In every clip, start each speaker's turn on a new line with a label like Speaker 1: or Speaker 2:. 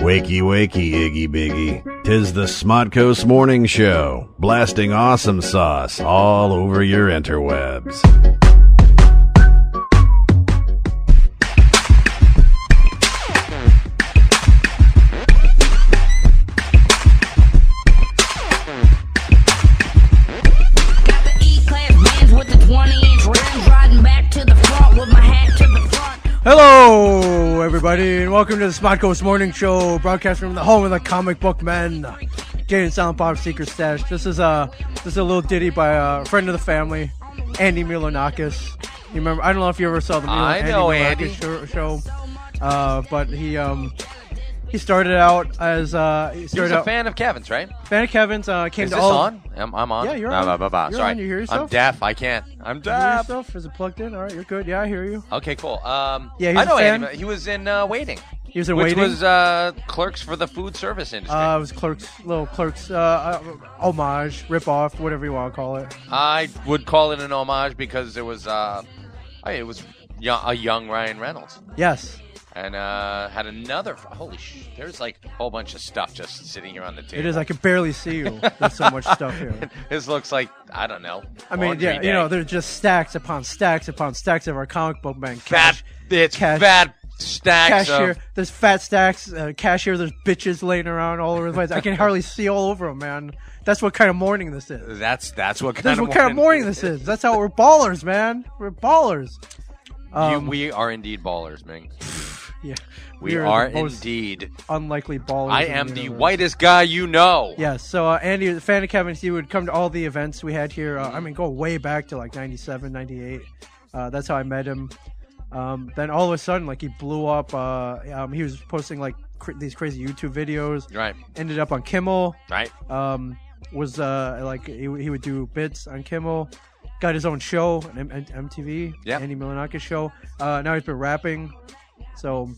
Speaker 1: Wakey, wakey, Iggy Biggy. Tis the Smodcoast Morning Show, blasting awesome sauce all over your interwebs.
Speaker 2: Got the E-class vans with the 20-inch rims, riding back to the front with my hat to the front.
Speaker 3: Hello, everybody, and welcome to the Smart Coast Morning Show, broadcasting from the home of the comic book men, the Jade and Silent Bob Secret Stash. This is a this is a little ditty by a friend of the family, Andy Milonakis. You remember? I don't know if you ever saw the Mil-
Speaker 4: I know
Speaker 3: Andy
Speaker 4: Andy.
Speaker 3: Milonakis sho- show, uh, but he um he started out as uh, he
Speaker 4: He's
Speaker 3: started
Speaker 4: a
Speaker 3: out
Speaker 4: fan of Kevin's, right?
Speaker 3: fan of Kevin's. Uh, came
Speaker 4: Is
Speaker 3: to
Speaker 4: this
Speaker 3: all
Speaker 4: on? I'm, I'm on.
Speaker 3: Yeah, you're
Speaker 4: Bah,
Speaker 3: on.
Speaker 4: bah, bah, bah.
Speaker 3: You're
Speaker 4: Sorry.
Speaker 3: on. You hear
Speaker 4: I'm
Speaker 3: yourself?
Speaker 4: deaf. I can't. I'm
Speaker 3: You hear
Speaker 4: deaf.
Speaker 3: yourself? Is it plugged in? All right, you're good. Yeah, I hear you.
Speaker 4: Okay, cool. Um,
Speaker 3: Yeah, he's
Speaker 4: I
Speaker 3: a
Speaker 4: know
Speaker 3: fan.
Speaker 4: Andy. He was in uh, Waiting,
Speaker 3: He was in
Speaker 4: which
Speaker 3: waiting.
Speaker 4: was uh, clerks for the food service industry.
Speaker 3: uh, it was Clerks, little Clerks uh, uh, homage, rip off, whatever you want to call it.
Speaker 4: I would call it an homage because it was uh, I- it was yo- a young Ryan Reynolds,
Speaker 3: Yes.
Speaker 4: and uh, had another. Holy sh! There's like a whole bunch of stuff just sitting here on the table.
Speaker 3: It is. I can barely see you. There's so much stuff here.
Speaker 4: this looks like I don't know.
Speaker 3: I mean,
Speaker 4: laundry
Speaker 3: yeah,
Speaker 4: day.
Speaker 3: you know, there's just stacks upon stacks upon stacks of our comic book man
Speaker 4: fat.
Speaker 3: cash.
Speaker 4: It's
Speaker 3: cash-
Speaker 4: fat stacks
Speaker 3: Cashier,
Speaker 4: of
Speaker 3: there's fat stacks. Uh, cashier, there's bitches laying around all over the place. I can hardly see all over them, man. That's what kind of morning this is.
Speaker 4: That's that's what kind
Speaker 3: That's
Speaker 4: of
Speaker 3: what kind of morning this is. That's how we're ballers, man. We're ballers. Um,
Speaker 4: you, we are indeed ballers, Ming.
Speaker 3: Yeah,
Speaker 4: We,
Speaker 3: are,
Speaker 4: are
Speaker 3: the most
Speaker 4: indeed.
Speaker 3: unlikely ballers.
Speaker 4: I
Speaker 3: in
Speaker 4: am the
Speaker 3: universe.
Speaker 4: whitest guy you know.
Speaker 3: Yeah, so uh, Andy, the fan of Kevin's, he would come to all the events we had here. Uh, I mean, go way back to like 97, 98. Uh, that's how I met him. Um, then all of a sudden, like he blew up. Uh, um, he was posting like cr- these crazy YouTube videos.
Speaker 4: Right.
Speaker 3: Ended up on Kimmel.
Speaker 4: Right.
Speaker 3: Um, was uh, like he, he would do bits on Kimmel. Got his own show on M- M- MTV.
Speaker 4: Yeah.
Speaker 3: Andy Milanakis show. Uh, now he's been rapping. So,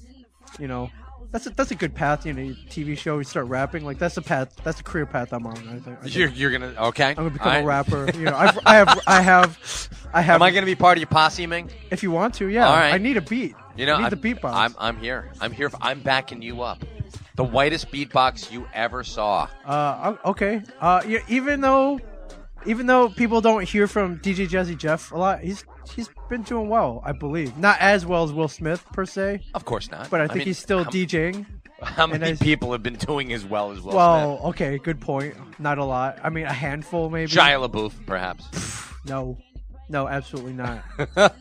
Speaker 3: you know, that's a, that's a good path. You know, TV show, you start rapping. Like that's the path. That's the career path I'm on. I think. I think.
Speaker 4: You're, you're gonna okay.
Speaker 3: I'm gonna become
Speaker 4: All
Speaker 3: a
Speaker 4: right.
Speaker 3: rapper. You know, I've, I have, I have, I have.
Speaker 4: Am I gonna be part of your posse, Ming?
Speaker 3: if you want to, yeah.
Speaker 4: All right.
Speaker 3: I need a beat.
Speaker 4: You know,
Speaker 3: I need
Speaker 4: I'm,
Speaker 3: the beatbox.
Speaker 4: I'm I'm here. I'm here. For, I'm backing you up. The whitest beatbox you ever saw.
Speaker 3: Uh, o- okay. Uh, yeah, even though, even though people don't hear from DJ Jazzy Jeff a lot, he's he's been doing well, I believe. Not as well as Will Smith per se,
Speaker 4: Of course not.
Speaker 3: but I think
Speaker 4: mean,
Speaker 3: he's still
Speaker 4: how,
Speaker 3: DJing.
Speaker 4: How many
Speaker 3: and I-
Speaker 4: people have been doing as well as Will
Speaker 3: Well, okay, good point. Not a lot. I mean, a handful maybe.
Speaker 4: Smith? Shia LaBeouf, perhaps.
Speaker 3: No, no, absolutely not.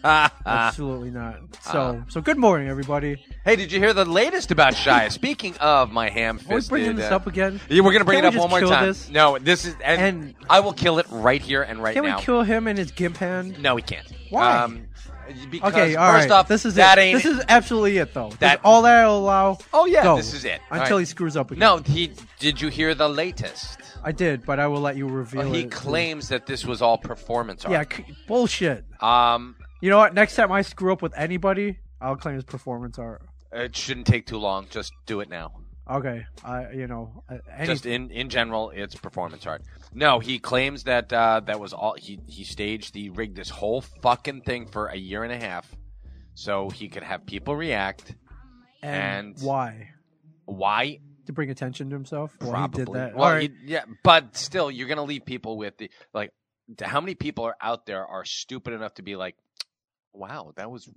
Speaker 4: Ah.
Speaker 3: absolutely not. So, so good morning, everybody.
Speaker 4: hey, did you hear the latest about Shia? Speaking of my
Speaker 3: Are we
Speaker 4: ham-fisted,
Speaker 3: bringing this
Speaker 4: uh,
Speaker 3: up again?
Speaker 4: Yeah, we're gonna bring
Speaker 3: Can't
Speaker 4: it up
Speaker 3: we just
Speaker 4: one more
Speaker 3: kill
Speaker 4: time.
Speaker 3: this?
Speaker 4: No, this is and,
Speaker 3: And-
Speaker 4: I will kill it right here and right
Speaker 3: Can
Speaker 4: now.
Speaker 3: we kill him and his gimp hand?
Speaker 4: no, we can't. Um,
Speaker 3: Why?
Speaker 4: because
Speaker 3: Okay, all right.
Speaker 4: first off,
Speaker 3: this is
Speaker 4: that
Speaker 3: it.
Speaker 4: ain't
Speaker 3: this is absolutely it, though. That's
Speaker 4: That-
Speaker 3: all that I'll allow.
Speaker 4: Oh, yeah,
Speaker 3: go,
Speaker 4: this is it. All
Speaker 3: Until
Speaker 4: right.
Speaker 3: he screws up again.
Speaker 4: no. He did you hear the latest?
Speaker 3: I did, but I will let you reveal
Speaker 4: Oh, he
Speaker 3: it.
Speaker 4: claims that this was all performance
Speaker 3: Yeah,
Speaker 4: art.
Speaker 3: c- bullshit.
Speaker 4: Um,
Speaker 3: You know what? Next time I screw up with anybody, I'll claim his performance art.
Speaker 4: it shouldn't take too long. Just do it now.
Speaker 3: Okay, I you know I- any,
Speaker 4: Just in in general, it's performance art. No, he claims that uh, that was all. He he staged, he rigged this whole fucking thing for a year and a half, so he could have people react.
Speaker 3: and
Speaker 4: and-
Speaker 3: why
Speaker 4: Why
Speaker 3: to bring attention to himself? Well,
Speaker 4: Probably.
Speaker 3: he did that.
Speaker 4: Well,
Speaker 3: all right.
Speaker 4: you- yeah, but still, you're gonna leave people with the like. d- How many people are out there are stupid enough to be like, "Wow, that was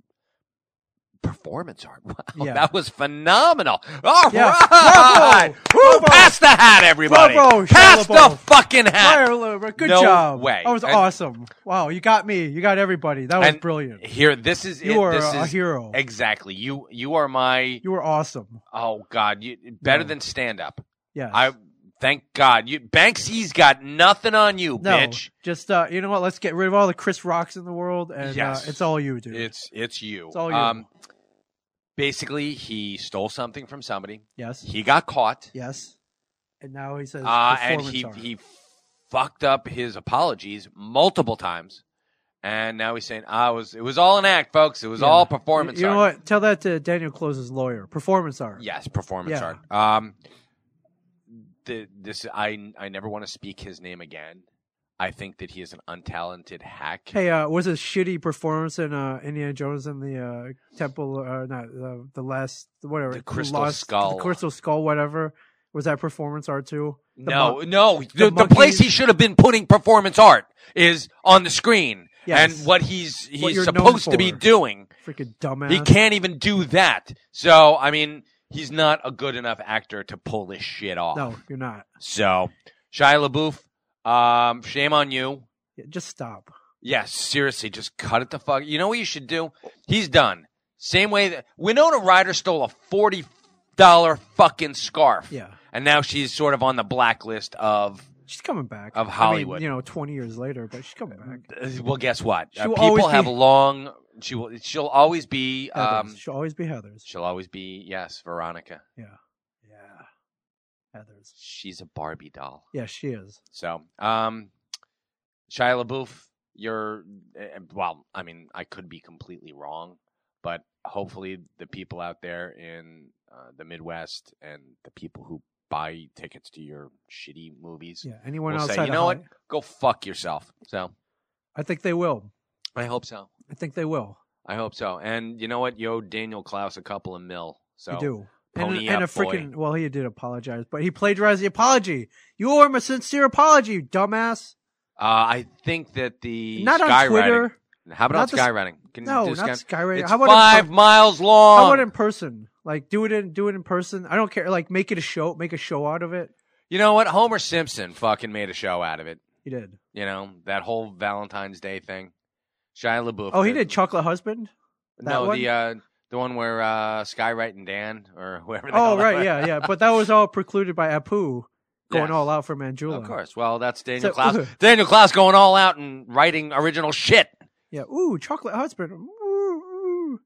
Speaker 4: performance art. Wow,
Speaker 3: Yeah.
Speaker 4: that was phenomenal." All
Speaker 3: Yeah.
Speaker 4: right.
Speaker 3: Bravo!
Speaker 4: Woo,
Speaker 3: Bravo!
Speaker 4: pass the hat, everybody.
Speaker 3: Bravo, Shia
Speaker 4: pass the
Speaker 3: LaBeouf.
Speaker 4: fucking hat.
Speaker 3: Fire Lou, good
Speaker 4: No
Speaker 3: job.
Speaker 4: way.
Speaker 3: That was
Speaker 4: And-
Speaker 3: awesome. Wow, you got me. You got everybody. That was
Speaker 4: And
Speaker 3: brilliant.
Speaker 4: Here, this is
Speaker 3: You
Speaker 4: it.
Speaker 3: are
Speaker 4: this
Speaker 3: a
Speaker 4: is,
Speaker 3: hero.
Speaker 4: Exactly. You you are my
Speaker 3: You were awesome.
Speaker 4: oh god, you better
Speaker 3: No.
Speaker 4: than stand up.
Speaker 3: Yeah.
Speaker 4: I thank God. You Banksy's got nothing on you,
Speaker 3: No,
Speaker 4: bitch.
Speaker 3: just uh, you know what? Let's get rid of all the Chris Rocks in the world, and
Speaker 4: Yes.
Speaker 3: uh, it's all you, dude.
Speaker 4: It's it's you. Um,
Speaker 3: It's all you.
Speaker 4: basically, he stole something from somebody.
Speaker 3: yes,
Speaker 4: He got caught,
Speaker 3: yes. And now he says,
Speaker 4: uh, and
Speaker 3: performance
Speaker 4: he
Speaker 3: art.
Speaker 4: he fucked up his apologies multiple times, and now he's saying, "I was it was all an act, folks. It was
Speaker 3: Yeah.
Speaker 4: all performance
Speaker 3: You, you
Speaker 4: art."
Speaker 3: know what? Tell that to Daniel Close's lawyer. Performance art.
Speaker 4: Yes, performance
Speaker 3: Yeah.
Speaker 4: art. Um, the, this I I never want to speak his name again. I think that he is an untalented hack.
Speaker 3: Hey, uh, was a shitty performance in uh, Indiana Jones in the uh, Temple, or not the the last whatever
Speaker 4: The Crystal
Speaker 3: Lost-
Speaker 4: Skull.
Speaker 3: the Crystal Skull, whatever. Was that performance art too? The
Speaker 4: no,
Speaker 3: mon-
Speaker 4: no.
Speaker 3: the
Speaker 4: The, the,
Speaker 3: monkey-
Speaker 4: place he should have been putting performance art is on the screen,
Speaker 3: Yes.
Speaker 4: and what he's he's
Speaker 3: you're known
Speaker 4: supposed to be
Speaker 3: for. Uh-huh.
Speaker 4: doing.
Speaker 3: freaking dumbass.
Speaker 4: He can't even do that. So I mean, he's not a good enough actor to pull this shit off.
Speaker 3: No, you're not.
Speaker 4: So Shia LaBeouf, um, shame on you.
Speaker 3: Yeah, just stop.
Speaker 4: Yes, seriously, just cut it the fuck. You know what you should do? He's done. Same way that Winona Ryder stole a forty dollar fucking scarf.
Speaker 3: Yeah.
Speaker 4: And now she's sort of on the blacklist of
Speaker 3: She's coming back
Speaker 4: Of
Speaker 3: I mean,
Speaker 4: Hollywood.
Speaker 3: you know, 20 years later, but she's coming back.
Speaker 4: well, guess what? Uh,
Speaker 3: She will always
Speaker 4: people have
Speaker 3: be-
Speaker 4: long. She will. She'll always be.
Speaker 3: Heathers.
Speaker 4: Um,
Speaker 3: She'll always be Heather's.
Speaker 4: she'll always be. Yes, Veronica.
Speaker 3: Yeah, Heather's.
Speaker 4: She's a Barbie doll.
Speaker 3: Yeah, she is.
Speaker 4: So, um, Shia LaBeouf, you're eh, well. I mean, I could be completely wrong, but hopefully, the people out there in uh, the Midwest and the people who buy tickets to your shitty movies,
Speaker 3: Yeah, anyone
Speaker 4: We'll say,
Speaker 3: outside.
Speaker 4: "You
Speaker 3: of
Speaker 4: know what?
Speaker 3: Holly-
Speaker 4: go fuck yourself. So,
Speaker 3: I think they will.
Speaker 4: I hope so.
Speaker 3: I think they will.
Speaker 4: I hope so. And you know what? Yo, Daniel Klaus a couple of mil. So
Speaker 3: You do.
Speaker 4: pony
Speaker 3: and, and a
Speaker 4: up, boy.
Speaker 3: freaking well, he did apologize, but he plagiarized the apology. You owe him a sincere apology, you dumbass.
Speaker 4: Uh, I think that the
Speaker 3: Not on
Speaker 4: skywriting-
Speaker 3: Twitter.
Speaker 4: How about
Speaker 3: Not
Speaker 4: on
Speaker 3: the-
Speaker 4: skywriting? Can
Speaker 3: No,
Speaker 4: do
Speaker 3: not
Speaker 4: sky-
Speaker 3: skywriting.
Speaker 4: It's
Speaker 3: How about in
Speaker 4: five
Speaker 3: per-
Speaker 4: miles long.
Speaker 3: How about in person? Like do it in do it in person. I don't care. Like make it a show. Make a show out of it.
Speaker 4: You know what? Homer Simpson fucking made a show out of it.
Speaker 3: He did.
Speaker 4: You know that whole Valentine's Day thing. Shia LaBeouf.
Speaker 3: Oh, he
Speaker 4: the-
Speaker 3: did Chocolate Husband. that
Speaker 4: no,
Speaker 3: one?
Speaker 4: the uh, the one where uh, Skywright and Dan or whoever. the hell
Speaker 3: Oh
Speaker 4: that
Speaker 3: right,
Speaker 4: was.
Speaker 3: yeah, yeah. But that was all precluded by Apu going
Speaker 4: Yes.
Speaker 3: all out for Manjula.
Speaker 4: Of course. Well, that's Daniel
Speaker 3: So-
Speaker 4: Klaus. Daniel Klaus going all out and writing original shit.
Speaker 3: Yeah. Ooh, chocolate husband. Ooh, ooh.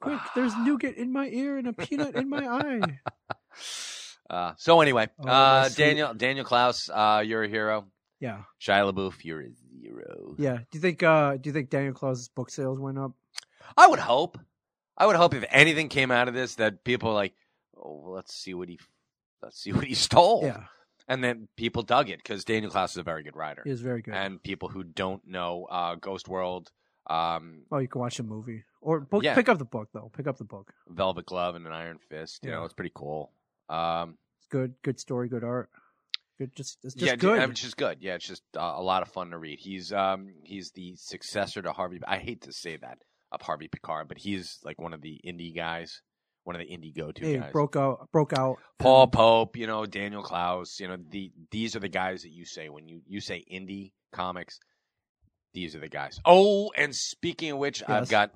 Speaker 3: Quick, there's nougat in my ear and a peanut in my eye.
Speaker 4: Uh, so anyway,
Speaker 3: Oh, my
Speaker 4: uh,
Speaker 3: sweet-
Speaker 4: Daniel Daniel Klaus, uh, you're a hero.
Speaker 3: Yeah.
Speaker 4: Shia LaBeouf, you're a zero.
Speaker 3: Yeah. Do you think uh do you think Daniel Claus's book sales went up?
Speaker 4: I would hope. I would hope if anything came out of this that people are like, oh, well, let's see what he, let's see what he stole.
Speaker 3: Yeah.
Speaker 4: And then people dug it because Daniel Klaus is a very good writer.
Speaker 3: He was very good.
Speaker 4: And people who don't know uh, Ghost World, um,
Speaker 3: oh, you can watch the movie. Or book
Speaker 4: Yeah.
Speaker 3: pick up the book though. Pick up the book.
Speaker 4: Velvet Glove and an Iron Fist, you know,
Speaker 3: Yeah.
Speaker 4: it's pretty cool. Um,
Speaker 3: It's good, good story, good art. Good just it's just
Speaker 4: yeah,
Speaker 3: good.
Speaker 4: It's just good. Yeah, it's just uh, a lot of fun to read. He's um he's the successor to Harvey. I hate to say that of Harvey Picard, but he's like one of the indie guys, one of the indie go to
Speaker 3: Hey,
Speaker 4: guys.
Speaker 3: broke out broke out.
Speaker 4: Paul Pope, you know Daniel Klaus, you know the these are the guys that you say when you you say indie comics. These are the guys. Oh, and speaking of which, I've
Speaker 3: Yes.
Speaker 4: got.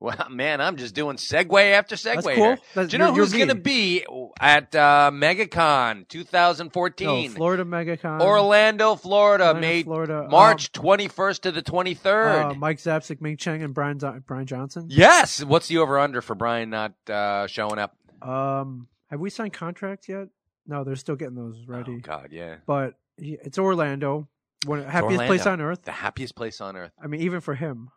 Speaker 4: Well, man, I'm just doing segue after segue.
Speaker 3: That's
Speaker 4: here.
Speaker 3: cool. That's,
Speaker 4: Do you know
Speaker 3: you're- you're
Speaker 4: who's going to
Speaker 3: mean.
Speaker 4: be at uh, MegaCon 2014?
Speaker 3: no, Florida MegaCon.
Speaker 4: Orlando, Florida,
Speaker 3: Orlando,
Speaker 4: May
Speaker 3: Florida,
Speaker 4: March 21st to the
Speaker 3: um,
Speaker 4: 23rd.
Speaker 3: uh, Mike Zapsik, Ming Chang, and Brian Zo- Brian Johnson.
Speaker 4: yes. What's the over under for Brian not uh, showing up?
Speaker 3: Um, have we signed contracts yet? No, they're still getting those
Speaker 4: Oh,
Speaker 3: ready.
Speaker 4: God, yeah.
Speaker 3: but he, it's Orlando, one of the happiest place on
Speaker 4: Orlando.
Speaker 3: earth.
Speaker 4: The happiest place on earth.
Speaker 3: I mean, even for him.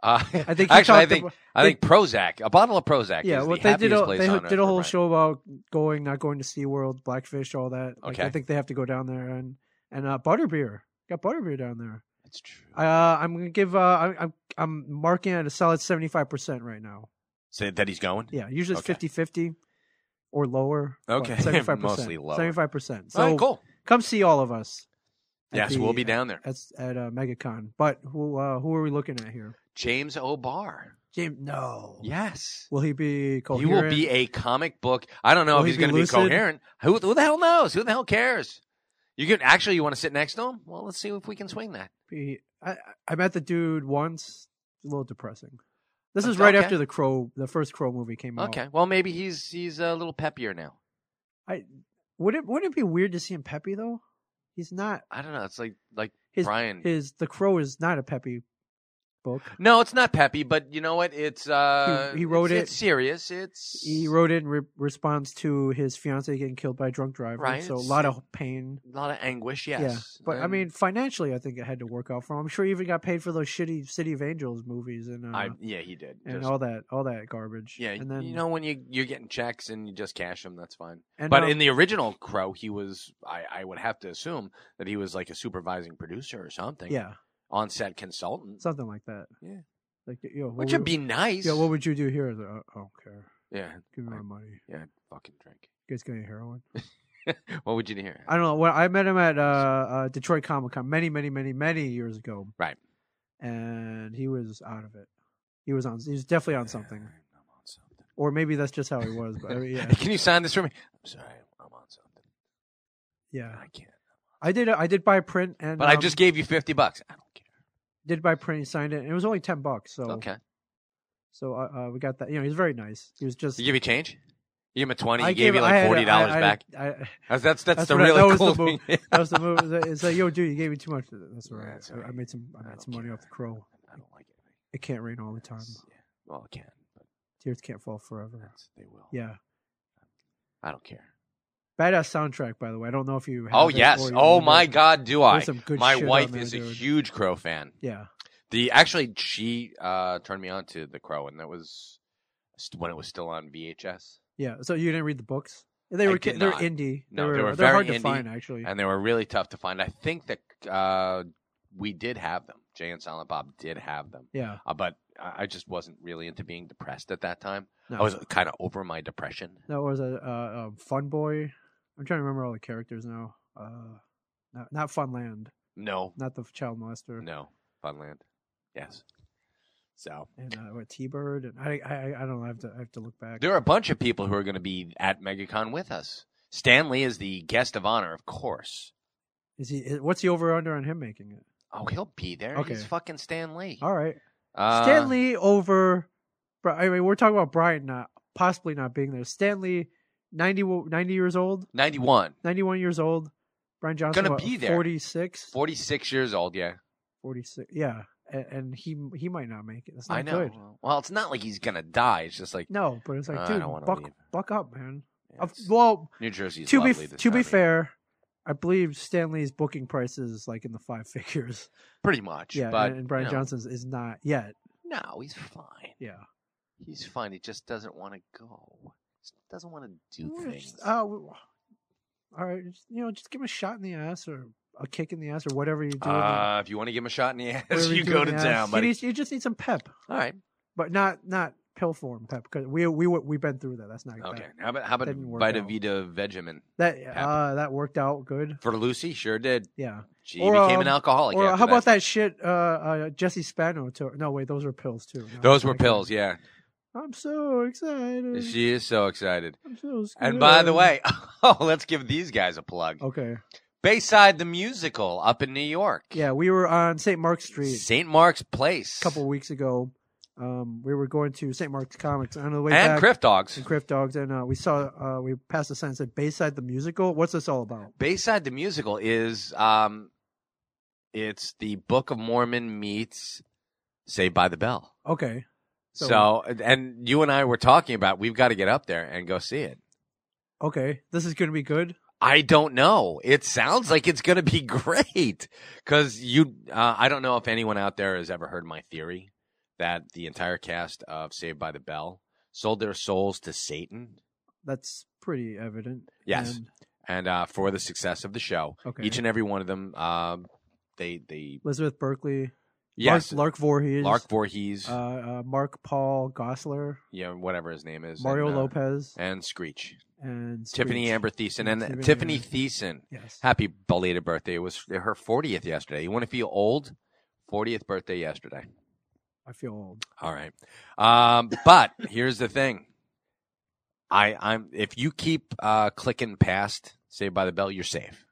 Speaker 4: Uh,
Speaker 3: I think he
Speaker 4: actually, I
Speaker 3: talked
Speaker 4: think
Speaker 3: about-
Speaker 4: I think Prozac, a bottle of Prozac.
Speaker 3: yeah,
Speaker 4: is
Speaker 3: well,
Speaker 4: the
Speaker 3: they did
Speaker 4: happiest
Speaker 3: a,
Speaker 4: place
Speaker 3: they
Speaker 4: on
Speaker 3: did
Speaker 4: earth
Speaker 3: a
Speaker 4: for
Speaker 3: whole
Speaker 4: Brian.
Speaker 3: show about going, not going to SeaWorld, Blackfish, all that. Like, I
Speaker 4: Okay.
Speaker 3: think they have to go down there and and uh, butterbeer. Got butterbeer down there.
Speaker 4: That's true.
Speaker 3: Uh, I'm gonna give. Uh, I, I'm I'm marking at a solid seventy five percent right now.
Speaker 4: Say that he's going.
Speaker 3: Yeah, usually it's
Speaker 4: Okay.
Speaker 3: 50-50 or lower.
Speaker 4: Okay.
Speaker 3: seventy five percent.
Speaker 4: Mostly lower.
Speaker 3: Seventy five percent. So
Speaker 4: All right, cool.
Speaker 3: come see all of us. at
Speaker 4: Yes,
Speaker 3: the-
Speaker 4: we'll be down there.
Speaker 3: at at uh, MegaCon. But who uh, who are we looking at here?
Speaker 4: James O'Barr.
Speaker 3: James, no.
Speaker 4: Yes.
Speaker 3: Will he be
Speaker 4: He
Speaker 3: coherent?
Speaker 4: will be a comic book. I don't know
Speaker 3: Will
Speaker 4: if
Speaker 3: he
Speaker 4: he's
Speaker 3: be
Speaker 4: going to be
Speaker 3: lucid?
Speaker 4: coherent. Who, who the hell knows? Who the hell cares? You can actually. You want to sit next to him? Well, let's see if we can swing that.
Speaker 3: Be- I, I- I met the dude once. A little depressing. This is
Speaker 4: Okay.
Speaker 3: right after the Crow, the first Crow movie came out.
Speaker 4: Okay. Well, maybe he's he's a little peppier now.
Speaker 3: Would it would it be weird to see him peppy though? He's not
Speaker 4: I don't know. It's like like
Speaker 3: his
Speaker 4: Brian.
Speaker 3: his the Crow is not a peppy book.
Speaker 4: No, it's not peppy, but you know what? It's uh,
Speaker 3: he wrote
Speaker 4: it's-
Speaker 3: it-
Speaker 4: It's serious. It's
Speaker 3: He wrote it in re- response to his fiance getting killed by a drunk driver.
Speaker 4: Right,
Speaker 3: So a
Speaker 4: it's-
Speaker 3: lot of pain.
Speaker 4: a lot of anguish. Yes,
Speaker 3: Yeah, but I
Speaker 4: And
Speaker 3: mean, financially, I think it had to work out for him. I'm sure he even got paid for those shitty City of Angels movies and uh,
Speaker 4: I yeah, he did.
Speaker 3: and
Speaker 4: Just-
Speaker 3: all that, all that garbage.
Speaker 4: yeah,
Speaker 3: and then
Speaker 4: you know when you you're getting checks and you just cash them, that's fine.
Speaker 3: and,
Speaker 4: but
Speaker 3: um,
Speaker 4: in the original Crow, he was I, I would have to assume that he was like a supervising producer or something.
Speaker 3: yeah,
Speaker 4: on set consultant,
Speaker 3: something like that.
Speaker 4: Yeah.
Speaker 3: like yo, what
Speaker 4: which would
Speaker 3: would-
Speaker 4: be nice.
Speaker 3: yeah, what would you do here? I was like, "Oh, I don't care.
Speaker 4: yeah,
Speaker 3: Give me my
Speaker 4: Right.
Speaker 3: money.
Speaker 4: yeah, fucking drink.
Speaker 3: You guys got any heroin?
Speaker 4: what would you hear?
Speaker 3: I don't know. When I met him at uh, uh, Detroit Comic Con many, many, many, many years ago.
Speaker 4: Right.
Speaker 3: And he was out of it. He was on. He was definitely on something,
Speaker 4: I'm on something.
Speaker 3: or maybe that's just how he was. But I mean, yeah,
Speaker 4: Can you sign this for me? I'm sorry, I'm on something.
Speaker 3: yeah.
Speaker 4: I can't.
Speaker 3: I did. uh, I did buy a print, and
Speaker 4: But I
Speaker 3: um,
Speaker 4: just gave you fifty bucks. I don't care.
Speaker 3: did buy a print. He signed it, and it was only ten bucks. So
Speaker 4: Okay.
Speaker 3: so uh, uh, we got that. You know, he was very nice. He was just.
Speaker 4: You give me change. You give him a twenty.
Speaker 3: I
Speaker 4: you gave, me
Speaker 3: I
Speaker 4: like
Speaker 3: had a-
Speaker 4: forty dollars
Speaker 3: I- I-
Speaker 4: back.
Speaker 3: I, I,
Speaker 4: That's that's, that's,
Speaker 3: That's
Speaker 4: the
Speaker 3: what I-
Speaker 4: really
Speaker 3: that was
Speaker 4: cool
Speaker 3: the move.
Speaker 4: thing.
Speaker 3: that was the move. It's like- It's like, yo, dude, you gave me too much. That's all right.
Speaker 4: That's all
Speaker 3: I- I
Speaker 4: right.
Speaker 3: made some. I
Speaker 4: I
Speaker 3: made
Speaker 4: don't
Speaker 3: some money
Speaker 4: care.
Speaker 3: off the crow.
Speaker 4: I don't like it.
Speaker 3: It can't rain all the time.
Speaker 4: It's- yeah. Well, it can, but
Speaker 3: Tears can't fall forever.
Speaker 4: that's, they will.
Speaker 3: Yeah.
Speaker 4: I don't care.
Speaker 3: Badass soundtrack, by the way. I don't know if you. Have
Speaker 4: Oh
Speaker 3: it
Speaker 4: yes.
Speaker 3: or you
Speaker 4: Oh
Speaker 3: remember
Speaker 4: my
Speaker 3: it.
Speaker 4: God, do I?
Speaker 3: There's some good
Speaker 4: My
Speaker 3: shit on
Speaker 4: wife
Speaker 3: there,
Speaker 4: is a
Speaker 3: dude.
Speaker 4: huge Crow fan.
Speaker 3: Yeah.
Speaker 4: The actually she uh, turned me on to the Crow, and that was st- when it was still on VHS,
Speaker 3: Yeah. So you didn't read the books? They
Speaker 4: I
Speaker 3: were.
Speaker 4: did
Speaker 3: They're
Speaker 4: not.
Speaker 3: indie.
Speaker 4: No, they
Speaker 3: they're
Speaker 4: were
Speaker 3: they're hard
Speaker 4: very
Speaker 3: to find,
Speaker 4: indie,
Speaker 3: actually.
Speaker 4: and they were really tough to find. I think that uh, we did have them. Jay and Silent Bob did have them,
Speaker 3: Yeah.
Speaker 4: uh, but I I just wasn't really into being depressed at that time.
Speaker 3: No.
Speaker 4: I was kind of over my depression.
Speaker 3: That was a uh, um, Fun Boy. I'm trying to remember all the characters now. Uh, not, not Funland,
Speaker 4: No,
Speaker 3: not the child molester,
Speaker 4: no, Funland. Yes. So
Speaker 3: and uh, what T Bird, and I, I, I don't know. I have to, I have to look back.
Speaker 4: there are a bunch of people who are going to be at MegaCon with us. Stanley is the guest of honor, of course.
Speaker 3: Is he? is- what's the over under on him making it?
Speaker 4: Oh, he'll be there.
Speaker 3: Okay.
Speaker 4: He's fucking Stan Lee.
Speaker 3: All right,
Speaker 4: Uh,
Speaker 3: Stanley over. Bri- I mean, we're talking about Brian not possibly not being there. Stanley, 90, wo- 90 years old,
Speaker 4: 91,
Speaker 3: ninety one years old. Brian Johnson
Speaker 4: Gonna
Speaker 3: what,
Speaker 4: be there.
Speaker 3: 46,
Speaker 4: 46 years old. Yeah,
Speaker 3: 46. Yeah, and, and he he might not make it. That's not
Speaker 4: I know.
Speaker 3: good.
Speaker 4: Well, it's not like he's gonna die. It's just like
Speaker 3: No, but it's like,
Speaker 4: Uh, I
Speaker 3: dude,
Speaker 4: don't wanna
Speaker 3: buck,
Speaker 4: leave.
Speaker 3: buck up, man.
Speaker 4: yeah,
Speaker 3: Of-
Speaker 4: it's-
Speaker 3: well,
Speaker 4: New Jersey's
Speaker 3: to be
Speaker 4: lovely
Speaker 3: f-
Speaker 4: this
Speaker 3: to
Speaker 4: time
Speaker 3: be
Speaker 4: of year.
Speaker 3: fair, I believe Stanley's booking price is like in the five figures.
Speaker 4: pretty much.
Speaker 3: Yeah,
Speaker 4: but
Speaker 3: and, and Brian
Speaker 4: you know,
Speaker 3: Johnson's is not yet.
Speaker 4: No, he's fine.
Speaker 3: Yeah,
Speaker 4: He's fine. He just doesn't want to go. Just doesn't want to do
Speaker 3: Well,
Speaker 4: things.
Speaker 3: just- uh, w- all right, just, you know, just give him a shot in the ass or a kick in the ass or whatever you do. in the-
Speaker 4: Uh, if you want to give him a shot in the ass,
Speaker 3: whatever
Speaker 4: you
Speaker 3: do
Speaker 4: go
Speaker 3: in
Speaker 4: to
Speaker 3: the ass.
Speaker 4: town,
Speaker 3: You
Speaker 4: buddy.
Speaker 3: need- You, just need some pep,
Speaker 4: All right.
Speaker 3: but not not pill form pep because we we we've been through that. That's not good.
Speaker 4: Okay. How about how about
Speaker 3: Didn't work
Speaker 4: Vita
Speaker 3: out.
Speaker 4: Vita Vegemin
Speaker 3: That uh, that worked out good.
Speaker 4: for Lucy? Sure did.
Speaker 3: Yeah.
Speaker 4: She
Speaker 3: Or,
Speaker 4: became
Speaker 3: um,
Speaker 4: an alcoholic.
Speaker 3: or
Speaker 4: after
Speaker 3: how about that shit uh, uh, Jesse Spano took? No, wait, those were pills too. No,
Speaker 4: Those were
Speaker 3: okay. Mm.
Speaker 4: pills. Yeah,
Speaker 3: I'm so excited.
Speaker 4: she is so excited.
Speaker 3: I'm so scared.
Speaker 4: And by the way, oh, let's give these guys a plug.
Speaker 3: okay,
Speaker 4: Bayside the Musical up in New York.
Speaker 3: yeah, we were on St. Mark's Street
Speaker 4: St. Mark's Place.
Speaker 3: a couple weeks ago. Um, we were going to St. Mark's Comics on the way
Speaker 4: and
Speaker 3: back
Speaker 4: Criff Dogs.
Speaker 3: and Criff Dogs, and uh, we saw uh, we passed a sign that said Bayside the Musical. What's this all about?
Speaker 4: Bayside the Musical is um, it's the Book of Mormon meets Saved by the Bell.
Speaker 3: Okay,
Speaker 4: So,
Speaker 3: So-
Speaker 4: and you and I were talking about we've got to get up there and go see it.
Speaker 3: okay, this is gonna be good.
Speaker 4: I don't know. It sounds like it's going to be great because you. Uh, I don't know if anyone out there has ever heard my theory that the entire cast of Saved by the Bell sold their souls to Satan,
Speaker 3: That's pretty evident.
Speaker 4: Yes.
Speaker 3: And-
Speaker 4: and uh, for the success of the show,
Speaker 3: okay.
Speaker 4: each and every one of them, um, they they
Speaker 3: Elizabeth Berkeley,
Speaker 4: yes, Lark,
Speaker 3: Lark, Lark Voorhees,
Speaker 4: Voorhees,
Speaker 3: uh, uh, Mark Paul Gosler,
Speaker 4: yeah, whatever his name is,
Speaker 3: Mario
Speaker 4: and, uh,
Speaker 3: Lopez,
Speaker 4: and Screech,
Speaker 3: and
Speaker 4: Tiffany
Speaker 3: Screech.
Speaker 4: Amber Thiessen, and,
Speaker 3: And Tiffany
Speaker 4: Tiffany
Speaker 3: Amber-
Speaker 4: Thiessen.
Speaker 3: Yes.
Speaker 4: Happy belated birthday! It was her fortieth yesterday. You want to feel old? Fortieth birthday yesterday.
Speaker 3: I feel old.
Speaker 4: All right. Um, but here's the thing. I, I'm if you keep uh, clicking past Saved by the Bell, you're safe.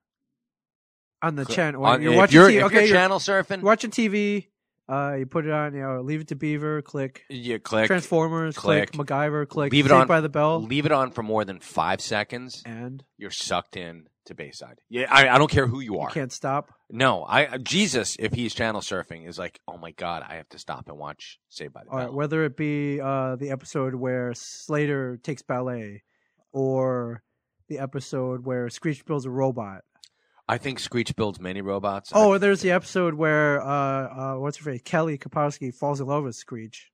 Speaker 3: On the
Speaker 4: Cl-
Speaker 3: channel,
Speaker 4: On-
Speaker 3: you're
Speaker 4: if
Speaker 3: watching
Speaker 4: you're,
Speaker 3: TV.
Speaker 4: if
Speaker 3: okay,
Speaker 4: you're
Speaker 3: you're,
Speaker 4: channel surfing,
Speaker 3: you're watching TV. Uh, you put it on. You know, leave it to Beaver. Click
Speaker 4: you click.
Speaker 3: Transformers. Click,
Speaker 4: click,
Speaker 3: MacGyver. Click
Speaker 4: leave it
Speaker 3: Saved
Speaker 4: on-
Speaker 3: by the Bell.
Speaker 4: Leave it on for more than five seconds.
Speaker 3: and
Speaker 4: You're sucked in to Bayside. Yeah, I, I don't care who you
Speaker 3: You
Speaker 4: are.
Speaker 3: can't stop.
Speaker 4: No, I uh, Jesus, if he's channel surfing, is like, oh my god, I have to stop and watch Saved by the
Speaker 3: All
Speaker 4: Bell.
Speaker 3: right, whether it be uh, the episode where Slater takes ballet, or the episode where Screech builds a robot.
Speaker 4: I think Screech builds many robots.
Speaker 3: Oh, or there's the episode where uh, uh, what's her face, Kelly Kapowski falls in love with Screech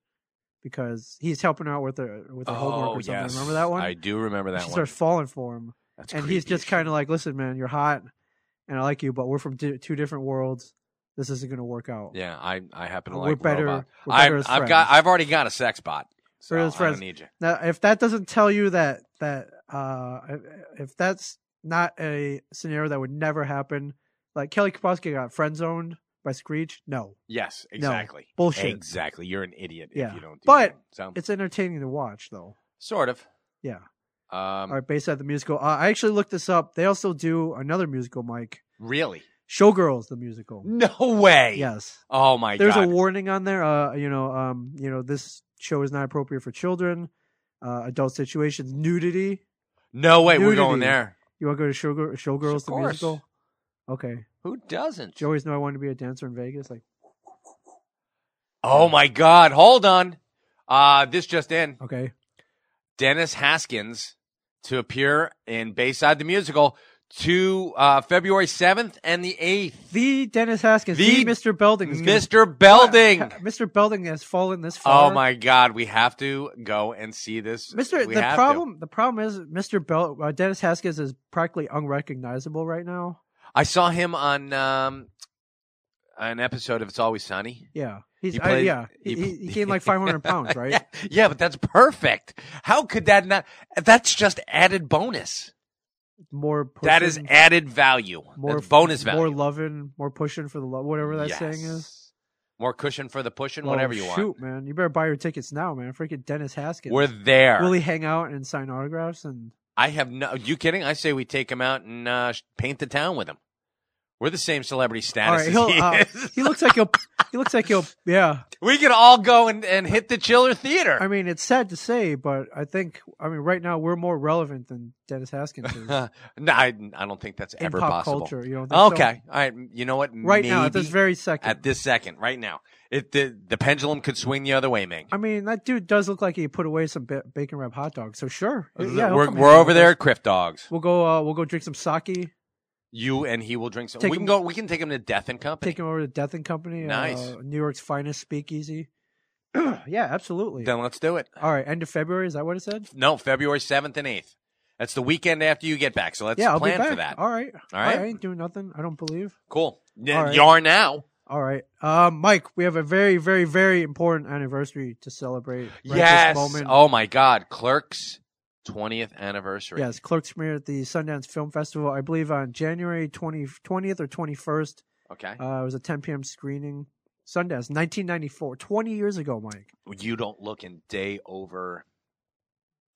Speaker 3: because he's helping her out with her with her homework or something.
Speaker 4: Oh, yes.
Speaker 3: Remember that one?
Speaker 4: I do remember that
Speaker 3: she
Speaker 4: one.
Speaker 3: starts falling for him,
Speaker 4: That's
Speaker 3: and he's
Speaker 4: creepy
Speaker 3: just
Speaker 4: as
Speaker 3: kind of like, "Listen, man, you're hot, and I like you, but we're from di- two different worlds. This isn't gonna work out."
Speaker 4: shit. Yeah, I I happen to
Speaker 3: Uh, We're
Speaker 4: like
Speaker 3: better-
Speaker 4: robot.
Speaker 3: we're better
Speaker 4: I've,
Speaker 3: as
Speaker 4: I've got
Speaker 3: friends.
Speaker 4: I've already got a sex bot. So
Speaker 3: Better as
Speaker 4: I don't
Speaker 3: friends.
Speaker 4: need you.
Speaker 3: Now, if that doesn't tell you that that uh, if that's not a scenario that would never happen, like Kelly Kapowski got friend zoned by Screech, no,
Speaker 4: Yes, exactly.
Speaker 3: bullshit.
Speaker 4: Exactly. You're an idiot if
Speaker 3: Yeah.
Speaker 4: you don't do
Speaker 3: But
Speaker 4: that. So,
Speaker 3: It's entertaining to watch, though.
Speaker 4: sort of.
Speaker 3: Yeah.
Speaker 4: Um
Speaker 3: All right, based on the musical. Uh, I actually looked this up. They also do another musical, Mike.
Speaker 4: really?
Speaker 3: Showgirls, the musical.
Speaker 4: No way.
Speaker 3: Yes.
Speaker 4: Oh my
Speaker 3: There's
Speaker 4: god.
Speaker 3: a warning on there. Uh, you know, um, you know, this show is not appropriate for children, uh, adult situations, nudity.
Speaker 4: no way we're going
Speaker 3: nudity.
Speaker 4: there.
Speaker 3: You want to go to Showgirl, Showgirls,
Speaker 4: Of
Speaker 3: the
Speaker 4: course.
Speaker 3: musical? Okay.
Speaker 4: Who doesn't?
Speaker 3: Did you always know I wanted to be a dancer in Vegas? Like,
Speaker 4: Oh my God! Hold on. Uh, this just in:
Speaker 3: okay.
Speaker 4: Dennis Haskins to appear in Bayside the Musical to uh, February seventh and the eighth.
Speaker 3: The Dennis Haskins,
Speaker 4: The
Speaker 3: the, Mr. Belding. is gonna-
Speaker 4: Mister Belding.
Speaker 3: Mr. Belding has fallen this far.
Speaker 4: Oh my God! We have to go and see this.
Speaker 3: Mr.
Speaker 4: We
Speaker 3: the
Speaker 4: have to.
Speaker 3: problem the problem is Mr. Bell uh, Dennis Haskins is practically unrecognizable right now.
Speaker 4: I saw him on um, an episode of It's Always Sunny.
Speaker 3: Yeah, he's
Speaker 4: He
Speaker 3: I-
Speaker 4: plays-
Speaker 3: yeah
Speaker 4: he
Speaker 3: he,
Speaker 4: pl-
Speaker 3: he, he gained like 500 pounds, right?
Speaker 4: Yeah, yeah, but that's perfect. How could that not? That's just added bonus.
Speaker 3: More pushing,
Speaker 4: that is added value.
Speaker 3: more
Speaker 4: That's bonus value.
Speaker 3: more loving, more pushing for the love, whatever that saying is.
Speaker 4: Yes. More cushion for the pushing,
Speaker 3: Well,
Speaker 4: whatever you want.
Speaker 3: shoot, man, you better buy your tickets now, man. Freaking Dennis Haskins.
Speaker 4: We're there.
Speaker 3: Will he hang out and sign autographs and
Speaker 4: I have no. You kidding? I say we take him out and uh, sh- paint the town with him. We're the same celebrity
Speaker 3: all
Speaker 4: status
Speaker 3: right? He'll,
Speaker 4: as he
Speaker 3: uh,
Speaker 4: is.
Speaker 3: he looks like he'll he looks like he'll yeah.
Speaker 4: we could all go and, and hit the Chiller Theater.
Speaker 3: I mean, it's sad to say, but I think I mean right now we're more relevant than Dennis Haskins is in
Speaker 4: no, I, I don't think that's ever
Speaker 3: pop
Speaker 4: possible.
Speaker 3: culture. You don't think so?
Speaker 4: Okay, all right. You know what?
Speaker 3: right now at
Speaker 4: Maybe
Speaker 3: this very second.
Speaker 4: at this second, right now, if the the pendulum could swing the other way, Ming.
Speaker 3: I mean, that dude does look like he put away some ba- bacon wrap hot dogs. So sure, yeah, he'll
Speaker 4: Uh, we're
Speaker 3: come
Speaker 4: we're
Speaker 3: hang
Speaker 4: over
Speaker 3: with
Speaker 4: there
Speaker 3: us.
Speaker 4: at Criff Dogs.
Speaker 3: We'll go. Uh, we'll go drink some sake.
Speaker 4: You and he will drink some.
Speaker 3: Take
Speaker 4: we can
Speaker 3: him-
Speaker 4: go. We can take him to Death and Company.
Speaker 3: Take him over to Death and Company.
Speaker 4: Nice.
Speaker 3: uh, New York's finest speakeasy. yeah, absolutely.
Speaker 4: Then let's do it.
Speaker 3: All right, end of February. Is that what it said?
Speaker 4: No, February 7th and 8th. That's the weekend after you get back. So let's
Speaker 3: yeah, I'll
Speaker 4: plan
Speaker 3: be back.
Speaker 4: for that.
Speaker 3: All right.
Speaker 4: All right.
Speaker 3: I ain't doing nothing. I don't believe.
Speaker 4: Cool. Yeah,
Speaker 3: All right.
Speaker 4: You are now.
Speaker 3: All right, um, Mike. We have a very, very, very important anniversary to celebrate. right
Speaker 4: yes.
Speaker 3: This moment.
Speaker 4: Oh, my God. Clerks 20th anniversary.
Speaker 3: Yes, Clerks premiere at the Sundance Film Festival. I believe on January 20, 20th or twenty first.
Speaker 4: Okay.
Speaker 3: Uh, it was a 10 p.m. screening. Sundance, 1994, 20 years ago, Mike.
Speaker 4: you don't look in day over.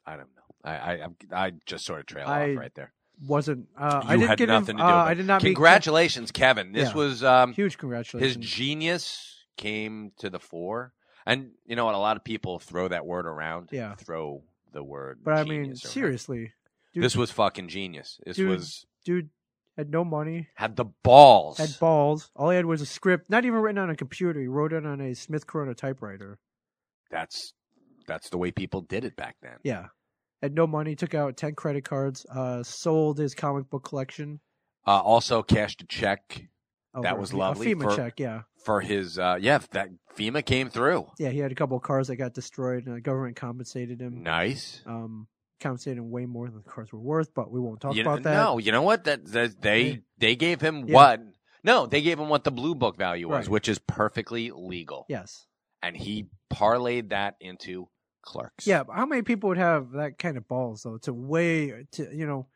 Speaker 4: I don't know. I I, I'm- I just sort of trail
Speaker 3: I-
Speaker 4: off right there.
Speaker 3: Wasn't uh,
Speaker 4: You
Speaker 3: I didn't
Speaker 4: had
Speaker 3: get
Speaker 4: nothing
Speaker 3: in,
Speaker 4: to do.
Speaker 3: uh,
Speaker 4: with
Speaker 3: I
Speaker 4: it.
Speaker 3: did not meet-
Speaker 4: Congratulations, Kevin. This
Speaker 3: Yeah.
Speaker 4: was um,
Speaker 3: huge
Speaker 4: his
Speaker 3: congratulations.
Speaker 4: genius came to the fore. And you know what? A lot of people throw that word around.
Speaker 3: Yeah.
Speaker 4: Throw the word.
Speaker 3: but I mean,
Speaker 4: genius around.
Speaker 3: seriously, Dude-
Speaker 4: this was fucking genius. This
Speaker 3: Dude-
Speaker 4: was
Speaker 3: dude had no money,
Speaker 4: had the balls.
Speaker 3: had balls. All he had was a script, not even written on a computer. He wrote it on a Smith Corona typewriter.
Speaker 4: that's that's the way people did it back then.
Speaker 3: Yeah. Had no money, took out 10 credit cards, uh, sold his comic book collection.
Speaker 4: Uh, also cashed a check
Speaker 3: Oh,
Speaker 4: That
Speaker 3: or
Speaker 4: was
Speaker 3: a-
Speaker 4: lovely
Speaker 3: A FEMA
Speaker 4: for-
Speaker 3: check, yeah.
Speaker 4: for his uh yeah, that FEMA came through.
Speaker 3: Yeah, he had a couple of cars that got destroyed, and the government compensated him.
Speaker 4: Nice.
Speaker 3: um, compensated him way more than the cars were worth, but we won't talk
Speaker 4: You-
Speaker 3: about that.
Speaker 4: No, you know what? That, that they
Speaker 3: Yeah.
Speaker 4: they gave him
Speaker 3: Yeah.
Speaker 4: what? No, they gave him what the blue book value was,
Speaker 3: Right.
Speaker 4: which is perfectly legal.
Speaker 3: Yes.
Speaker 4: And he parlayed that into clerks.
Speaker 3: Yeah. But how many people would have that kind of balls though to weigh uh, to you know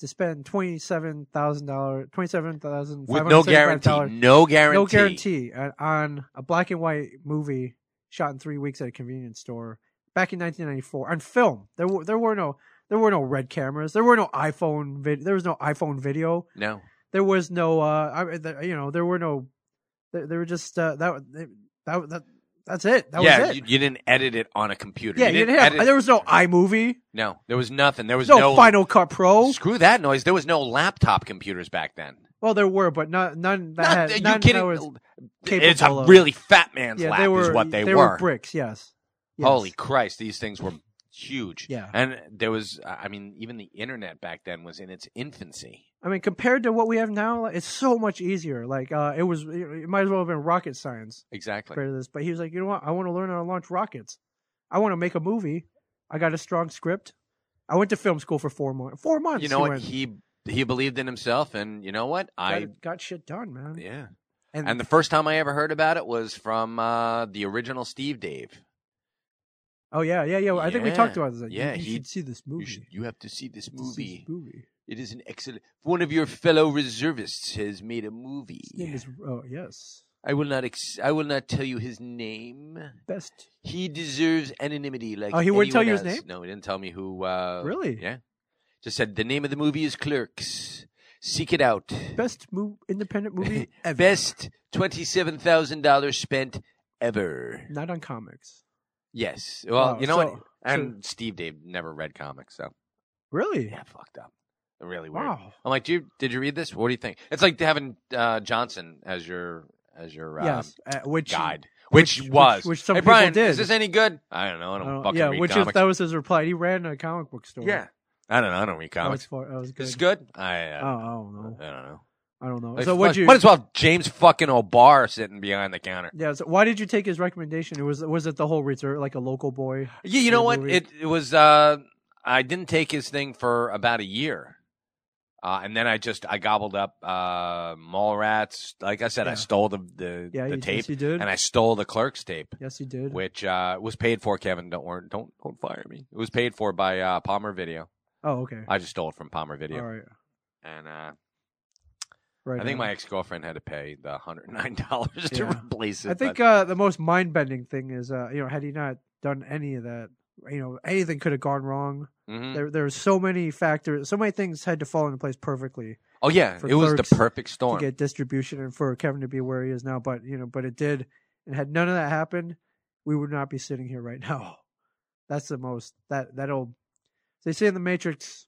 Speaker 3: to spend twenty seven thousand dollars, twenty seven thousand
Speaker 4: With no guarantee, no guarantee.
Speaker 3: no guarantee uh, on a black and white movie shot in three weeks at a convenience store back in nineteen ninety four on film. There were there were no. There were no red cameras. There were no iPhone. Vid- there was no iPhone video.
Speaker 4: No.
Speaker 3: there was no uh I, the, you know there were no there, there were just uh that that that That's it. That
Speaker 4: yeah,
Speaker 3: was it.
Speaker 4: You, you didn't edit it on a computer.
Speaker 3: yeah, you didn't, have.
Speaker 4: edit-
Speaker 3: There was no iMovie.
Speaker 4: no, there was nothing. There was
Speaker 3: no,
Speaker 4: no,
Speaker 3: Final Cut Pro.
Speaker 4: Screw that noise. There was no laptop computers back then.
Speaker 3: Well, there were, but not none
Speaker 4: Not-
Speaker 3: that
Speaker 4: are
Speaker 3: had,
Speaker 4: you
Speaker 3: none
Speaker 4: kidding?
Speaker 3: that was
Speaker 4: it's
Speaker 3: capable
Speaker 4: a
Speaker 3: of-
Speaker 4: really fat man's
Speaker 3: yeah,
Speaker 4: lap
Speaker 3: they were
Speaker 4: is what they,
Speaker 3: were bricks. Yes. Yes.
Speaker 4: Holy Christ, these things were huge.
Speaker 3: Yeah.
Speaker 4: And there was, I mean, even the internet back then was in its infancy.
Speaker 3: I mean, compared to what we have now, like, it's so much easier. Like, uh, it was, it might as well have been rocket science
Speaker 4: Exactly.
Speaker 3: compared to this. But he was like, you know what? I want to learn how to launch rockets. I want to make a movie. I got a strong script. I went to film school for four months. Four months.
Speaker 4: You know what?
Speaker 3: went.
Speaker 4: He he believed in himself, and you know what?
Speaker 3: got,
Speaker 4: I
Speaker 3: got shit done, man.
Speaker 4: yeah.
Speaker 3: And,
Speaker 4: And the first time I ever heard about it was from uh, the original Steve Dave.
Speaker 3: oh yeah, yeah, yeah. I think we
Speaker 4: Yeah.
Speaker 3: talked about this. Like, you-
Speaker 4: Yeah,
Speaker 3: you,
Speaker 4: he-
Speaker 3: should see this movie.
Speaker 4: You should you have to see this
Speaker 3: You should see
Speaker 4: movie.
Speaker 3: this movie.
Speaker 4: It is an excellent. One of your fellow reservists has made a movie.
Speaker 3: His name is oh yes,
Speaker 4: I will not. Ex- I will not tell you his name.
Speaker 3: best.
Speaker 4: He deserves anonymity. Like
Speaker 3: Oh, he wouldn't tell
Speaker 4: anyone
Speaker 3: you his
Speaker 4: else. No, he didn't tell me who. Uh,
Speaker 3: Really?
Speaker 4: Yeah. Just said the name of the movie is Clerks. Seek it out.
Speaker 3: best mo- independent movie ever.
Speaker 4: Best twenty-seven thousand dollars spent ever.
Speaker 3: Not on comics.
Speaker 4: Yes. Well,
Speaker 3: Wow,
Speaker 4: you know
Speaker 3: so-
Speaker 4: what?
Speaker 3: so-
Speaker 4: And Steve Dave never read comics, so
Speaker 3: Really?
Speaker 4: yeah, fucked up. Really weird.
Speaker 3: wow.
Speaker 4: I'm like, do you, did you read this? What do you think? It's like having uh, Johnson as your as your um,
Speaker 3: yes. Uh, which
Speaker 4: guide,
Speaker 3: which-
Speaker 4: which,
Speaker 3: which-
Speaker 4: was
Speaker 3: which some
Speaker 4: hey
Speaker 3: people
Speaker 4: Brian, is
Speaker 3: did.
Speaker 4: this any good? I don't know. I
Speaker 3: I
Speaker 4: don't,
Speaker 3: don't-
Speaker 4: fucking
Speaker 3: yeah,
Speaker 4: read
Speaker 3: which
Speaker 4: comics.
Speaker 3: is that was his reply. He ran a comic book store.
Speaker 4: yeah, I don't know. I don't read
Speaker 3: That was,
Speaker 4: comics.
Speaker 3: far, that was good.
Speaker 4: This is good. I
Speaker 3: Oh,
Speaker 4: uh,
Speaker 3: I don't know.
Speaker 4: I don't know.
Speaker 3: I don't know.
Speaker 4: Like,
Speaker 3: So what
Speaker 4: fuck-
Speaker 3: you?
Speaker 4: Might as well have James fucking O'Barr sitting behind the counter.
Speaker 3: Yeah. So why did you take his recommendation? It was was it the whole reserve like a local boy?
Speaker 4: Yeah, you know
Speaker 3: Your
Speaker 4: what?
Speaker 3: movie.
Speaker 4: It, it was. Uh, I didn't take his thing for about a year, uh, and then I just I gobbled up uh, Mallrats. Like I said,
Speaker 3: Yeah.
Speaker 4: I stole the the,
Speaker 3: Yeah.
Speaker 4: the
Speaker 3: you,
Speaker 4: tape,
Speaker 3: Yes, you did.
Speaker 4: and I stole the Clerks tape,
Speaker 3: yes, you did.
Speaker 4: which uh, was paid for. Kevin, don't worry, don't don't fire me. It was paid for by uh, Palmer Video.
Speaker 3: oh, okay.
Speaker 4: I just stole it from Palmer Video,
Speaker 3: All right.
Speaker 4: and uh,
Speaker 3: Right.
Speaker 4: I think
Speaker 3: on.
Speaker 4: my ex girlfriend had to pay the hundred nine dollars to
Speaker 3: Yeah.
Speaker 4: replace it.
Speaker 3: I think
Speaker 4: but-
Speaker 3: uh, the most mind bending thing is uh, you know had he not done any of that, you know anything could have gone wrong.
Speaker 4: Mhm.
Speaker 3: There there were so many factors, so many things had to fall into place perfectly
Speaker 4: Oh yeah,
Speaker 3: for
Speaker 4: it was
Speaker 3: Clerks
Speaker 4: the perfect
Speaker 3: to
Speaker 4: storm.
Speaker 3: get distribution and for Kevin to be where he is now. But you know, but it did, and had none of that happened, we would not be sitting here right now. That's the most that that old. They say in the Matrix,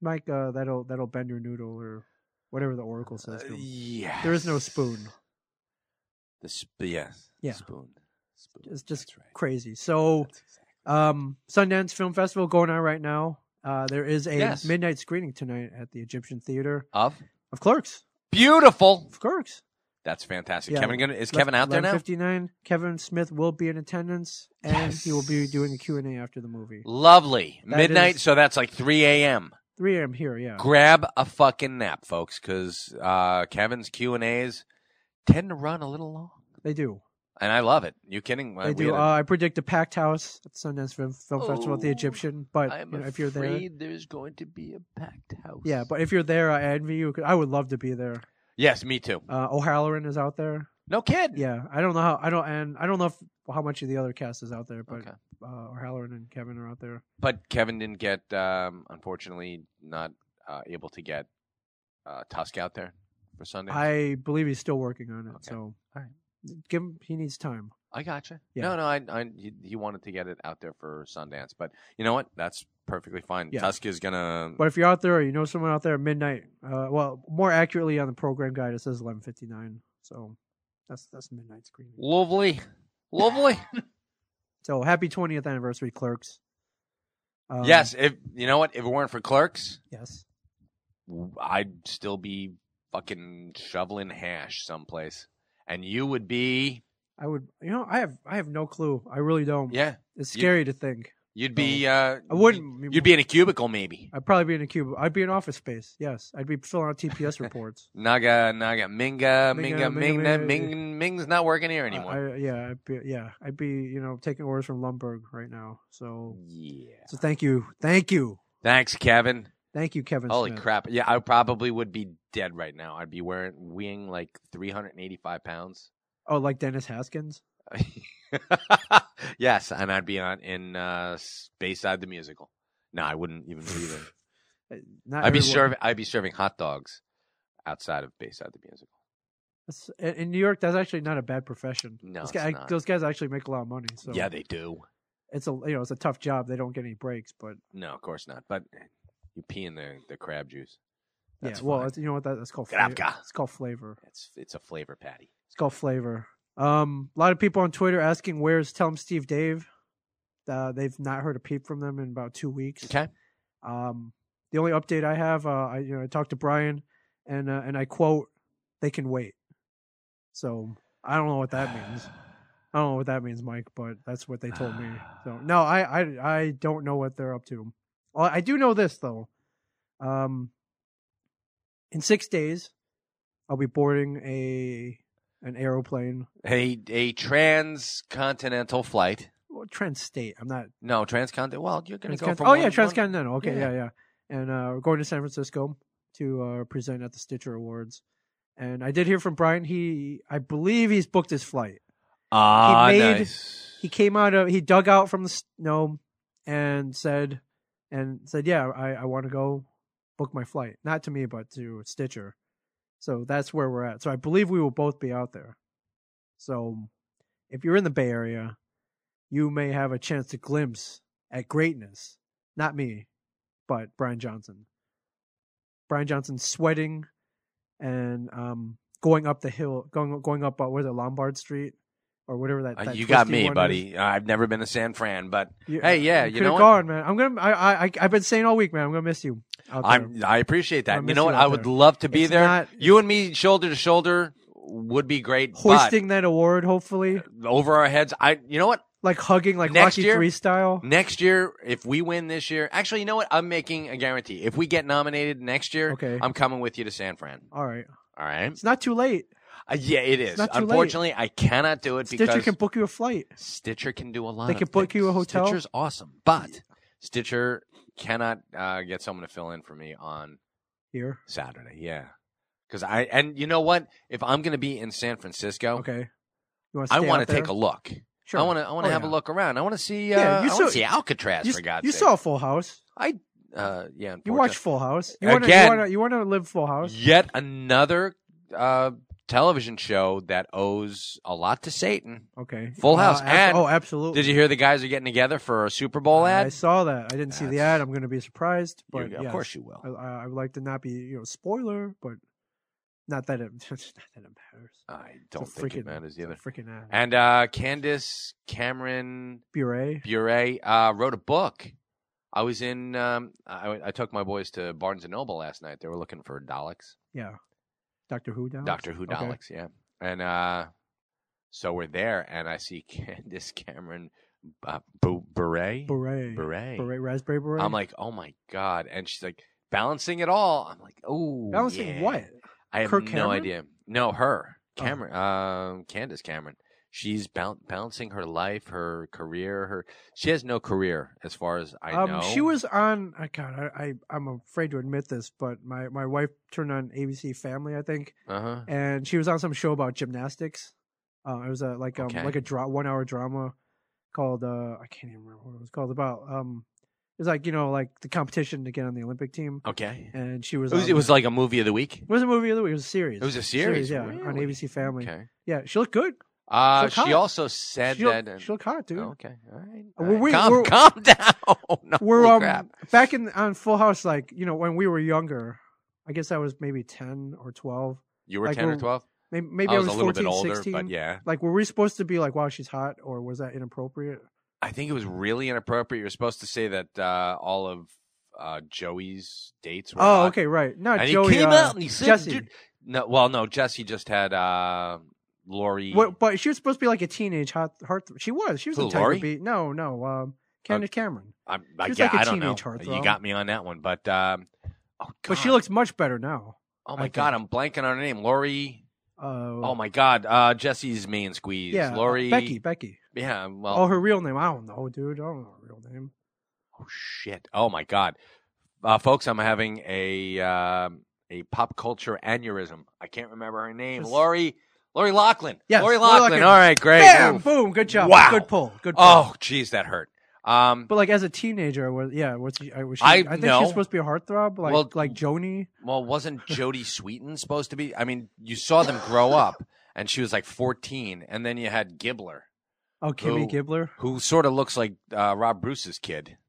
Speaker 3: Mike, uh, that'll that'll bend your noodle or whatever the Oracle says.
Speaker 4: Uh,
Speaker 3: to him.
Speaker 4: yeah,
Speaker 3: There is no spoon.
Speaker 4: The sp- yes.
Speaker 3: Yeah.
Speaker 4: Spoon. Spoon.
Speaker 3: It's just
Speaker 4: That's right.
Speaker 3: crazy. So.
Speaker 4: That's exactly-
Speaker 3: Um, Sundance Film Festival going on right now. Uh, there is a
Speaker 4: Yes.
Speaker 3: midnight screening tonight at the Egyptian Theater
Speaker 4: Of
Speaker 3: of Clerks.
Speaker 4: beautiful.
Speaker 3: Of Clerks.
Speaker 4: That's fantastic.
Speaker 3: Yeah.
Speaker 4: Kevin gonna is Kevin out there now?
Speaker 3: Fifty nine. Kevin Smith will be in attendance, and he will be
Speaker 4: Yes.
Speaker 3: doing a Q and A after the movie.
Speaker 4: Lovely.
Speaker 3: That
Speaker 4: Midnight,
Speaker 3: is-
Speaker 4: so that's like 3 a.m.
Speaker 3: Three a.m. here. Yeah.
Speaker 4: Grab a fucking nap, folks, because uh, Kevin's Q and A's tend to run a little long,
Speaker 3: They do.
Speaker 4: and I love it. You kidding?
Speaker 3: They do. Uh, I predict a packed house at Sundance Film, Film Festival at the
Speaker 4: Oh,
Speaker 3: Egyptian. But you know, if you're there,
Speaker 4: there's going to be a packed house.
Speaker 3: yeah. But if you're there, I envy you. 'cause I would love to be there.
Speaker 4: yes, me too.
Speaker 3: Uh, O'Halloran is out there.
Speaker 4: No kid.
Speaker 3: Yeah. I don't know how. I don't. And I don't know if, how much of the other cast is out there, but
Speaker 4: Okay.
Speaker 3: uh, O'Halloran and Kevin are out there.
Speaker 4: But Kevin didn't get, um, unfortunately, not uh, able to get uh, Tusk out there for Sunday.
Speaker 3: I believe he's still working on it.
Speaker 4: Okay.
Speaker 3: So,
Speaker 4: right.
Speaker 3: give him. He needs time.
Speaker 4: I gotcha.
Speaker 3: Yeah.
Speaker 4: No, no, I, I he, he wanted to get it out there for Sundance, but you know what? That's perfectly fine.
Speaker 3: Yeah.
Speaker 4: Tusk is gonna.
Speaker 3: But if you're out there, or you know someone out there at midnight. Uh, well, more accurately on the program guide, it says 11:59. So, that's that's midnight screening.
Speaker 4: lovely, lovely.
Speaker 3: So happy 20th anniversary, Clerks. Um,
Speaker 4: yes, if you know what, if it weren't for clerks,
Speaker 3: Yes.
Speaker 4: I'd still be fucking shoveling hash someplace, and you would be.
Speaker 3: I would. You know, I have I have no clue. I really don't.
Speaker 4: Yeah,
Speaker 3: It's
Speaker 4: you-
Speaker 3: scary to think.
Speaker 4: you'd be. Uh,
Speaker 3: Oh. I wouldn't.
Speaker 4: You'd be in a cubicle, maybe.
Speaker 3: I'd probably be in a cube. I'd be in office space. Yes, I'd be filling out TPS reports.
Speaker 4: Naga, Naga, Minga,
Speaker 3: Minga,
Speaker 4: Minga,
Speaker 3: Minga, Minga.
Speaker 4: Mingna, Ming, Ming's not working here anymore.
Speaker 3: I, I- yeah, I'd be, yeah, I'd be you know taking orders from Lumberg right now. So
Speaker 4: yeah.
Speaker 3: so thank you, thank you,
Speaker 4: Thanks, Kevin.
Speaker 3: thank you, Kevin.
Speaker 4: Holy
Speaker 3: Smith.
Speaker 4: crap! Yeah, I probably would be dead right now. I'd be wearing weighing like 385 pounds.
Speaker 3: Oh, like Dennis Haskins.
Speaker 4: yes, and I'd be on in uh, Bayside the musical. No, I wouldn't even be there.
Speaker 3: Uh, Not
Speaker 4: I'd be
Speaker 3: everyone-
Speaker 4: serving. I'd be serving hot dogs outside of Bayside the musical.
Speaker 3: That's, in in New York, that's actually not a bad profession.
Speaker 4: No,
Speaker 3: Those
Speaker 4: it's
Speaker 3: guy-
Speaker 4: not.
Speaker 3: those guys actually make a lot of money. So
Speaker 4: yeah, they do.
Speaker 3: it's a you know it's a tough job. They don't get any breaks, but
Speaker 4: No, of course not. But you pee in the, the crab juice. That's
Speaker 3: yeah, well,
Speaker 4: fine.
Speaker 3: it's, you know what that, that's called.
Speaker 4: Grabka.
Speaker 3: flavor. It's called flavor.
Speaker 4: It's it's a flavor patty.
Speaker 3: It's called flavor. Um, a lot of people on Twitter asking where's Tell 'em Steve Dave. Uh, they've not heard a peep from them in about two weeks.
Speaker 4: Okay.
Speaker 3: Um, the only update I have, uh, I you know I talked to Brian, and uh, and I quote, "They can wait." So I don't know what that means. I don't know what that means, Mike, but that's what they told me. So no, I I I don't know what they're up to. Well, I do know this though. Um, in six days, I'll be boarding a an aeroplane.
Speaker 4: A a transcontinental flight.
Speaker 3: Well, Trent State. I'm not
Speaker 4: No, transcontinental. Well, you're going to go
Speaker 3: Transcon-
Speaker 4: from
Speaker 3: oh
Speaker 4: one-
Speaker 3: yeah,
Speaker 4: one-
Speaker 3: transcontinental. Okay, yeah,
Speaker 4: Yeah.
Speaker 3: yeah. And uh, we're going to San Francisco to uh, present at the Stitcher Awards. And I did hear from Brian. He, I believe, he's booked his flight.
Speaker 4: Ah,
Speaker 3: He made-
Speaker 4: nice.
Speaker 3: He came out of, he dug out from the snow, and said, and said, yeah, I, I want to go book my flight, not to me, but to Stitcher. So that's where we're at. So I believe we will both be out there. So if you're in the Bay Area, you may have a chance to glimpse at greatness. Not me, but Brian Johnson. Brian Johnson sweating and um, going up the hill, going going up uh, where's it Lombard Street or whatever that.
Speaker 4: Uh,
Speaker 3: that
Speaker 4: you got
Speaker 3: twisty
Speaker 4: me,
Speaker 3: one is.
Speaker 4: buddy. Uh, I've never been to San Fran, but
Speaker 3: You-
Speaker 4: Hey, yeah, you
Speaker 3: could've
Speaker 4: know what?
Speaker 3: gone, man. I'm gonna. I, I I I've been saying all week, man. I'm gonna miss you. out there.
Speaker 4: I'm I appreciate
Speaker 3: I
Speaker 4: that. You
Speaker 3: miss
Speaker 4: know
Speaker 3: you
Speaker 4: what?
Speaker 3: out
Speaker 4: I would
Speaker 3: there.
Speaker 4: love to be
Speaker 3: It's
Speaker 4: there.
Speaker 3: not-
Speaker 4: you and me, shoulder to shoulder, would be great.
Speaker 3: hoisting that award, hopefully,
Speaker 4: but over our heads. I. You know what?
Speaker 3: like hugging, like
Speaker 4: Next
Speaker 3: Rocky
Speaker 4: year-
Speaker 3: Three style.
Speaker 4: Next year, if we win this year, actually, you know what? I'm making a guarantee. If we get nominated next year,
Speaker 3: Okay.
Speaker 4: I'm coming with you to San Fran.
Speaker 3: All right,
Speaker 4: All right.
Speaker 3: it's not too late.
Speaker 4: Uh, yeah, it is.
Speaker 3: not too late.
Speaker 4: Unfortunately, I cannot do it because
Speaker 3: Stitcher can book you a flight.
Speaker 4: Stitcher can do a lot.
Speaker 3: They
Speaker 4: of
Speaker 3: can book you
Speaker 4: things.
Speaker 3: a hotel.
Speaker 4: Stitcher's awesome, but Stitcher cannot uh, get someone to fill in for me on
Speaker 3: here.
Speaker 4: Saturday. Yeah, because I and you know what? If I'm going to be in San Francisco,
Speaker 3: Okay. You want
Speaker 4: Oh. I want to take a look.
Speaker 3: Sure.
Speaker 4: I want to. I want to
Speaker 3: Oh,
Speaker 4: have
Speaker 3: yeah.
Speaker 4: a look around. I want to see. Uh,
Speaker 3: Yeah, you
Speaker 4: I want
Speaker 3: saw-
Speaker 4: to see Alcatraz
Speaker 3: You,
Speaker 4: for God's
Speaker 3: you
Speaker 4: sake.
Speaker 3: saw Full House.
Speaker 4: I. Uh, yeah.
Speaker 3: You
Speaker 4: unfortunately.
Speaker 3: watched Full House. You wanna,
Speaker 4: Again.
Speaker 3: You want to you wanna live Full House?
Speaker 4: yet another uh, television show that owes a lot to Satan.
Speaker 3: Okay.
Speaker 4: Mm-hmm. Full House,
Speaker 3: abso-
Speaker 4: and-
Speaker 3: oh, absolutely.
Speaker 4: Did you hear the guys are getting together for a Super Bowl ad?
Speaker 3: I saw that. I didn't see the
Speaker 4: That's-
Speaker 3: ad. I'm going to be surprised,
Speaker 4: You-
Speaker 3: but
Speaker 4: of
Speaker 3: yes.
Speaker 4: course you will.
Speaker 3: I, I I would like to not be you know spoiler, but not that it not that it matters.
Speaker 4: I don't think it matters either.
Speaker 3: Freaking ad.
Speaker 4: And uh, Candace Cameron
Speaker 3: Bure.
Speaker 4: Bure uh, wrote a book. I was in. Um, I, I took my boys to Barnes and Noble last night. They were looking for Daleks,
Speaker 3: Yeah. Doctor Who down.
Speaker 4: Doctor Who
Speaker 3: Okay.
Speaker 4: Daleks, yeah. And uh, so we're there, and I see Candace Cameron uh, Bu- Bure.
Speaker 3: Bure.
Speaker 4: Bure.
Speaker 3: Bure. Raspberry Bure.
Speaker 4: I'm like, oh my god! And she's like, balancing it all. I'm like, oh,
Speaker 3: balancing
Speaker 4: yeah.
Speaker 3: what?
Speaker 4: I have
Speaker 3: Kirk
Speaker 4: no
Speaker 3: Cameron?
Speaker 4: idea. No, her
Speaker 3: Oh.
Speaker 4: Cameron, um, Candace Cameron. She's bal- balancing her life, her career. Her she has no career as far as I know.
Speaker 3: Um, She was on. I God, I, I I'm afraid to admit this, but my my wife turned on ABC Family, I think,
Speaker 4: uh huh.
Speaker 3: and she was on some show about gymnastics. Uh, it was a like um
Speaker 4: Okay.
Speaker 3: like a dra- one hour drama called uh I can't even remember what it was called about um it was like you know like the competition to get on the Olympic team
Speaker 4: Okay.
Speaker 3: and she was
Speaker 4: Oh.
Speaker 3: um,
Speaker 4: It was,
Speaker 3: on
Speaker 4: it was
Speaker 3: there.
Speaker 4: like a movie of the week.
Speaker 3: it was a movie of the week it was a series
Speaker 4: It was a series,
Speaker 3: yeah on
Speaker 4: Really?
Speaker 3: ABC Family
Speaker 4: Okay.
Speaker 3: yeah she looked good
Speaker 4: Uh,
Speaker 3: looked hot.
Speaker 4: she also said
Speaker 3: she
Speaker 4: that. uh, oh,
Speaker 3: looked, she looked hot dude
Speaker 4: okay. All right.
Speaker 3: We're-
Speaker 4: all right.
Speaker 3: Uh, we-
Speaker 4: calm,
Speaker 3: we're-
Speaker 4: calm down.
Speaker 3: we're
Speaker 4: Holy
Speaker 3: um
Speaker 4: crap.
Speaker 3: back in on Full House like you know when we were younger I guess I was maybe ten or twelve
Speaker 4: You were
Speaker 3: like,
Speaker 4: ten or
Speaker 3: we're-
Speaker 4: twelve.
Speaker 3: maybe, maybe
Speaker 4: I was, a little
Speaker 3: 14,
Speaker 4: bit older,
Speaker 3: 16.
Speaker 4: but yeah.
Speaker 3: Like, were we supposed to be like, wow, she's hot, or was that inappropriate?
Speaker 4: I think it was really inappropriate. You're supposed to say that uh, all of uh, Joey's dates were.
Speaker 3: Oh,
Speaker 4: hot.
Speaker 3: okay, right. Not
Speaker 4: And
Speaker 3: Joey.
Speaker 4: he came
Speaker 3: uh,
Speaker 4: out and he said,
Speaker 3: Jesse.
Speaker 4: Dude, no, well, no, Jesse just had uh, Lori.
Speaker 3: What, but she was supposed to be like a teenage hot heartthrob. She was. She was
Speaker 4: Who, Uh,
Speaker 3: a Tiger
Speaker 4: Lori?
Speaker 3: Beat. No, no. Um, Candace Cameron.
Speaker 4: I'm, I,
Speaker 3: she was
Speaker 4: yeah,
Speaker 3: like a
Speaker 4: I don't know.
Speaker 3: teenage heartthrob.
Speaker 4: You got me on that one, but um, oh,
Speaker 3: But she
Speaker 4: God.
Speaker 3: looks much better now.
Speaker 4: Oh
Speaker 3: I
Speaker 4: my
Speaker 3: think.
Speaker 4: God, I'm blanking on her name. Lori.
Speaker 3: Uh,
Speaker 4: Oh my God, uh, Jesse's main squeeze.
Speaker 3: yeah, uh,
Speaker 4: Lori.
Speaker 3: Becky. Becky.
Speaker 4: Yeah. Well.
Speaker 3: oh, her real name. I don't know, dude. I don't know her real name.
Speaker 4: Oh shit! Oh my god, uh, folks, I'm having a um a pop culture aneurysm. I can't remember her name.
Speaker 3: Just-
Speaker 4: Lori, Lori Lachlan.
Speaker 3: Yes,
Speaker 4: Lori
Speaker 3: Lori
Speaker 4: Lachlan.
Speaker 3: Loughlin.
Speaker 4: All right, great.
Speaker 3: Bam!
Speaker 4: Oof.
Speaker 3: Boom! Good job.
Speaker 4: Wow.
Speaker 3: Good pull. Good. Pull.
Speaker 4: Oh, geez, that hurt. Um,
Speaker 3: But like as a teenager, was yeah, was she, I was she,
Speaker 4: I-
Speaker 3: I, think
Speaker 4: no.
Speaker 3: she's supposed to be a heartthrob, like
Speaker 4: Well,
Speaker 3: like Joni.
Speaker 4: well, wasn't Jodie Sweetin supposed to be? I mean, you saw them grow up, and she was like 14, and then you had Gibbler,
Speaker 3: Oh, Kimmy
Speaker 4: who-
Speaker 3: Gibbler.
Speaker 4: who sort of looks like uh, Rob Bruce's kid.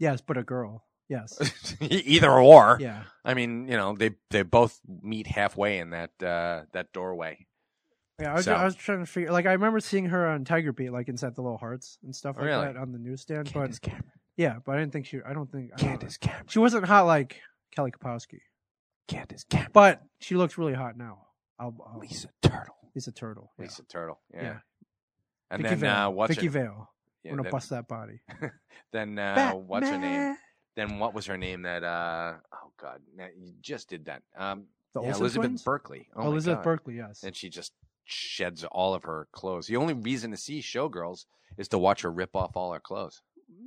Speaker 3: Yes, but a girl. Yes.
Speaker 4: Either or.
Speaker 3: yeah.
Speaker 4: I mean, you know, they they both meet halfway in that uh, that doorway.
Speaker 3: Yeah, I was,
Speaker 4: So-
Speaker 3: I was trying to figure. Like, I remember seeing her on Tiger Beat, like inside the little hearts and stuff like
Speaker 4: Really?
Speaker 3: that on the newsstand. but
Speaker 4: Cameron.
Speaker 3: yeah, but I didn't think she. I don't think I don't know.
Speaker 4: Cameron.
Speaker 3: she wasn't hot like Kelly Kapowski,
Speaker 4: Candace Cameron.
Speaker 3: but she looks really hot now. I'll, I'll, Lisa.
Speaker 4: Turtle.
Speaker 3: Turtle. Yeah.
Speaker 4: Lisa Turtle. Yeah.
Speaker 3: Yeah.
Speaker 4: And
Speaker 3: Vicky
Speaker 4: then
Speaker 3: Vale.
Speaker 4: uh, what's
Speaker 3: Vicky
Speaker 4: her,
Speaker 3: Vale?
Speaker 4: yeah,
Speaker 3: I'm gonna
Speaker 4: then-
Speaker 3: bust that body.
Speaker 4: then uh, what's her name?
Speaker 3: Batman.
Speaker 4: Then what was her name? That uh, oh god, now, you just did that. Um,
Speaker 3: The
Speaker 4: yeah,
Speaker 3: Olsen
Speaker 4: Elizabeth
Speaker 3: twins?
Speaker 4: Berkeley. Oh my
Speaker 3: Elizabeth
Speaker 4: God.
Speaker 3: Berkley. Yes.
Speaker 4: And she just sheds all of her clothes. The only reason to see Showgirls is to watch her rip off all her clothes.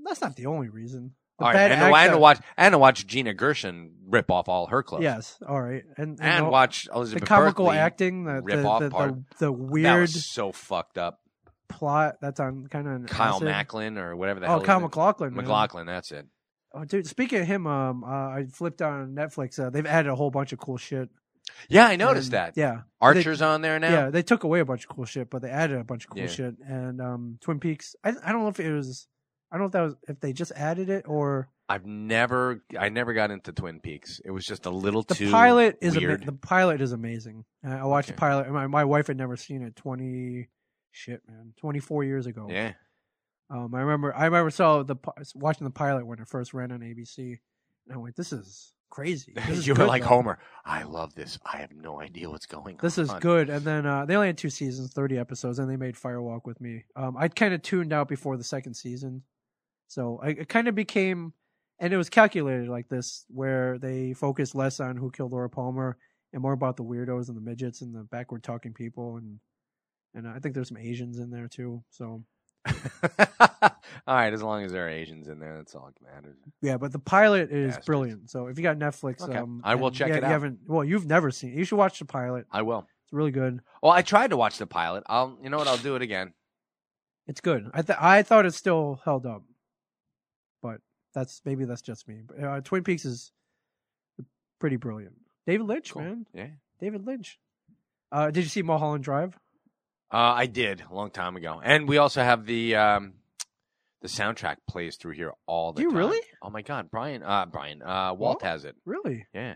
Speaker 3: That's not the only reason. The
Speaker 4: All right,
Speaker 3: bad
Speaker 4: and, to, and to
Speaker 3: actor-
Speaker 4: watch and to watch Gina Gershon rip off all her clothes.
Speaker 3: Yes. All right. And
Speaker 4: and
Speaker 3: the-
Speaker 4: watch
Speaker 3: the
Speaker 4: Elizabeth
Speaker 3: comical
Speaker 4: Berkley.
Speaker 3: acting, the the,
Speaker 4: rip-off
Speaker 3: the,
Speaker 4: part.
Speaker 3: the, the
Speaker 4: That
Speaker 3: weird
Speaker 4: was so fucked up.
Speaker 3: plot that's on kind of
Speaker 4: Kyle
Speaker 3: acid.
Speaker 4: Macklin or whatever the hell.
Speaker 3: Oh,
Speaker 4: his
Speaker 3: Kyle
Speaker 4: name-
Speaker 3: McLaughlin. man.
Speaker 4: McLaughlin, that's it.
Speaker 3: Oh, dude. Speaking of him, um, uh, I flipped on Netflix. Uh, they've added a whole bunch of cool shit.
Speaker 4: Yeah, I noticed
Speaker 3: And-
Speaker 4: that.
Speaker 3: Yeah,
Speaker 4: Archer's on there now.
Speaker 3: yeah. They took away a bunch of cool shit, but they added a bunch of cool
Speaker 4: Yeah.
Speaker 3: shit. And um, Twin Peaks. I I don't know if it was. I don't know if that was if they just added it or
Speaker 4: I've never, I never got into Twin Peaks. It was just a little
Speaker 3: the
Speaker 4: too
Speaker 3: pilot is ama-
Speaker 4: weird.
Speaker 3: the pilot is amazing. Uh, I watched
Speaker 4: Okay.
Speaker 3: the pilot. and My my wife had never seen it. Twenty shit, man. Twenty four years ago.
Speaker 4: yeah,
Speaker 3: Um, I remember I remember saw the pi- watching the pilot when it first ran on ABC, and I'm like, this is crazy. This is
Speaker 4: you were
Speaker 3: good,
Speaker 4: like
Speaker 3: though.
Speaker 4: Homer. I love this. I have no idea what's going
Speaker 3: This
Speaker 4: on.
Speaker 3: is good. And then uh, they only had two seasons, thirty episodes, and they made Firewalk with me. Um, I kind of tuned out before the second season, so I, it kind of became, and it was calculated like this, where they focused less on who killed Laura Palmer and more about the weirdos and the midgets and the backward talking people, and and I think there's some Asians in there too. So
Speaker 4: all right, as long as there are Asians in there, that's all that matters.
Speaker 3: yeah, but the pilot is
Speaker 4: Bastards.
Speaker 3: brilliant. So if you got Netflix,
Speaker 4: Okay.
Speaker 3: um,
Speaker 4: I will
Speaker 3: and
Speaker 4: check
Speaker 3: yeah,
Speaker 4: it out.
Speaker 3: You haven't, well, you've never seen. it. You should watch the pilot.
Speaker 4: I will.
Speaker 3: It's really good.
Speaker 4: Well, I tried to watch the pilot. I'll, you know what? I'll do it again.
Speaker 3: It's good. I th- I thought it still held up, but that's maybe that's just me. But uh, Twin Peaks is pretty brilliant. David Lynch,
Speaker 4: Cool.
Speaker 3: man.
Speaker 4: Yeah.
Speaker 3: David Lynch. Uh, did you see Mulholland Drive?
Speaker 4: Uh, I did a long time ago, and we also have the um, the soundtrack plays through here all the
Speaker 3: Do you
Speaker 4: time.
Speaker 3: really?
Speaker 4: Oh my God, Brian! Uh, Brian, uh, Walt
Speaker 3: Walt?
Speaker 4: has it.
Speaker 3: Really?
Speaker 4: Yeah,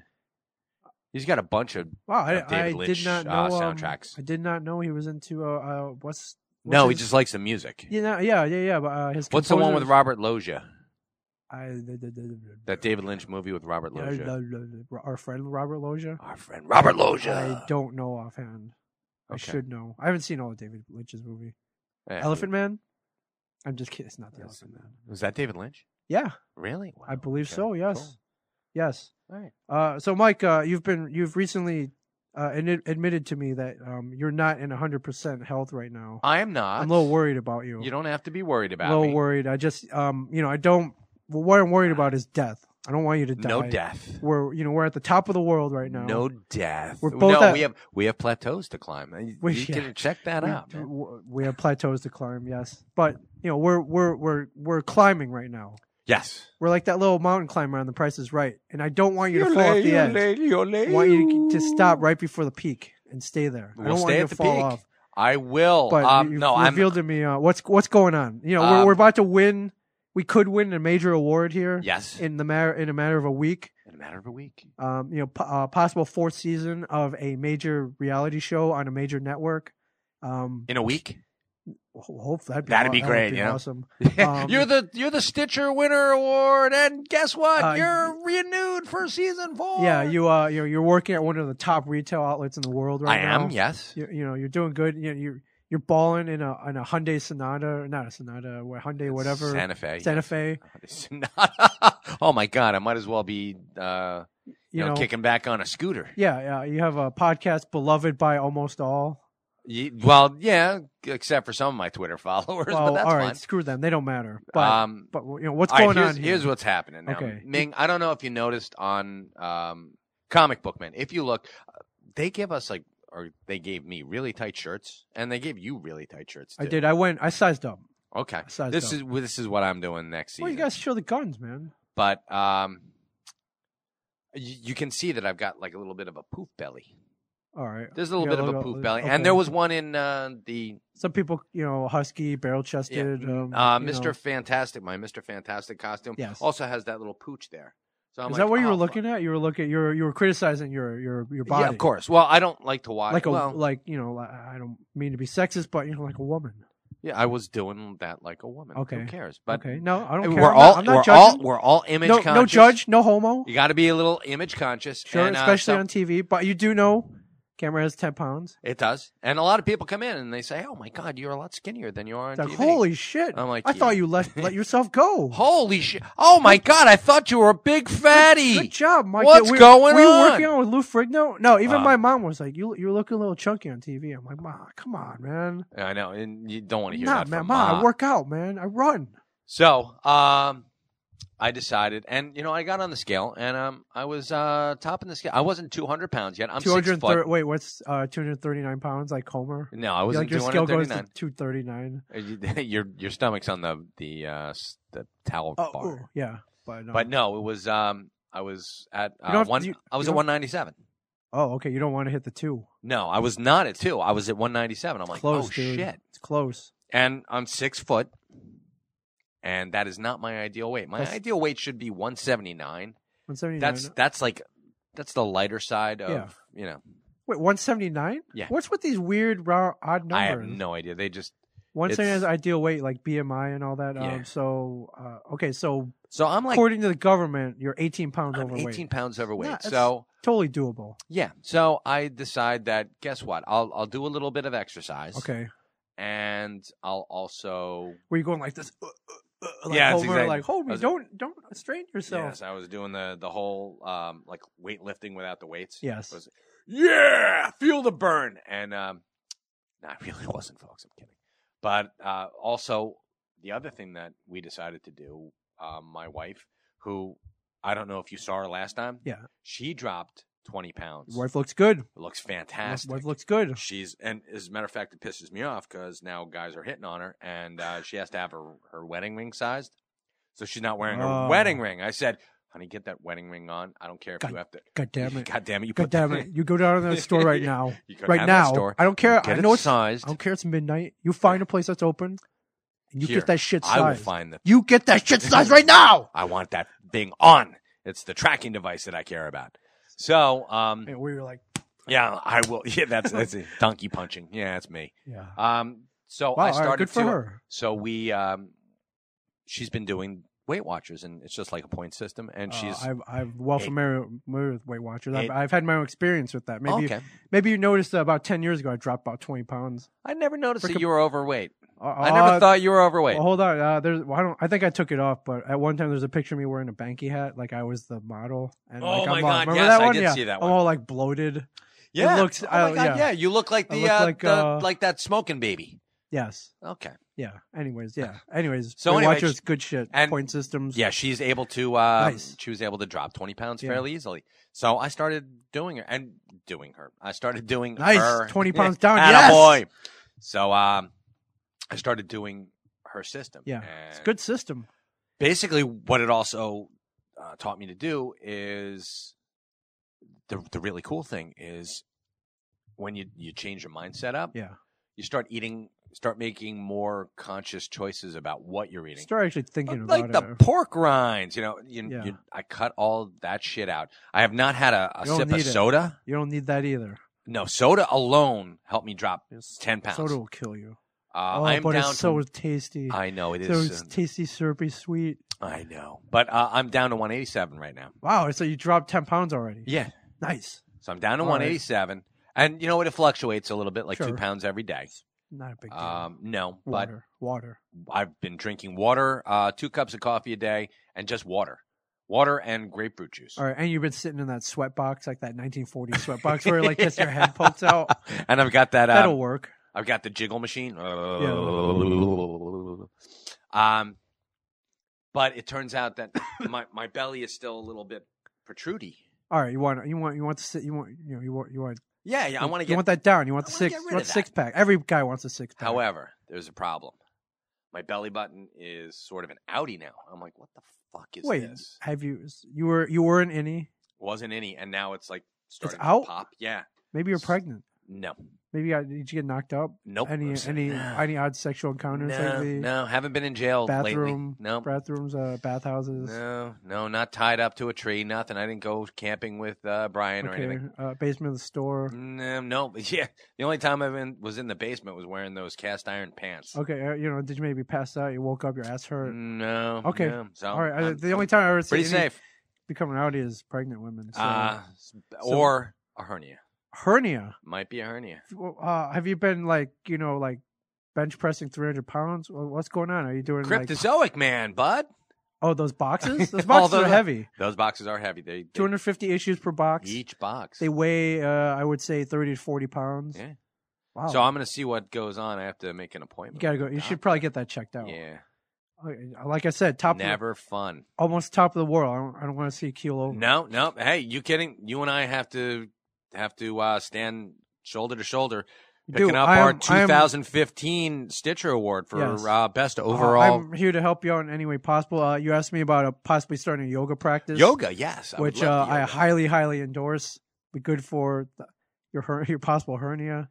Speaker 4: he's got a bunch of.
Speaker 3: Wow, I,
Speaker 4: Uh, David
Speaker 3: I
Speaker 4: Lynch,
Speaker 3: did not know.
Speaker 4: uh,
Speaker 3: um,
Speaker 4: soundtracks.
Speaker 3: I did not know he was into uh, uh what's, what's
Speaker 4: no,
Speaker 3: his-
Speaker 4: he just likes the music.
Speaker 3: you know yeah yeah yeah. But uh, his
Speaker 4: What's the one with
Speaker 3: composers-
Speaker 4: Robert Loggia?
Speaker 3: I, the, the, the, the,
Speaker 4: That David Lynch movie with Robert
Speaker 3: Yeah, the-
Speaker 4: Loggia.
Speaker 3: the- the- our friend Robert Loja.
Speaker 4: Our friend Robert
Speaker 3: I
Speaker 4: Loggia.
Speaker 3: don't know offhand. I
Speaker 4: Okay.
Speaker 3: should know. I haven't seen all of David Lynch's movie.
Speaker 4: Yeah.
Speaker 3: Elephant Man. I'm just kidding. It's not the
Speaker 4: Yes.
Speaker 3: Elephant Man.
Speaker 4: Was that David Lynch?
Speaker 3: Yeah,
Speaker 4: Really?
Speaker 3: I
Speaker 4: Wow,
Speaker 3: believe
Speaker 4: okay,
Speaker 3: so. Yes,
Speaker 4: cool.
Speaker 3: yes.
Speaker 4: All right.
Speaker 3: Uh, so, Mike, uh, you've been you've recently uh, admi- admitted to me that um, you're not in 100 percent health right now.
Speaker 4: I am not.
Speaker 3: I'm a little worried about you.
Speaker 4: You don't have to be worried
Speaker 3: a
Speaker 4: about
Speaker 3: little
Speaker 4: me.
Speaker 3: worried. I just um, you know, I don't. Well, what I'm worried about is death. I don't want you to die.
Speaker 4: No death.
Speaker 3: We're you know we're at the top of the world right now.
Speaker 4: No death.
Speaker 3: We're both
Speaker 4: no,
Speaker 3: at-
Speaker 4: we have we have plateaus to climb. You-
Speaker 3: We-
Speaker 4: you
Speaker 3: yeah.
Speaker 4: can check that
Speaker 3: we,
Speaker 4: out. man.
Speaker 3: w- we have plateaus to climb, yes, but you know we're we're we're we're climbing right now.
Speaker 4: Yes.
Speaker 3: We're like that little mountain climber on The Price Is Right, and I don't want you to fall off the edge. I want you to, to stop right before the peak and stay there. I
Speaker 4: We'll
Speaker 3: don't want
Speaker 4: stay
Speaker 3: you
Speaker 4: at
Speaker 3: to
Speaker 4: the
Speaker 3: fall
Speaker 4: peak.
Speaker 3: off.
Speaker 4: I will.
Speaker 3: But
Speaker 4: um,
Speaker 3: you,
Speaker 4: no,
Speaker 3: have
Speaker 4: I'm.
Speaker 3: revealed to me uh, what's what's going on. You know, we're,
Speaker 4: Um,
Speaker 3: we're about to win. We could win a major award here
Speaker 4: Yes.
Speaker 3: in the matter in a matter of a week.
Speaker 4: In a matter of a week.
Speaker 3: Um, you know, po- uh, possible fourth season of a major reality show on a major network. Um,
Speaker 4: In a week.
Speaker 3: ho- hope that'd be,
Speaker 4: That'd
Speaker 3: aw-
Speaker 4: be
Speaker 3: that would
Speaker 4: great,
Speaker 3: be
Speaker 4: yeah.
Speaker 3: awesome. Um,
Speaker 4: you're the you're the Stitcher Winner Award, and guess what?
Speaker 3: Uh,
Speaker 4: you're renewed for season four.
Speaker 3: Yeah, you uh, you know, you're working at one of the top retail outlets in the world
Speaker 4: I
Speaker 3: right now.
Speaker 4: am. Yes.
Speaker 3: you, you know you're doing good. You know, you're you're balling in a in a Hyundai Sonata, not a Sonata, what- Hyundai whatever
Speaker 4: Santa Fe.
Speaker 3: Santa Fe.
Speaker 4: Yes. oh my God! I might as well be, uh, you, know, kicking back on a scooter.
Speaker 3: yeah, yeah. You have a podcast beloved by almost all.
Speaker 4: Ye- well, yeah, except for some of my Twitter followers, but
Speaker 3: Well,
Speaker 4: that's
Speaker 3: all
Speaker 4: fine.
Speaker 3: right, screw them. They don't matter. But
Speaker 4: um,
Speaker 3: but you know what's
Speaker 4: all right,
Speaker 3: going
Speaker 4: here's,
Speaker 3: on here?
Speaker 4: here's what's happening now.
Speaker 3: Okay.
Speaker 4: Ming, I don't know if you noticed on um, Comic Book Man. If you look, uh, they give us like, or they gave me really tight shirts, and they gave you really tight shirts.
Speaker 3: I
Speaker 4: too.
Speaker 3: did. I went. I sized up.
Speaker 4: Okay.
Speaker 3: Besides
Speaker 4: This
Speaker 3: that.
Speaker 4: is this is what I'm doing next season.
Speaker 3: Well, you guys show the guns, man.
Speaker 4: but um, you, you can see that I've got like a little bit of a poof belly.
Speaker 3: All right.
Speaker 4: There's a little
Speaker 3: Yeah,
Speaker 4: bit of a
Speaker 3: look,
Speaker 4: poof
Speaker 3: uh,
Speaker 4: belly,
Speaker 3: okay.
Speaker 4: and there was one in uh, the
Speaker 3: Some people, you know, husky, barrel chested. Um,
Speaker 4: uh,
Speaker 3: you know.
Speaker 4: Mr. Fantastic, my Mr. Fantastic costume.
Speaker 3: Yes.
Speaker 4: Also has that little pooch there. So I'm
Speaker 3: Is
Speaker 4: like,
Speaker 3: that what you
Speaker 4: "Oh,
Speaker 3: were
Speaker 4: fuck."
Speaker 3: looking at? You were looking. You were you were criticizing your your your body.
Speaker 4: Yeah, of course. Well, I don't like to watch.
Speaker 3: Like a
Speaker 4: well,
Speaker 3: like you know. Like, I don't mean to be sexist, but you know, like a woman.
Speaker 4: yeah, I was doing that like a woman.
Speaker 3: Okay.
Speaker 4: Who cares? But
Speaker 3: okay. No, I don't care.
Speaker 4: we're
Speaker 3: I'm
Speaker 4: all
Speaker 3: Not, I'm not
Speaker 4: we're all
Speaker 3: judging.
Speaker 4: we're all image
Speaker 3: no,
Speaker 4: conscious.
Speaker 3: no judge, no homo.
Speaker 4: You got to be a little image conscious.
Speaker 3: Sure,
Speaker 4: and, uh,
Speaker 3: especially
Speaker 4: so-
Speaker 3: on TV. But you do know, camera has ten pounds.
Speaker 4: It does, and a lot of people come in and they say, "Oh my God, you're a lot skinnier than you are on
Speaker 3: It's like
Speaker 4: TV."
Speaker 3: holy shit!
Speaker 4: I'm like,
Speaker 3: I
Speaker 4: yeah.
Speaker 3: thought you let let yourself go.
Speaker 4: holy shit! Oh my God, I thought you were a big fatty.
Speaker 3: Good job, Mike.
Speaker 4: What's
Speaker 3: we,
Speaker 4: going
Speaker 3: Were you
Speaker 4: on?
Speaker 3: working on with Lou Frigno? No, even
Speaker 4: Uh,
Speaker 3: my mom was like, "You you look a little chunky on TV." I'm like, "Ma, come on, man.
Speaker 4: Yeah, I know, and you don't want to hear
Speaker 3: Nah,
Speaker 4: that
Speaker 3: man,
Speaker 4: from
Speaker 3: ma,
Speaker 4: Ma.
Speaker 3: I work out, man. I run."
Speaker 4: So, um, I decided, and you know, I got on the scale, and um, I was uh topping the scale. I wasn't 200 pounds yet. I'm
Speaker 3: Two
Speaker 4: six
Speaker 3: hundred thirty.
Speaker 4: foot.
Speaker 3: Wait, what's uh, two hundred thirty nine pounds? Like Homer.
Speaker 4: No, I
Speaker 3: You're
Speaker 4: wasn't
Speaker 3: like your scale goes to
Speaker 4: 239.
Speaker 3: two thirty nine.
Speaker 4: Uh, you- your your stomach's on the the uh, s- the towel
Speaker 3: Oh,
Speaker 4: bar.
Speaker 3: ooh, yeah, but, no.
Speaker 4: But no, it was um, I was at
Speaker 3: You don't
Speaker 4: uh,
Speaker 3: have-
Speaker 4: one.
Speaker 3: you-
Speaker 4: I was
Speaker 3: you
Speaker 4: at
Speaker 3: don't-
Speaker 4: 197.
Speaker 3: oh, okay. You don't want to hit the two.
Speaker 4: No, I was not at two. I was at 197. I'm like,
Speaker 3: close,
Speaker 4: oh
Speaker 3: dude.
Speaker 4: shit.
Speaker 3: It's close.
Speaker 4: And I'm six foot, and that is not my ideal weight. My
Speaker 3: That's-
Speaker 4: ideal weight should be 179.
Speaker 3: One seventy nine.
Speaker 4: That's that's like that's the lighter side of
Speaker 3: Yeah.
Speaker 4: you know.
Speaker 3: Wait, 179?
Speaker 4: Yeah.
Speaker 3: What's with these weird, raw, odd numbers?
Speaker 4: I have no idea. They just
Speaker 3: 179 is
Speaker 4: it's-
Speaker 3: ideal weight, like BMI and all that.
Speaker 4: Yeah.
Speaker 3: Um, so, uh, okay, so
Speaker 4: so I'm like
Speaker 3: according to the government, you're 18 pounds
Speaker 4: I'm
Speaker 3: overweight.
Speaker 4: 18 pounds overweight.
Speaker 3: it's-
Speaker 4: so
Speaker 3: Totally doable.
Speaker 4: yeah, so I decide that guess what? I'll I'll do a little bit of exercise.
Speaker 3: Okay.
Speaker 4: and I'll also
Speaker 3: Were you going like this? Uh, uh, uh, like
Speaker 4: Yeah,
Speaker 3: Homer,
Speaker 4: it's exactly-
Speaker 3: like,
Speaker 4: I
Speaker 3: Homer,
Speaker 4: was-
Speaker 3: don't, don't strain yourself.
Speaker 4: yes, I was doing the the whole um like weightlifting without the weights.
Speaker 3: Yes.
Speaker 4: Was- yeah, feel the burn. And um, no, I really wasn't, folks. I'm kidding. But uh, also, the other thing that we decided to do, um, my wife, who I don't know if you saw her last time.
Speaker 3: Yeah.
Speaker 4: She dropped 20 pounds.
Speaker 3: Your wife looks good.
Speaker 4: looks
Speaker 3: Your
Speaker 4: fantastic.
Speaker 3: Wife looks good.
Speaker 4: She's, and as a matter of fact, it pisses me off because now guys are hitting on her and uh, she has to have her, her wedding ring sized. So she's not wearing her
Speaker 3: Oh.
Speaker 4: wedding ring. I said, honey, get that wedding ring on. I don't care if
Speaker 3: God
Speaker 4: you have to.
Speaker 3: God damn it.
Speaker 4: God damn it. You
Speaker 3: God
Speaker 4: put that-
Speaker 3: damn it. You go down to the store right now.
Speaker 4: You go
Speaker 3: right
Speaker 4: down to the
Speaker 3: now.
Speaker 4: store,
Speaker 3: I don't care.
Speaker 4: you
Speaker 3: I
Speaker 4: get
Speaker 3: know
Speaker 4: it
Speaker 3: it's, I
Speaker 4: sized.
Speaker 3: don't care. It's midnight. You find a place that's open and you
Speaker 4: Here,
Speaker 3: get that shit
Speaker 4: I will
Speaker 3: sized.
Speaker 4: find the.
Speaker 3: You get that shit sized right now.
Speaker 4: I want that thing on. It's the tracking device that I care about. So, um,
Speaker 3: And we were like,
Speaker 4: yeah, I will. Yeah, that's that's it. donkey punching. Yeah, that's me.
Speaker 3: yeah.
Speaker 4: Um, so
Speaker 3: Wow,
Speaker 4: I
Speaker 3: all right,
Speaker 4: started
Speaker 3: good for
Speaker 4: to.
Speaker 3: her.
Speaker 4: So we, um, she's been doing Weight Watchers, and it's just like a point system, and
Speaker 3: Uh,
Speaker 4: she's
Speaker 3: I've, I'm well
Speaker 4: Hey.
Speaker 3: familiar, familiar with Weight Watchers. I've,
Speaker 4: Hey.
Speaker 3: I've had my own experience with that. Maybe,
Speaker 4: Oh,
Speaker 3: you-
Speaker 4: okay.
Speaker 3: maybe you noticed that about ten years ago, I dropped about twenty pounds.
Speaker 4: I never noticed
Speaker 3: For
Speaker 4: that
Speaker 3: com-
Speaker 4: you were overweight.
Speaker 3: Uh,
Speaker 4: I never
Speaker 3: uh,
Speaker 4: thought you were overweight.
Speaker 3: Well, hold on. Uh, there's, well, I don't. I think I took it off, but at one time there's a picture of me wearing a banky hat, like I was the model. And,
Speaker 4: Oh
Speaker 3: like,
Speaker 4: my
Speaker 3: I'm all,
Speaker 4: God,
Speaker 3: Remember
Speaker 4: yes,
Speaker 3: that
Speaker 4: I
Speaker 3: one?
Speaker 4: did
Speaker 3: yeah.
Speaker 4: see that
Speaker 3: I'm
Speaker 4: one.
Speaker 3: all like bloated.
Speaker 4: yeah.
Speaker 3: looks-
Speaker 4: oh
Speaker 3: I-
Speaker 4: my God,
Speaker 3: yeah.
Speaker 4: yeah. You look like
Speaker 3: I
Speaker 4: the
Speaker 3: look
Speaker 4: uh,
Speaker 3: like,
Speaker 4: the,
Speaker 3: uh,
Speaker 4: like that smoking baby.
Speaker 3: Yes.
Speaker 4: Okay.
Speaker 3: Yeah. Anyways. Yeah. Anyways.
Speaker 4: So
Speaker 3: Weight
Speaker 4: anyway,
Speaker 3: Watchers, good shit.
Speaker 4: and-
Speaker 3: Point systems.
Speaker 4: Yeah, she's able to. Uh,
Speaker 3: Nice.
Speaker 4: She was able to drop twenty pounds
Speaker 3: Yeah.
Speaker 4: fairly easily. So I started doing her and doing her. I started doing
Speaker 3: Nice.
Speaker 4: her.
Speaker 3: 20 pounds down. Yes.
Speaker 4: Attaboy. So um, I started doing her system.
Speaker 3: Yeah. It's a
Speaker 4: and
Speaker 3: good system.
Speaker 4: Basically, what it also uh, taught me to do is the the really cool thing is when you you change your mindset up.
Speaker 3: Yeah.
Speaker 4: You start eating. Start making more conscious choices about what you're eating.
Speaker 3: Start actually thinking
Speaker 4: But,
Speaker 3: about
Speaker 4: like
Speaker 3: it.
Speaker 4: the pork rinds, you know. You,
Speaker 3: Yeah.
Speaker 4: you- I cut all that shit out. I have not had a,
Speaker 3: You
Speaker 4: a
Speaker 3: don't
Speaker 4: sip of
Speaker 3: need it.
Speaker 4: soda.
Speaker 3: You don't need that either.
Speaker 4: No, soda alone helped me drop
Speaker 3: Yes.
Speaker 4: ten pounds.
Speaker 3: Soda will kill you.
Speaker 4: Uh,
Speaker 3: oh,
Speaker 4: I'm
Speaker 3: but
Speaker 4: down
Speaker 3: it's so
Speaker 4: to.
Speaker 3: tasty.
Speaker 4: I know it
Speaker 3: so
Speaker 4: is.
Speaker 3: it's
Speaker 4: uh,
Speaker 3: tasty, syrupy, sweet.
Speaker 4: I know, but uh, I'm down to 187 right now.
Speaker 3: Wow! So you dropped ten pounds already.
Speaker 4: Yeah,
Speaker 3: Nice.
Speaker 4: so I'm down to
Speaker 3: All right.
Speaker 4: 187, and you know what? It fluctuates a little bit, like two
Speaker 3: Sure.
Speaker 4: pounds every day.
Speaker 3: Not a big deal.
Speaker 4: Um, no, but
Speaker 3: water, water.
Speaker 4: I've been drinking water, uh, two cups of coffee a day, and just water, water and grapefruit juice.
Speaker 3: All right, and you've been sitting in that sweat box, like that 1940 sweat box, where like this, your head pokes out.
Speaker 4: and I've got that. um,
Speaker 3: That'll work.
Speaker 4: I've got the jiggle machine. Um, but it turns out that my, my belly is still a little bit protrudy.
Speaker 3: All right, you want you want you want to sit. You want you know you want you want.
Speaker 4: Yeah, yeah. I want to
Speaker 3: you
Speaker 4: get.
Speaker 3: want that down. You want
Speaker 4: I
Speaker 3: the
Speaker 4: wanna
Speaker 3: six.
Speaker 4: get
Speaker 3: You
Speaker 4: rid
Speaker 3: want
Speaker 4: of
Speaker 3: the
Speaker 4: that.
Speaker 3: six pack. Every guy wants a six pack.
Speaker 4: However, there's a problem. My belly button is sort of an outie now. I'm like, what the fuck is
Speaker 3: Wait,
Speaker 4: this?
Speaker 3: have you you were you were an innie?
Speaker 4: Wasn't any, and now it's like starting
Speaker 3: out?
Speaker 4: to pop. Yeah,
Speaker 3: Maybe you're
Speaker 4: S-
Speaker 3: pregnant.
Speaker 4: no,
Speaker 3: Maybe I, did you get knocked up?
Speaker 4: nope.
Speaker 3: Any
Speaker 4: Listen,
Speaker 3: any
Speaker 4: no.
Speaker 3: any odd sexual encounters
Speaker 4: no,
Speaker 3: lately?
Speaker 4: no, haven't been in jail lately.
Speaker 3: Bathroom,
Speaker 4: No,
Speaker 3: bathrooms, uh, bathhouses.
Speaker 4: no, no, not tied up to a tree. Nothing. I didn't go camping with uh, Brian or
Speaker 3: okay,
Speaker 4: anything.
Speaker 3: uh, basement of the store.
Speaker 4: No, no, yeah. The only time I been, was in the basement was wearing those cast iron pants.
Speaker 3: Okay, uh, you know, did you maybe pass out? You woke up, your ass hurt.
Speaker 4: No.
Speaker 3: Okay.
Speaker 4: no. So
Speaker 3: All right, uh,
Speaker 4: Oh, I'm-
Speaker 3: the only time I ever see
Speaker 4: pretty
Speaker 3: any
Speaker 4: safe.
Speaker 3: becoming out is pregnant women. So.
Speaker 4: Uh,
Speaker 3: so-
Speaker 4: or a hernia.
Speaker 3: hernia.
Speaker 4: Might be a hernia.
Speaker 3: Well, Uh, have you been like you know like bench pressing 300 pounds? Wha- What's going on? Are you doing like
Speaker 4: Cryptozoic, man, bud.
Speaker 3: oh those boxes? Those
Speaker 4: All
Speaker 3: boxes are
Speaker 4: those-
Speaker 3: heavy.
Speaker 4: Those boxes are heavy. They, they-
Speaker 3: 250 issues per box.
Speaker 4: each box.
Speaker 3: They weigh uh, I would say 30 to 40 pounds.
Speaker 4: Yeah.
Speaker 3: Wow.
Speaker 4: So I'm gonna see what goes on. I have to make an appointment.
Speaker 3: you gotta go. You should probably get that checked out.
Speaker 4: Yeah.
Speaker 3: Uh, Like I said, top of
Speaker 4: Never fun.
Speaker 3: the, almost top of the world. I don't, I don't want to see keel over.
Speaker 4: No, no. Hey, you kidding? You and I have to have to uh, stand shoulder to shoulder. Picking
Speaker 3: Dude,
Speaker 4: up
Speaker 3: I
Speaker 4: our
Speaker 3: am- I am-
Speaker 4: 2015 Stitcher Award for
Speaker 3: Yes.
Speaker 4: uh, best
Speaker 3: uh,
Speaker 4: overall
Speaker 3: I'm here to help you out in any way possible. Uh, you asked me about uh, possibly starting a yoga practice.
Speaker 4: yoga. Yes, I would
Speaker 3: which uh,
Speaker 4: love the
Speaker 3: I
Speaker 4: yoga.
Speaker 3: highly, highly endorse. Be good for th- your her- your possible hernia.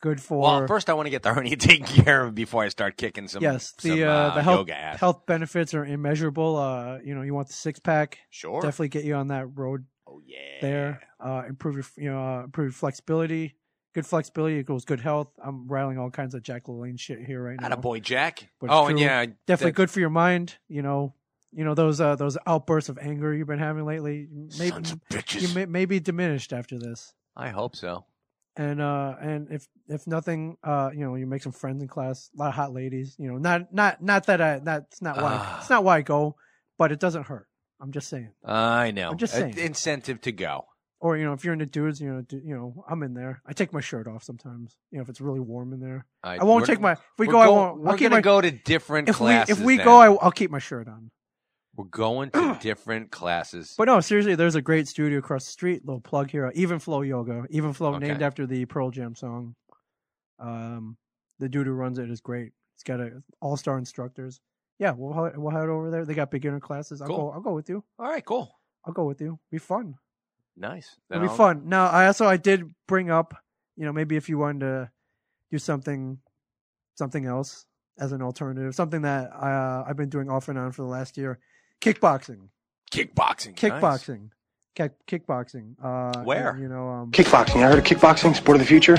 Speaker 3: Good for
Speaker 4: Well, first I want to get the hernia taken care of before I start kicking some.
Speaker 3: yes, the
Speaker 4: some,
Speaker 3: uh, the health
Speaker 4: yoga ass.
Speaker 3: health benefits are immeasurable. Uh, you know, you want the six pack,
Speaker 4: sure.
Speaker 3: definitely get you on that road
Speaker 4: Oh yeah.
Speaker 3: there. Uh, improve your f- you know uh, improve your flexibility. Good flexibility equals good health. I'm rattling all kinds of Jack Lalanne shit here right now.
Speaker 4: Not a boy, Jack.
Speaker 3: But it's
Speaker 4: oh, and
Speaker 3: true.
Speaker 4: yeah,
Speaker 3: definitely
Speaker 4: that-
Speaker 3: good for your mind. You know, you know those uh, those outbursts of anger you've been having lately. Maybe
Speaker 4: Sons of
Speaker 3: you
Speaker 4: bitches.
Speaker 3: may, may be diminished after this.
Speaker 4: I hope so.
Speaker 3: and uh and if if nothing uh you know you make some friends in class a lot of hot ladies you know not not not that i that's not why
Speaker 4: Ah.
Speaker 3: it's not why i go but it doesn't hurt i'm just saying
Speaker 4: I know.
Speaker 3: I'm just
Speaker 4: A-
Speaker 3: saying.
Speaker 4: incentive to go.
Speaker 3: or you know if you're into dudes you know du- you know i'm in there i take my shirt off sometimes you know if it's really warm in there i won't
Speaker 4: we're-
Speaker 3: take my if we
Speaker 4: we're
Speaker 3: go i
Speaker 4: go-
Speaker 3: won't
Speaker 4: We're
Speaker 3: i'll keep
Speaker 4: gonna
Speaker 3: my
Speaker 4: go to different
Speaker 3: if we
Speaker 4: classes.
Speaker 3: if we
Speaker 4: then.
Speaker 3: go I, i'll keep my shirt on
Speaker 4: we're going to different classes.
Speaker 3: but no seriously there's a great studio across the street little plug here uh, even flow yoga even flow
Speaker 4: Okay.
Speaker 3: named after the pearl jam song um the dude who runs it is great it's got a all-star instructors yeah we'll head- we'll head over there they got beginner classes i'll
Speaker 4: Cool.
Speaker 3: go i'll go with you
Speaker 4: All right, cool,
Speaker 3: i'll go with you be fun
Speaker 4: nice. Then
Speaker 3: it'll be
Speaker 4: I'll-
Speaker 3: fun now i also i did bring up you know maybe if you wanted to do something something else as an alternative something that uh, i've been doing off and on for the last year kickboxing
Speaker 4: Kickboxing. nice.
Speaker 3: kickboxing Kick, kickboxing uh
Speaker 4: Where?
Speaker 3: you know um
Speaker 5: Kickboxing. I heard of kickboxing, sport of the future.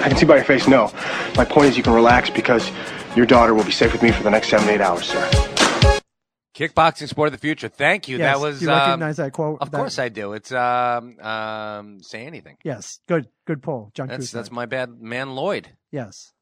Speaker 5: I can see by your face, no. My point is, you can relax because your daughter will be safe with me for the next seven, eight hours, sir.
Speaker 4: Kickboxing sport of the future. Thank you.
Speaker 3: yes,
Speaker 4: that was.
Speaker 3: you
Speaker 4: um,
Speaker 3: recognize that quote
Speaker 4: of
Speaker 3: that-
Speaker 4: course I do. It's um um say anything.
Speaker 3: yes good good poll john
Speaker 4: That's
Speaker 3: Cusack.
Speaker 4: that's my bad man Lloyd.
Speaker 3: yes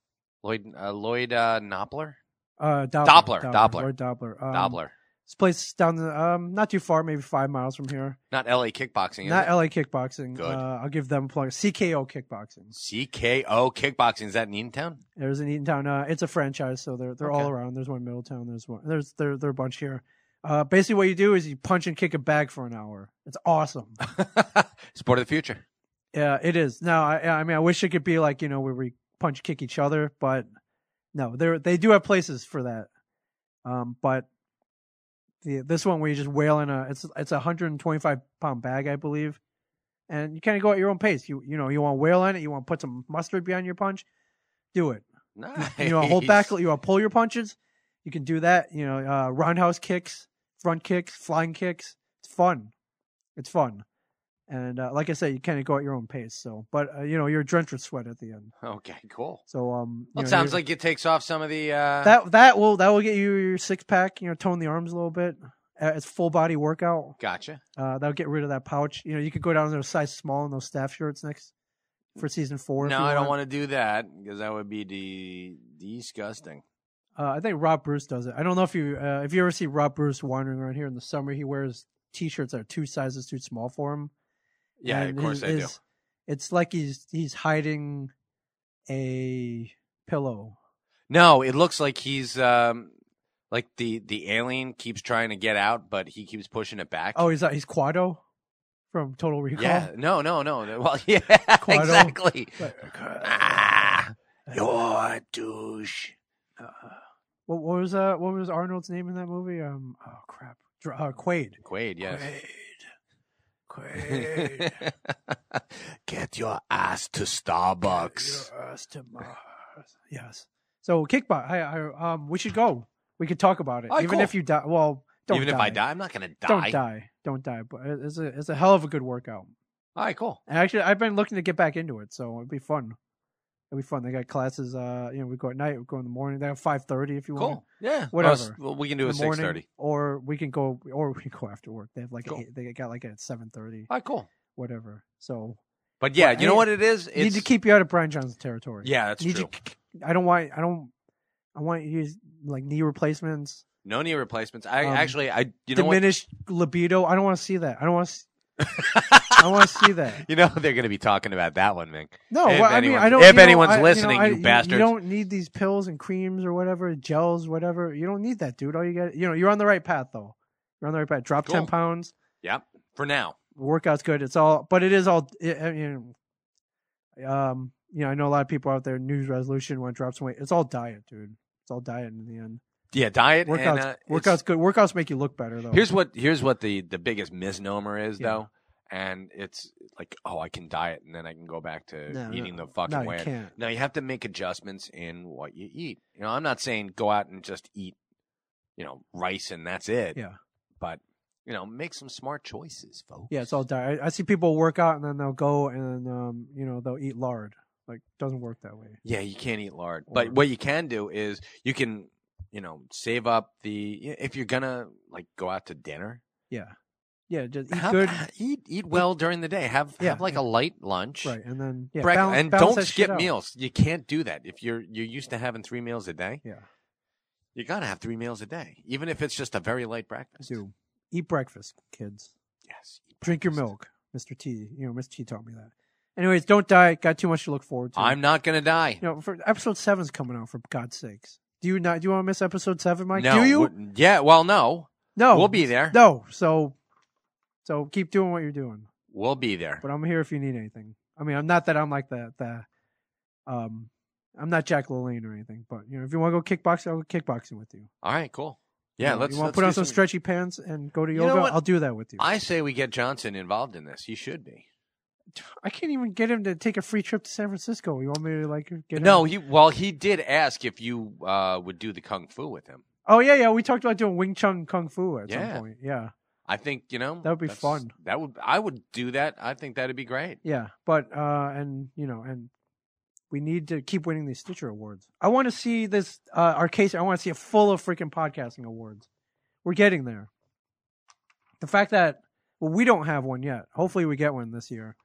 Speaker 4: Lloyd uh, Lloyd uh, Knopfler.
Speaker 3: uh
Speaker 4: Doppler,
Speaker 3: doppler
Speaker 4: Doppler.
Speaker 3: Lord doppler um,
Speaker 4: Dobler.
Speaker 3: this place down the um not too far maybe five miles from here
Speaker 4: Not LA kickboxing. is
Speaker 3: not
Speaker 4: it?
Speaker 3: la kickboxing
Speaker 4: Good.
Speaker 3: uh i'll give them a plug cko kickboxing
Speaker 4: CKO kickboxing. Is that in Eatontown?
Speaker 3: there's an eatontown uh it's a franchise so they're they're all
Speaker 4: Okay.
Speaker 3: around there's one middletown there's one there's there, there are a bunch here uh basically what you do is you punch and kick a bag for an hour it's awesome
Speaker 4: sport of the future.
Speaker 3: Yeah, it is. No, I, I mean, I wish it could be like you know where we punch kick each other, but no, there they do have places for that. Um, but the this one where you just wail in a it's it's a hundred and twenty five pound bag, I believe, and you kind of go at your own pace. You you know you want to wail in it, you want to put some mustard behind your punch, do it.
Speaker 4: Nice.
Speaker 3: You want to hold back, you want to pull your punches, you can do that. You know, uh, roundhouse kicks, front kicks, flying kicks. It's fun. It's fun. And uh, like I said, you kind of go at your own pace. So, but uh, you know, you're drenched with sweat at the end.
Speaker 4: Okay, cool.
Speaker 3: So, um, you
Speaker 4: Well,
Speaker 3: know,
Speaker 4: it sounds
Speaker 3: you're-
Speaker 4: like it takes off some of the uh,
Speaker 3: that that will that will get you your six pack. You know, tone the arms a little bit. Uh, it's full body workout.
Speaker 4: Gotcha.
Speaker 3: Uh, that'll get rid of that pouch. You know, you could go down to a size small in those staff shirts next for season four. if
Speaker 4: No,
Speaker 3: you
Speaker 4: I don't
Speaker 3: want.
Speaker 4: want to do that because that would be de- disgusting.
Speaker 3: Uh, I think Rob Bruce does it. I don't know if you uh, if you ever see Rob Bruce wandering around here in the summer. He wears t-shirts that are two sizes too small for him.
Speaker 4: Yeah,
Speaker 3: And
Speaker 4: of course
Speaker 3: his-
Speaker 4: I do.
Speaker 3: his- It's like he's he's hiding a pillow.
Speaker 4: No, it looks like he's um, like the the alien keeps trying to get out, but he keeps pushing it back.
Speaker 3: Oh, he's he's Quado from Total Recall.
Speaker 4: yeah. No, no, no. Well, yeah,
Speaker 3: Quite
Speaker 4: exactly.
Speaker 3: Like,
Speaker 4: Ah, you're a douche.
Speaker 3: uh, What, what was uh what was Arnold's name in that movie? Um oh crap. Dr- Uh, Quaid.
Speaker 4: Quaid, yes.
Speaker 3: Quaid. Quaid.
Speaker 4: Get your ass to Starbucks.
Speaker 3: Your ass to Mars. Yes. So kickbox. I, I um we should go. We could talk about it.
Speaker 4: All right,
Speaker 3: Even
Speaker 4: cool.
Speaker 3: if you die, well, don't
Speaker 4: Even if I die, I'm not gonna die.
Speaker 3: don't die, don't die. But it- it's a it's a hell of a good workout.
Speaker 4: All right, cool.
Speaker 3: And actually, I've been looking to get back into it, so it'd be fun. It'd be fun. They got classes. Uh, you know, we go at night, we go in the morning. They have five thirty if you want.
Speaker 4: Cool. Yeah.
Speaker 3: Whatever.
Speaker 4: Us- Well, we can do a
Speaker 3: in the
Speaker 4: six
Speaker 3: morning,
Speaker 4: thirty.
Speaker 3: or we can go, or we can go after work. They have like
Speaker 4: Cool.
Speaker 3: eight, they got like at seven thirty,
Speaker 4: All right, cool.
Speaker 3: whatever. So
Speaker 4: But yeah,
Speaker 3: But,
Speaker 4: you know
Speaker 3: hey,
Speaker 4: what it is? It's,
Speaker 3: need to keep you out of Brian Johnson's territory.
Speaker 4: Yeah, that's
Speaker 3: need
Speaker 4: true.
Speaker 3: To, I don't want. I don't. I want you to use like knee replacements,
Speaker 4: no knee replacements. I
Speaker 3: Um,
Speaker 4: actually, I you know what?
Speaker 3: diminished libido. I don't want to see that. I don't want to. I want to see that.
Speaker 4: You know they're going to be talking about that one, Mink.
Speaker 3: No,
Speaker 4: If
Speaker 3: well, I mean,
Speaker 4: anyone's-
Speaker 3: I don't.
Speaker 4: if
Speaker 3: you know,
Speaker 4: anyone's
Speaker 3: I- you know,
Speaker 4: listening,
Speaker 3: I-
Speaker 4: you bastards.
Speaker 3: you don't need these pills and creams or whatever, gels, whatever. You don't need that, dude. All you got, you know, you're on the right path though. You're on the right path. Drop ten
Speaker 4: Cool.
Speaker 3: pounds.
Speaker 4: Yep. For now,
Speaker 3: Workout's good. It's all, but it is all. It, I mean, um, you know, I know a lot of people out there. News resolution want to drop some weight. It's all diet, dude. It's all diet in the end.
Speaker 4: yeah. Diet
Speaker 3: Workouts,
Speaker 4: and uh, it's-
Speaker 3: workouts good. Workouts make you look better though.
Speaker 4: Here's what here's what the the biggest misnomer is
Speaker 3: Yeah.
Speaker 4: though, and it's like oh I can diet and then I can go back to
Speaker 3: No,
Speaker 4: eating
Speaker 3: no.
Speaker 4: the fucking
Speaker 3: no,
Speaker 4: way.
Speaker 3: you
Speaker 4: I-
Speaker 3: can't.
Speaker 4: No, you have to make adjustments in what you eat. You know, I'm not saying go out and just eat, you know, rice and that's it.
Speaker 3: Yeah.
Speaker 4: But you know, make some smart choices, folks.
Speaker 3: Yeah, it's all diet. I, I see people work out and then they'll go and um, you know, they'll eat lard. Like doesn't work that way.
Speaker 4: Yeah, you can't eat lard.
Speaker 3: Or-
Speaker 4: But what you can do is you can, you know, save up the if you're gonna like go out to dinner.
Speaker 3: Yeah. Yeah, just eat
Speaker 4: have-
Speaker 3: good.
Speaker 4: Eat eat well during the day. Have
Speaker 3: Yeah,
Speaker 4: have like
Speaker 3: yeah.
Speaker 4: a light lunch.
Speaker 3: Right. And then yeah,
Speaker 4: breakfast,
Speaker 3: balance-
Speaker 4: and
Speaker 3: balance
Speaker 4: don't
Speaker 3: that shit
Speaker 4: skip
Speaker 3: out.
Speaker 4: meals. You can't do that. If you're you're used to having three meals a day,
Speaker 3: Yeah.
Speaker 4: you gotta have three meals a day, even if it's just a very light breakfast.
Speaker 3: Do eat breakfast, kids.
Speaker 4: Yes. eat
Speaker 3: Drink your
Speaker 4: breakfast.
Speaker 3: milk. Mr. T. You know, Mr. T taught me that. Anyways, don't diet. Got too much to look forward to.
Speaker 4: I'm not gonna die.
Speaker 3: you know, for episode seven's coming out for God's sakes. Do you not do you want to miss episode seven, Mike?
Speaker 4: no,
Speaker 3: do you?
Speaker 4: we're- Yeah. Well, no.
Speaker 3: No.
Speaker 4: We'll be there.
Speaker 3: No. So so keep doing what you're doing.
Speaker 4: We'll be there.
Speaker 3: but I'm here if you need anything. I mean, I'm not that I'm like the the um I'm not Jack LaLanne or anything, but you know, if you want to go kickboxing, I'll go kickboxing with you.
Speaker 4: All right. Cool. Yeah.
Speaker 3: you know,
Speaker 4: let's.
Speaker 3: you want
Speaker 4: let's
Speaker 3: to put on
Speaker 4: do
Speaker 3: some
Speaker 4: some-
Speaker 3: stretchy pants and go to
Speaker 4: You know
Speaker 3: yoga?
Speaker 4: what?
Speaker 3: I'll do that with you. I,
Speaker 4: I say we get Johnson involved in this. He should be.
Speaker 3: can't even get him to take a free trip to San Francisco. You want me to like get him?
Speaker 4: No, he. Well, he did ask if you uh, would do the kung fu with him.
Speaker 3: Oh yeah, yeah. We talked about doing Wing Chun Kung Fu at
Speaker 4: Yeah.
Speaker 3: some point. Yeah,
Speaker 4: I think you know
Speaker 3: That would be
Speaker 4: that's-
Speaker 3: fun.
Speaker 4: That would. I would do that. I think that'd be great.
Speaker 3: yeah. But uh, and you know, and we need to keep winning these Stitcher awards. I want to see this uh, our case. I want to see it full of freaking podcasting awards. We're getting there. The fact that well, we don't have one yet. Hopefully, we get one this year,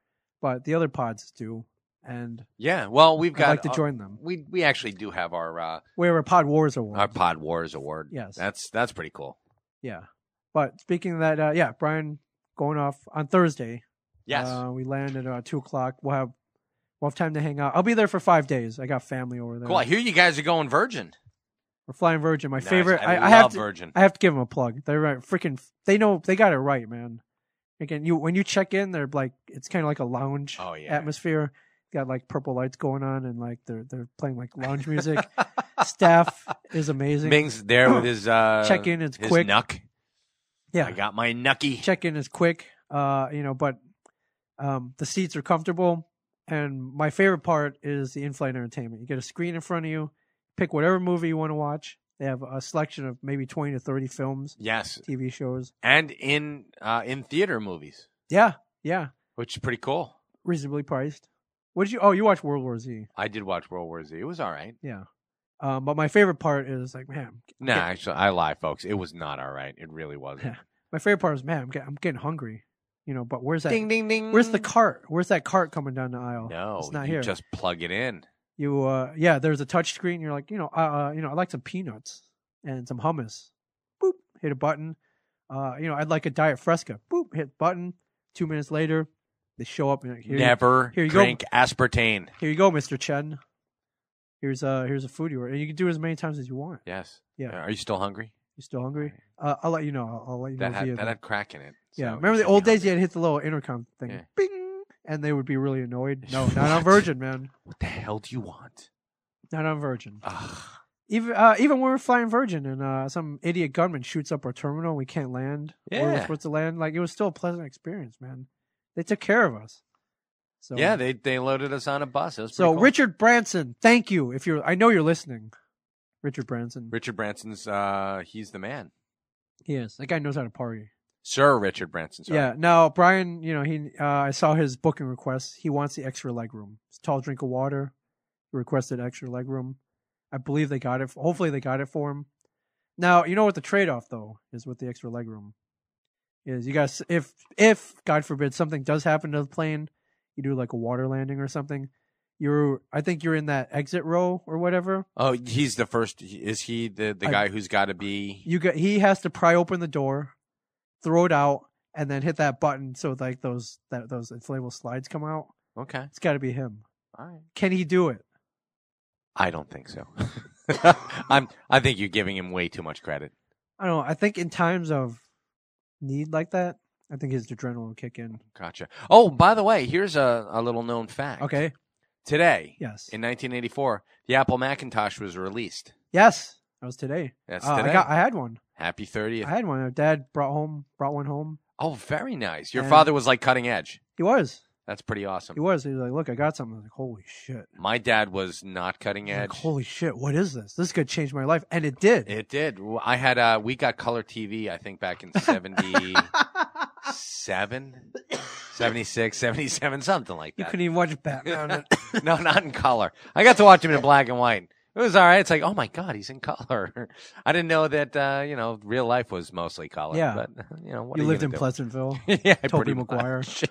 Speaker 3: but the other pods do, and
Speaker 4: Yeah. Well, we've
Speaker 3: I'd
Speaker 4: got.
Speaker 3: like to
Speaker 4: uh,
Speaker 3: join them.
Speaker 4: we we actually do have our uh,
Speaker 3: We have a Pod Wars award.
Speaker 4: our Pod Wars award.
Speaker 3: Yes.
Speaker 4: That's that's pretty cool.
Speaker 3: yeah. But speaking of that, uh, yeah, Brian going off on Thursday.
Speaker 4: Yes.
Speaker 3: uh, we land at uh, two o'clock. We'll have we'll have time to hang out. I'll be there for five days. I got family over there.
Speaker 4: cool. I hear you guys are going Virgin.
Speaker 3: We're flying Virgin. My
Speaker 4: Nice.
Speaker 3: favorite. I,
Speaker 4: I, love
Speaker 3: I have to,
Speaker 4: Virgin.
Speaker 3: I have to give them a plug. They're right, freaking. They know they got it right, man. Again, you when you check in, they're like it's kind of like a lounge
Speaker 4: Oh, yeah.
Speaker 3: atmosphere. Got like purple lights going on, and like they're they're playing like lounge music. Staff is amazing.
Speaker 4: Ming's there with his uh,
Speaker 3: check in is
Speaker 4: his
Speaker 3: quick.
Speaker 4: Nuck.
Speaker 3: yeah,
Speaker 4: I got my nucky.
Speaker 3: check in is quick. Uh, you know, but um, the seats are comfortable. And my favorite part is the in-flight entertainment. You get a screen in front of you, pick whatever movie you want to watch. They have a selection of maybe twenty to thirty films,
Speaker 4: Yes,
Speaker 3: TV shows.
Speaker 4: and in uh, in theater movies,
Speaker 3: Yeah, yeah,
Speaker 4: which is pretty cool.
Speaker 3: reasonably priced. What did you? Oh, you watched World War Z.
Speaker 4: I did watch World War Z. It was all right.
Speaker 3: Yeah, um, but my favorite part is like, man,
Speaker 4: Nah,
Speaker 3: Yeah.
Speaker 4: actually, I lie, folks. It was not all right. It really wasn't.
Speaker 3: my favorite part is man, I'm, get, I'm getting hungry. You know, but where's that?
Speaker 4: ding ding ding.
Speaker 3: Where's the cart? Where's that cart coming down the aisle?
Speaker 4: No,
Speaker 3: it's not
Speaker 4: you
Speaker 3: here.
Speaker 4: just plug it in.
Speaker 3: You, uh, yeah, there's a touch screen. You're like, you know, uh, uh, you know, I'd like some peanuts and some hummus. Boop, hit a button. Uh, you know, I'd like a diet fresca. Boop, hit button. Two minutes later, they show up. And you're like, here, you-
Speaker 4: Never
Speaker 3: here you go.
Speaker 4: drink aspartame.
Speaker 3: here you go, Mister Chen. Here's uh, here's a food you order. And you can do it as many times as you want.
Speaker 4: Yes.
Speaker 3: Yeah.
Speaker 4: Are you still hungry?
Speaker 3: You still hungry? Uh, I'll let you know. I'll, I'll let you
Speaker 4: That
Speaker 3: know. via
Speaker 4: had
Speaker 3: the-
Speaker 4: that had crack in it.
Speaker 3: yeah,
Speaker 4: so
Speaker 3: remember
Speaker 4: you
Speaker 3: the
Speaker 4: should
Speaker 3: old
Speaker 4: be
Speaker 3: days? You
Speaker 4: hungry.
Speaker 3: had to hit the little intercom thing,
Speaker 4: Yeah.
Speaker 3: bing, and they would be really annoyed. No, not
Speaker 4: What?
Speaker 3: on Virgin, man.
Speaker 4: What the hell do you want?
Speaker 3: Not on Virgin.
Speaker 4: Ugh.
Speaker 3: Even uh, even when we're flying Virgin and uh, some idiot gunman shoots up our terminal, we can't land. where we're
Speaker 4: Yeah.
Speaker 3: supposed to land. Like it was still a pleasant experience, man. They took care of us. So
Speaker 4: yeah, they they loaded us on a bus. It was
Speaker 3: so
Speaker 4: pretty cool.
Speaker 3: Richard Branson, thank you. If you're, I know you're listening, Richard Branson.
Speaker 4: Richard Branson's uh he's the man.
Speaker 3: Yes, that guy knows how to party.
Speaker 4: Sir Richard Branson. Sorry.
Speaker 3: Yeah. Now Brian, you know he, uh, I saw his booking request. He wants the extra leg room. It's a tall drink of water. He requested extra leg room. I believe they got it. Hopefully they got it for him. Now you know what the trade off though is with the extra leg room is you guys if if God forbid something does happen to the plane, you do like a water landing or something. You're I think you're in that exit row or whatever.
Speaker 4: Oh, he's the first. Is he the the
Speaker 3: I-
Speaker 4: guy who's got to be?
Speaker 3: you get he has to pry open the door, throw it out, and then hit that button so like those that those inflatable slides come out.
Speaker 4: Okay.
Speaker 3: It's got to be him.
Speaker 4: All right.
Speaker 3: Can he do it?
Speaker 4: I don't think so. I'm. I think you're giving him way too much credit.
Speaker 3: I don't. know. I think in times of need like that, I think his adrenaline will kick in.
Speaker 4: Gotcha. Oh, by the way, here's a, a little known fact.
Speaker 3: Okay.
Speaker 4: Today,
Speaker 3: Yes.
Speaker 4: in 1984, the Apple Macintosh was released.
Speaker 3: yes. That was today.
Speaker 4: That's
Speaker 3: Uh,
Speaker 4: today.
Speaker 3: I got. I had one.
Speaker 4: Happy
Speaker 3: I
Speaker 4: 30th.
Speaker 3: had one. My dad brought home. Brought one home.
Speaker 4: Oh, very nice. Your
Speaker 3: And-
Speaker 4: father was like cutting edge.
Speaker 3: He was.
Speaker 4: That's pretty awesome.
Speaker 3: He was. He was like, "Look, I got something." I was like, "Holy shit!"
Speaker 4: My dad was not
Speaker 3: I
Speaker 4: cutting
Speaker 3: was
Speaker 4: edge.
Speaker 3: Like, Holy shit! What is this? This could change my life, and it did.
Speaker 4: It did. Well, I had uh we got color TV I think back in 77, 76, 77 something like
Speaker 3: you
Speaker 4: that.
Speaker 3: couldn't even watch Batman. on it.
Speaker 4: no, not in color. I got to watch him in black and white. It was all right. It's like, oh my god, he's in color. I didn't know that uh, you know, real life was mostly color.
Speaker 3: Yeah.
Speaker 4: But you know, what
Speaker 3: you
Speaker 4: are
Speaker 3: lived in
Speaker 4: gonna do?
Speaker 3: Pleasantville.
Speaker 4: yeah,
Speaker 3: Toby
Speaker 4: pretty
Speaker 3: Maguire.
Speaker 4: much.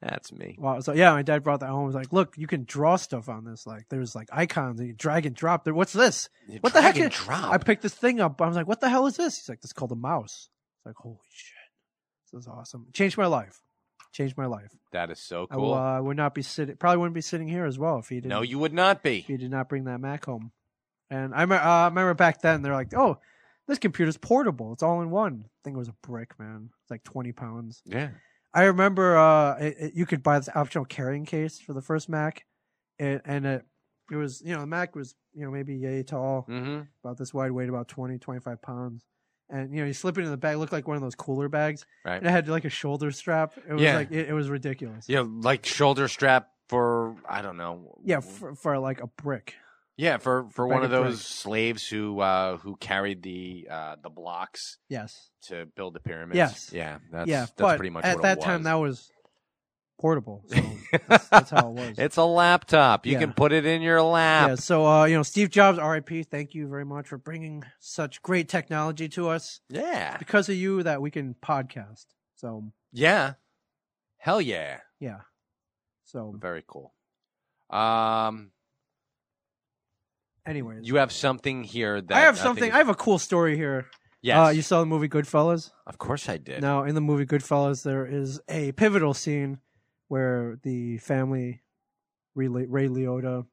Speaker 4: That's me.
Speaker 3: Wow. So yeah, my dad brought that home. He was like, look, you can draw stuff on this. Like, there's like icons and you drag and drop. There, what's this? What the heck?
Speaker 4: Drag and
Speaker 3: is-
Speaker 4: drop.
Speaker 3: I picked this thing up. I was like, what the hell is this? He's like, this is called a mouse. It's like, holy shit, this is awesome. Changed my life. Changed my life.
Speaker 4: that is so
Speaker 3: I will,
Speaker 4: cool.
Speaker 3: uh, would not be sitting. Probably wouldn't be sitting here as well if he didn't.
Speaker 4: no, you would not
Speaker 3: If he
Speaker 4: be.
Speaker 3: did not bring that Mac home. And I, me- uh, I remember back then they're like, oh, this computer's portable. It's all in one. I think it was a brick, man. It's like twenty pounds.
Speaker 4: Yeah.
Speaker 3: I remember uh, it, it- you could buy this optional carrying case for the first Mac, and, and it it was you know the Mac was you know maybe yay tall,
Speaker 4: Mm-hmm.
Speaker 3: about this wide, weighed about 20, 25 pounds, and you know you slip it in the bag, looked like one of those cooler bags,
Speaker 4: Right.
Speaker 3: and it had like a shoulder strap. It was
Speaker 4: Yeah.
Speaker 3: like it, it was ridiculous.
Speaker 4: Yeah, like shoulder strap for I don't know.
Speaker 3: Yeah, for, for like a brick.
Speaker 4: yeah, for for
Speaker 3: Bag
Speaker 4: one
Speaker 3: of
Speaker 4: of those
Speaker 3: bricks.
Speaker 4: slaves who uh who carried the uh the blocks
Speaker 3: Yes.
Speaker 4: to build the pyramids.
Speaker 3: Yes.
Speaker 4: Yeah, that's
Speaker 3: yeah,
Speaker 4: that's
Speaker 3: but
Speaker 4: pretty much
Speaker 3: at
Speaker 4: what
Speaker 3: that
Speaker 4: it
Speaker 3: time
Speaker 4: was.
Speaker 3: that was portable. So that's, that's how it was.
Speaker 4: It's a laptop. You
Speaker 3: Yeah.
Speaker 4: can put it in your lap.
Speaker 3: Yeah, so uh, you know, Steve Jobs, R.I.P. Thank you very much for bringing such great technology to us.
Speaker 4: Yeah.
Speaker 3: because of you that we can podcast. So
Speaker 4: Yeah. Hell yeah.
Speaker 3: yeah, so
Speaker 4: Very cool. Um
Speaker 3: anyways,
Speaker 4: you have something here that
Speaker 3: I have
Speaker 4: think
Speaker 3: something.
Speaker 4: is-
Speaker 3: I have a cool story here.
Speaker 4: yes.
Speaker 3: Uh, you saw the movie Goodfellas?
Speaker 4: of course I did.
Speaker 3: Now in the movie Goodfellas, there is a pivotal scene where the family, Ray, Le- Ray Liotta,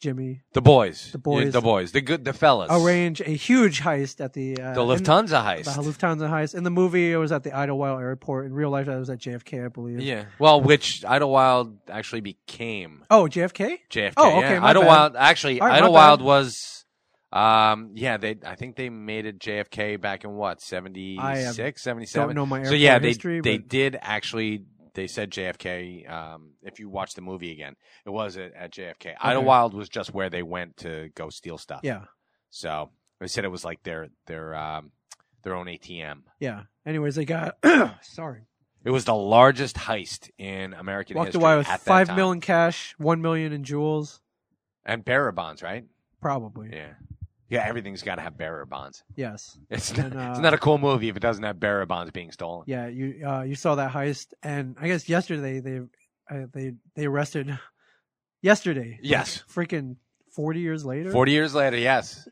Speaker 3: Jimmy,
Speaker 4: The boys.
Speaker 3: The boys.
Speaker 4: Yeah, the boys. The good the fellas.
Speaker 3: arrange a huge heist at the uh,
Speaker 4: the
Speaker 3: in-
Speaker 4: Lufthansa
Speaker 3: The
Speaker 4: heist.
Speaker 3: Lufthansa heist. In the movie, it was at the Idlewild Airport. In real life, that was at JFK, I believe.
Speaker 4: Yeah. Well, which Idlewild actually became
Speaker 3: Oh, JFK?
Speaker 4: JFK.
Speaker 3: Oh, okay, my
Speaker 4: Yeah.
Speaker 3: bad.
Speaker 4: Idlewild actually
Speaker 3: All right, my
Speaker 4: Idlewild
Speaker 3: bad.
Speaker 4: was um yeah, they I think they made it JFK back in what, 76, 77?
Speaker 3: Don't know my airport
Speaker 4: so yeah, they
Speaker 3: history.
Speaker 4: they
Speaker 3: but
Speaker 4: did actually. They said JFK. Um, if you watch the movie again, it was at, at JFK. Idlewild was just where they went to go steal stuff.
Speaker 3: yeah,
Speaker 4: So they said it was like their their um, their own ATM.
Speaker 3: yeah. Anyways, they got sorry.
Speaker 4: It was the largest heist in American
Speaker 3: Walked
Speaker 4: history.
Speaker 3: away with
Speaker 4: at that
Speaker 3: five
Speaker 4: time.
Speaker 3: million cash, one million in jewels,
Speaker 4: and bearer bonds, right?
Speaker 3: probably.
Speaker 4: Yeah, yeah. Everything's got to have bearer bonds.
Speaker 3: Yes.
Speaker 4: It's not,
Speaker 3: And, uh,
Speaker 4: it's not a cool movie if it doesn't have bearer bonds being stolen.
Speaker 3: Yeah. You uh, you saw that heist, and I guess yesterday they uh, they they arrested yesterday.
Speaker 4: Yes.
Speaker 3: Freaking forty years later.
Speaker 4: Forty years later, yes.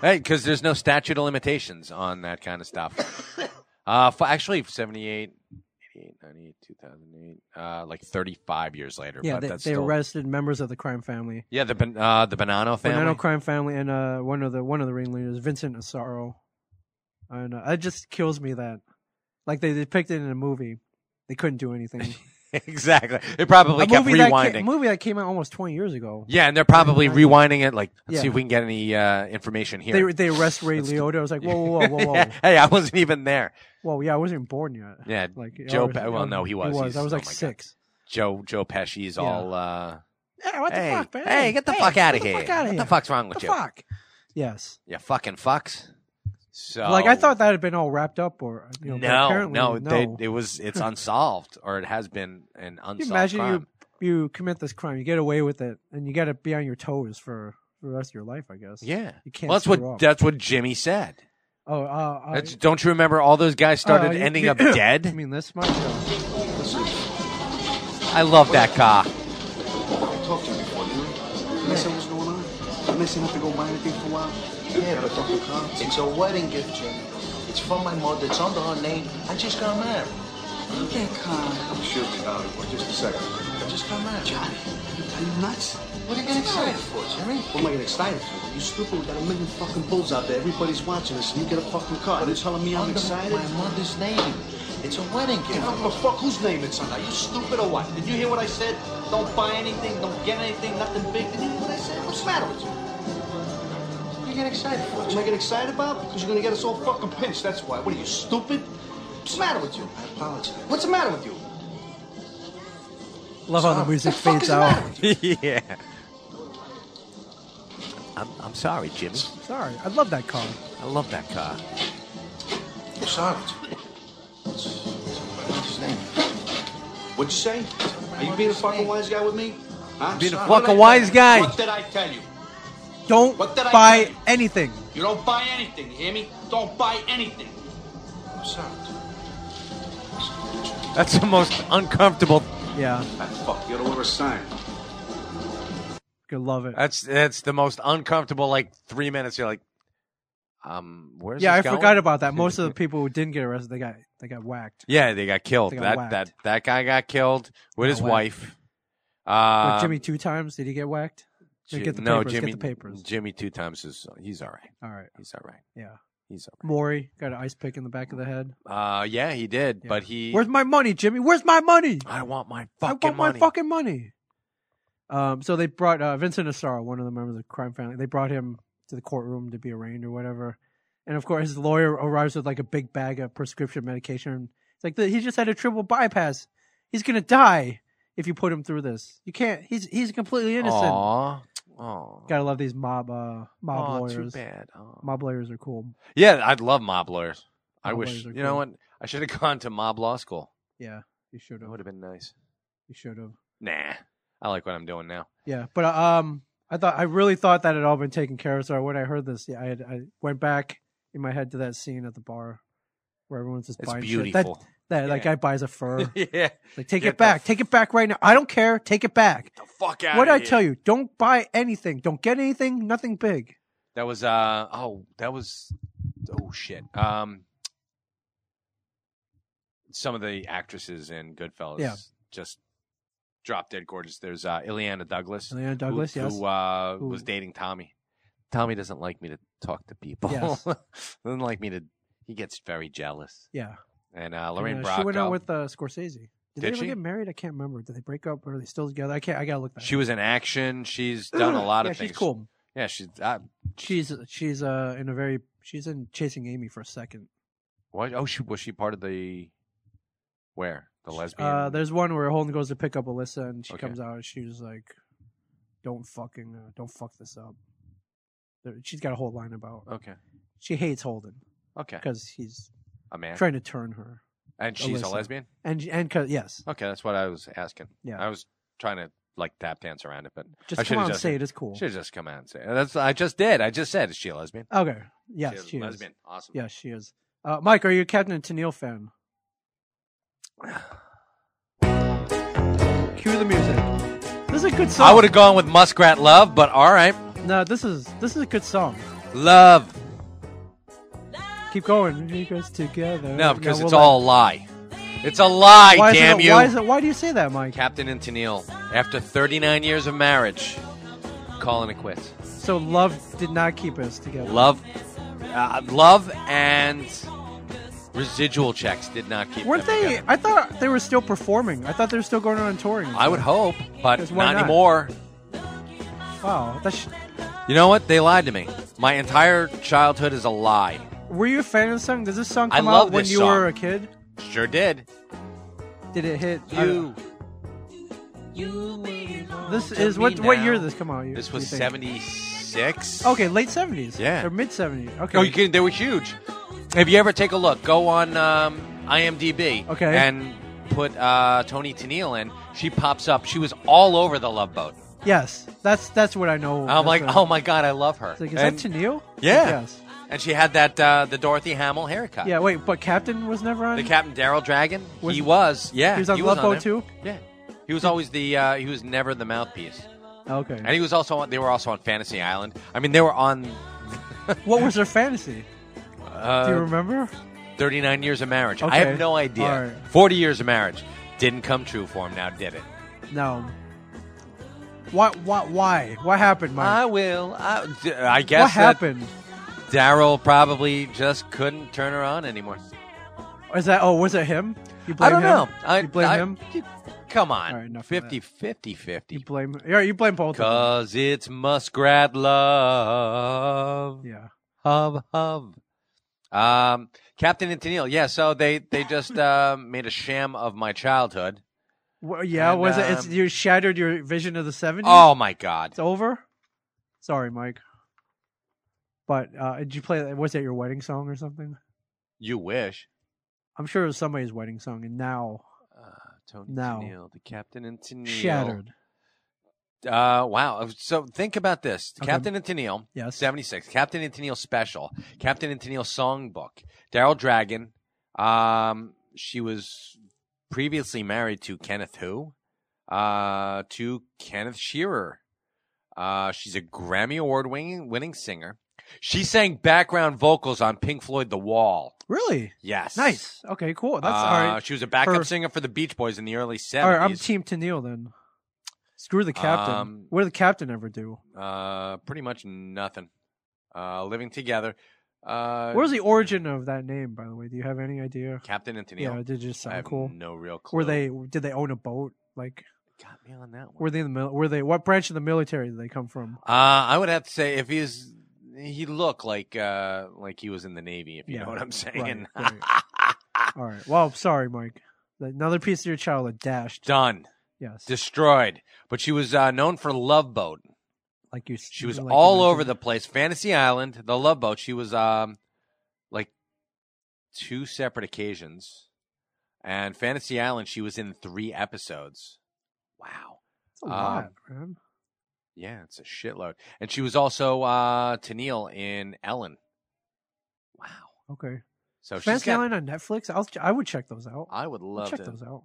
Speaker 4: hey, because there's no statute of limitations on that kind of stuff. Uh, f- actually, 78, 88, 98, 2008, uh, like 35 years later.
Speaker 3: Yeah.
Speaker 4: but
Speaker 3: They,
Speaker 4: that's
Speaker 3: they
Speaker 4: still-
Speaker 3: arrested members of the crime family,
Speaker 4: Yeah, the Ban- uh, the Bonanno family.
Speaker 3: Bonanno crime family, and uh, one of the one of the ringleaders, Vincent Asaro. And uh, it just kills me that, like they depicted in a movie, they couldn't do anything.
Speaker 4: exactly. They probably
Speaker 3: a
Speaker 4: kept
Speaker 3: movie that, ca-
Speaker 4: rewinding.
Speaker 3: movie that came out almost 20 years ago.
Speaker 4: yeah, and they're probably rewinding it. Like, let's
Speaker 3: Yeah.
Speaker 4: see if we can get any uh, information here.
Speaker 3: They they arrest Ray Liotta. I was like, whoa, whoa, whoa, whoa, whoa.
Speaker 4: Yeah. Hey, I wasn't even there.
Speaker 3: whoa, yeah, I wasn't even born yet.
Speaker 4: Yeah,
Speaker 3: Like I
Speaker 4: Joe
Speaker 3: was-
Speaker 4: Pe- well, no, he was.
Speaker 3: He was. I
Speaker 4: He's-
Speaker 3: was
Speaker 4: oh
Speaker 3: like
Speaker 4: my God.
Speaker 3: six.
Speaker 4: Joe Joe Pesci's
Speaker 3: Yeah.
Speaker 4: all. Uh,
Speaker 3: Hey, what the
Speaker 4: hey,
Speaker 3: fuck, man?
Speaker 4: hey, get the fuck
Speaker 3: get
Speaker 4: out of
Speaker 3: the
Speaker 4: here!
Speaker 3: fuck outta
Speaker 4: What
Speaker 3: here.
Speaker 4: the fuck's wrong with
Speaker 3: What the
Speaker 4: you?
Speaker 3: fuck? Yes.
Speaker 4: You fucking fucks. So
Speaker 3: Like I thought that had been all wrapped up, or you know, but
Speaker 4: no,
Speaker 3: apparently,
Speaker 4: no,
Speaker 3: no.
Speaker 4: They, it was it's unsolved, or it has been an unsolved
Speaker 3: you imagine
Speaker 4: crime.
Speaker 3: you you commit this crime, you get away with it, and you got to be on your toes for the rest of your life, I guess.
Speaker 4: yeah,
Speaker 3: You can't.
Speaker 4: well, that's
Speaker 3: screw
Speaker 4: what
Speaker 3: up.
Speaker 4: that's what Jimmy said.
Speaker 3: oh, uh, uh,
Speaker 4: That's, don't you remember all those guys started
Speaker 3: uh, you-
Speaker 4: ending
Speaker 3: you-
Speaker 4: up
Speaker 3: I
Speaker 4: dead?
Speaker 3: mean, this much. uh,
Speaker 4: I love that car.
Speaker 6: I talked to you before, didn't I? Did I say what's going on? Didn't I say not to go buy anything for a while? Yeah, but Dr. Khan, it's a wedding gift, Jimmy. It's from my mother. It's under her name. I just got married.
Speaker 7: Okay, Carl.
Speaker 6: Excuse me, Dolly, for just a second. I just got married.
Speaker 7: Johnny, are you nuts?
Speaker 6: What are you getting excited for, Jimmy? What am I getting excited for? You stupid. We got a million fucking bulls out there. Everybody's watching us, and you get a fucking car. You're telling me I'm excited? My mother's name. It's a wedding gift. Give up the fuck whose name it's under. Are you stupid or what? Did you hear what I said? Don't buy anything. Don't get anything. Nothing big. Did you hear what I said? What's the matter with you? What are you getting excited for? What am I getting excited about? Because you're gonna get us all fucking pinched. That's why. What are you stupid? What's the matter with you? I apologize. What's the matter with you?
Speaker 3: love how the
Speaker 6: Sorry.
Speaker 3: music
Speaker 6: the fuck
Speaker 3: fades
Speaker 6: is the matter with
Speaker 3: out.
Speaker 6: you?
Speaker 4: yeah. I'm, I'm sorry, Jimmy.
Speaker 3: Sorry, I love that car.
Speaker 4: I love that car.
Speaker 6: Sarge. What's his name? What'd you say? Are you being a fucking wise guy with me? Huh?
Speaker 4: Being a
Speaker 6: Sarge,
Speaker 4: fucking
Speaker 6: what did I
Speaker 4: wise
Speaker 6: tell
Speaker 4: guy.
Speaker 6: you? What did I tell you?
Speaker 3: Don't
Speaker 6: What did I
Speaker 3: buy
Speaker 6: tell you?
Speaker 3: anything.
Speaker 6: You don't buy anything, you hear me? Don't buy anything. Sarge.
Speaker 4: That's the most uncomfortable.
Speaker 3: Yeah,
Speaker 6: Ah, fuck, you don't ever sign.
Speaker 3: could love it.
Speaker 4: That's that's the most uncomfortable. Like three minutes, you're like, um, where's
Speaker 3: yeah, I
Speaker 4: this going?
Speaker 3: forgot about that. Most of the people who didn't get arrested, they got they got whacked.
Speaker 4: Yeah, they got killed.
Speaker 3: They got
Speaker 4: that
Speaker 3: whacked.
Speaker 4: that that guy got killed with his
Speaker 3: whacked.
Speaker 4: wife.
Speaker 3: Like
Speaker 4: Uh,
Speaker 3: Jimmy two times. Did he get whacked? Like,
Speaker 4: Ji-
Speaker 3: get the
Speaker 4: no,
Speaker 3: papers, get
Speaker 4: Jimmy,
Speaker 3: the papers.
Speaker 4: Jimmy two times is he's all right.
Speaker 3: All right.
Speaker 4: He's all right.
Speaker 3: Yeah.
Speaker 4: He's all
Speaker 3: Maury got an ice pick in the back of the head.
Speaker 4: right. Uh, yeah, he did,
Speaker 3: Yeah.
Speaker 4: but he.
Speaker 3: Where's my money, Jimmy? Where's my money?
Speaker 4: I want my
Speaker 3: I
Speaker 4: fucking
Speaker 3: want my
Speaker 4: money.
Speaker 3: fucking money. Um, so they brought uh, Vincent Asaro, one of the members of the crime family. They brought him to the courtroom to be arraigned or whatever. And of course, his lawyer arrives with like a big bag of prescription medication. It's like the, he just had a triple bypass. He's gonna die if you put him through this. You can't. He's he's completely innocent.
Speaker 4: Aw. Aw.
Speaker 3: Gotta love these mob uh, mob
Speaker 4: Aw,
Speaker 3: lawyers.
Speaker 4: Too bad. Aw.
Speaker 3: Mob lawyers are cool.
Speaker 4: Yeah, I'd love mob lawyers. I
Speaker 3: Mob
Speaker 4: wish
Speaker 3: lawyers
Speaker 4: you
Speaker 3: are
Speaker 4: know
Speaker 3: cool.
Speaker 4: what I should have gone to mob law school.
Speaker 3: Yeah, you should
Speaker 4: That
Speaker 3: have.
Speaker 4: would have been nice.
Speaker 3: You should have.
Speaker 4: Nah, I like what I'm doing now.
Speaker 3: Yeah, but uh, um, I thought I really thought that had all been taken care of. So when I heard this, yeah, I, had, I went back in my head to that scene at the bar where everyone's just
Speaker 4: It's
Speaker 3: buying
Speaker 4: beautiful.
Speaker 3: shit. That that, that
Speaker 4: Yeah.
Speaker 3: guy buys a fur.
Speaker 4: yeah,
Speaker 3: like take
Speaker 4: Get
Speaker 3: it
Speaker 4: the
Speaker 3: back,
Speaker 4: f-
Speaker 3: take it back right now. I don't care. Take it back.
Speaker 4: the fuck out.
Speaker 3: What did I tell you? Don't buy anything. Don't get anything. Nothing big.
Speaker 4: That was uh oh that was oh shit um some of the actresses in Goodfellas
Speaker 3: Yeah.
Speaker 4: just drop dead gorgeous. There's uh Ileana Douglas,
Speaker 3: Leon Douglas.
Speaker 4: who,
Speaker 3: yes.
Speaker 4: who, uh,
Speaker 3: Who-
Speaker 4: was dating Tommy. Tommy doesn't like me to talk to people.
Speaker 3: Yes.
Speaker 4: doesn't like me to. He gets very jealous.
Speaker 3: yeah.
Speaker 4: And uh, Lorraine
Speaker 3: And, uh,
Speaker 4: Bracco,
Speaker 3: She went out with uh, Scorsese. Did,
Speaker 4: Did
Speaker 3: they ever
Speaker 4: she?
Speaker 3: get married? I can't remember. Did they break up or are they still together? I can't. I gotta look back.
Speaker 4: she was in action. She's done a lot
Speaker 3: yeah,
Speaker 4: of things.
Speaker 3: She's cool.
Speaker 4: Yeah, she's uh,
Speaker 3: She's she's uh in a very she's in Chasing Amy for a second.
Speaker 4: what? Oh, she was she part of the where the lesbian?
Speaker 3: Uh, there's one where Holden goes to pick up Alyssa, and she
Speaker 4: Okay.
Speaker 3: comes out, and she's like, "Don't fucking, uh, don't fuck this up." There- She's got a whole line about
Speaker 4: okay,
Speaker 3: she hates Holden
Speaker 4: okay,
Speaker 3: because he's
Speaker 4: a man,
Speaker 3: trying to turn her,
Speaker 4: and she's a
Speaker 3: Alyssa.
Speaker 4: lesbian.
Speaker 3: and and 'cause- yes,
Speaker 4: Okay, that's what I was asking.
Speaker 3: Yeah.
Speaker 4: I was trying to like tap dance around it, but
Speaker 3: just
Speaker 4: I
Speaker 3: come
Speaker 4: should've
Speaker 3: on, and
Speaker 4: just-
Speaker 3: say it is cool.
Speaker 4: should have just come out and say it. that's. I just did. I just said, is she a lesbian?
Speaker 3: Okay, yes,
Speaker 4: a
Speaker 3: she is.
Speaker 4: lesbian. Awesome.
Speaker 3: Yes, she is. Uh, Mike, are you a Captain Tennille fan? Cue the music. This is a good song.
Speaker 4: I would have gone with Muskrat Love, but all right,
Speaker 3: No, this is this is a good song.
Speaker 4: Love.
Speaker 3: Keep going. You guys together.
Speaker 4: No, because
Speaker 3: we'll
Speaker 4: it's
Speaker 3: let-
Speaker 4: all a lie. It's a lie,
Speaker 3: why
Speaker 4: damn
Speaker 3: is it,
Speaker 4: you.
Speaker 3: Why, is it, why do you say that, Mike?
Speaker 4: Captain and Tennille, after 39 years of marriage, calling it quits.
Speaker 3: So love did not keep us together.
Speaker 4: Love, uh, love, and Residual checks did not keep.
Speaker 3: Weren't
Speaker 4: them
Speaker 3: they?
Speaker 4: together.
Speaker 3: I thought they were still performing. I thought they were still going on touring.
Speaker 4: I would hope, but
Speaker 3: 'Cause why
Speaker 4: not,
Speaker 3: not?
Speaker 4: anymore.
Speaker 3: Wow. That's,
Speaker 4: You know what? They lied to me. My entire childhood is a lie.
Speaker 3: were you a fan of this song? Does this song
Speaker 4: I
Speaker 3: come
Speaker 4: love
Speaker 3: out when
Speaker 4: this
Speaker 3: you
Speaker 4: song.
Speaker 3: were a kid?
Speaker 4: Sure did.
Speaker 3: Did it hit I don't
Speaker 4: You.
Speaker 3: know. This
Speaker 4: to
Speaker 3: is
Speaker 4: me
Speaker 3: what? What
Speaker 4: now.
Speaker 3: year did this come out? you-
Speaker 4: This
Speaker 3: do you
Speaker 4: was
Speaker 3: think?
Speaker 4: seventy six.
Speaker 3: Okay, late seventies.
Speaker 4: Yeah.
Speaker 3: Or mid seventies. Okay.
Speaker 4: No, you can, they were huge. If you ever take a look, go on um, IMDb.
Speaker 3: Okay.
Speaker 4: And put uh, Tony Tennille in. She pops up. She was all over the Love Boat.
Speaker 3: Yes, that's that's what I know.
Speaker 4: I'm like,
Speaker 3: That's, uh,
Speaker 4: oh my god, I love her.
Speaker 3: it's like, is
Speaker 4: and,
Speaker 3: that Tennille?
Speaker 4: Yeah.
Speaker 3: Yes.
Speaker 4: and she had that uh, the Dorothy Hamill haircut.
Speaker 3: Yeah. Wait, but Captain was never on.
Speaker 4: The Captain Daryl Dragon.
Speaker 3: Was-
Speaker 4: he was. Yeah.
Speaker 3: he was on Love Boat
Speaker 4: there.
Speaker 3: too?
Speaker 4: Yeah. He was always the. Uh, he was never the mouthpiece.
Speaker 3: okay.
Speaker 4: And he was also. On, they were also on Fantasy Island. I mean, they were on.
Speaker 3: What was their fantasy?
Speaker 4: Uh,
Speaker 3: Do you remember?
Speaker 4: 39 years of marriage. I
Speaker 3: Okay.
Speaker 4: have no idea.
Speaker 3: All right.
Speaker 4: 40 years of marriage. Didn't come true for him now, did it?
Speaker 3: No. What? What? Why? What happened, Mike?
Speaker 4: I will. I, d- I guess
Speaker 3: what
Speaker 4: that
Speaker 3: happened?
Speaker 4: Daryl probably just couldn't turn her on anymore.
Speaker 3: Is that? Oh, was it him? You blame
Speaker 4: I don't
Speaker 3: him?
Speaker 4: know. I,
Speaker 3: you blame
Speaker 4: I-
Speaker 3: him.
Speaker 4: you- come on.
Speaker 3: All right, enough of
Speaker 4: 50, 50,
Speaker 3: You
Speaker 4: 50.
Speaker 3: blame. Yeah, you blame both. of them.
Speaker 4: Because it's Muskrat Love.
Speaker 3: Yeah.
Speaker 4: Hub, hub. Um, Captain and Tennille. Yeah, so they, they just um, made a sham of my childhood.
Speaker 3: Well, yeah.
Speaker 4: And,
Speaker 3: was it? It's,
Speaker 4: um,
Speaker 3: you shattered your vision of the seventies.
Speaker 4: Oh, my God.
Speaker 3: it's over. Sorry, Mike. But uh, did you play? Was that your wedding song or something?
Speaker 4: You wish.
Speaker 3: I'm sure it was somebody's wedding song, and now
Speaker 4: Uh, Tony
Speaker 3: No.
Speaker 4: Tennille, the Captain and Tennille.
Speaker 3: shattered.
Speaker 4: Uh, wow. So think about this:
Speaker 3: Okay.
Speaker 4: Captain and Tennille,
Speaker 3: Yes.
Speaker 4: seventy-six. Captain and Tennille special. Captain and Tennille songbook. Daryl Dragon. Um, she was previously married to Kenneth who, uh, to Kenneth Shearer. Uh, she's a Grammy Award winning winning singer. She sang background vocals on Pink Floyd The Wall.
Speaker 3: Really
Speaker 4: Yes,
Speaker 3: nice. Okay, cool. That's
Speaker 4: uh,
Speaker 3: all right.
Speaker 4: She was a backup
Speaker 3: Her-
Speaker 4: singer for the Beach Boys in the early
Speaker 3: All right, I'm
Speaker 4: seventies.
Speaker 3: Team Tennille then. Screw the captain.
Speaker 4: Um,
Speaker 3: what did the captain ever do?
Speaker 4: Uh, pretty much nothing. Uh, living together. Uh,
Speaker 3: Where's the origin of that name, by the way? Do you have any idea?
Speaker 4: Captain and Tennille?
Speaker 3: Yeah, did it just
Speaker 4: I
Speaker 3: sound
Speaker 4: have
Speaker 3: cool?
Speaker 4: no real clue.
Speaker 3: Were they? Did they own a boat? Like,
Speaker 4: got me on that one?
Speaker 3: were they in the mil- Were they? What branch of the military did they come from?
Speaker 4: Uh, I would have to say if he's he looked like uh like he was in the Navy. If you know what I'm saying.
Speaker 3: Right, right. All right. Well, sorry, Mike. Another piece of your childhood dashed.
Speaker 4: Done,
Speaker 3: yes.
Speaker 4: destroyed. But she was uh, known for Love Boat.
Speaker 3: like you.
Speaker 4: She was
Speaker 3: like you
Speaker 4: all over
Speaker 3: mentioned.
Speaker 4: the place. Fantasy Island, the Love Boat. She was um like two separate occasions. And Fantasy Island, she was in three episodes. Wow.
Speaker 3: That's a lot,
Speaker 4: um,
Speaker 3: man.
Speaker 4: Yeah, it's a shitload. And she was also uh Tennille in Ellen. Wow.
Speaker 3: Okay.
Speaker 4: So she's
Speaker 3: Fantasy
Speaker 4: got,
Speaker 3: Island on Netflix. I'll. ch- I would check those out.
Speaker 4: I would
Speaker 3: I'll
Speaker 4: love
Speaker 3: check
Speaker 4: to.
Speaker 3: those out.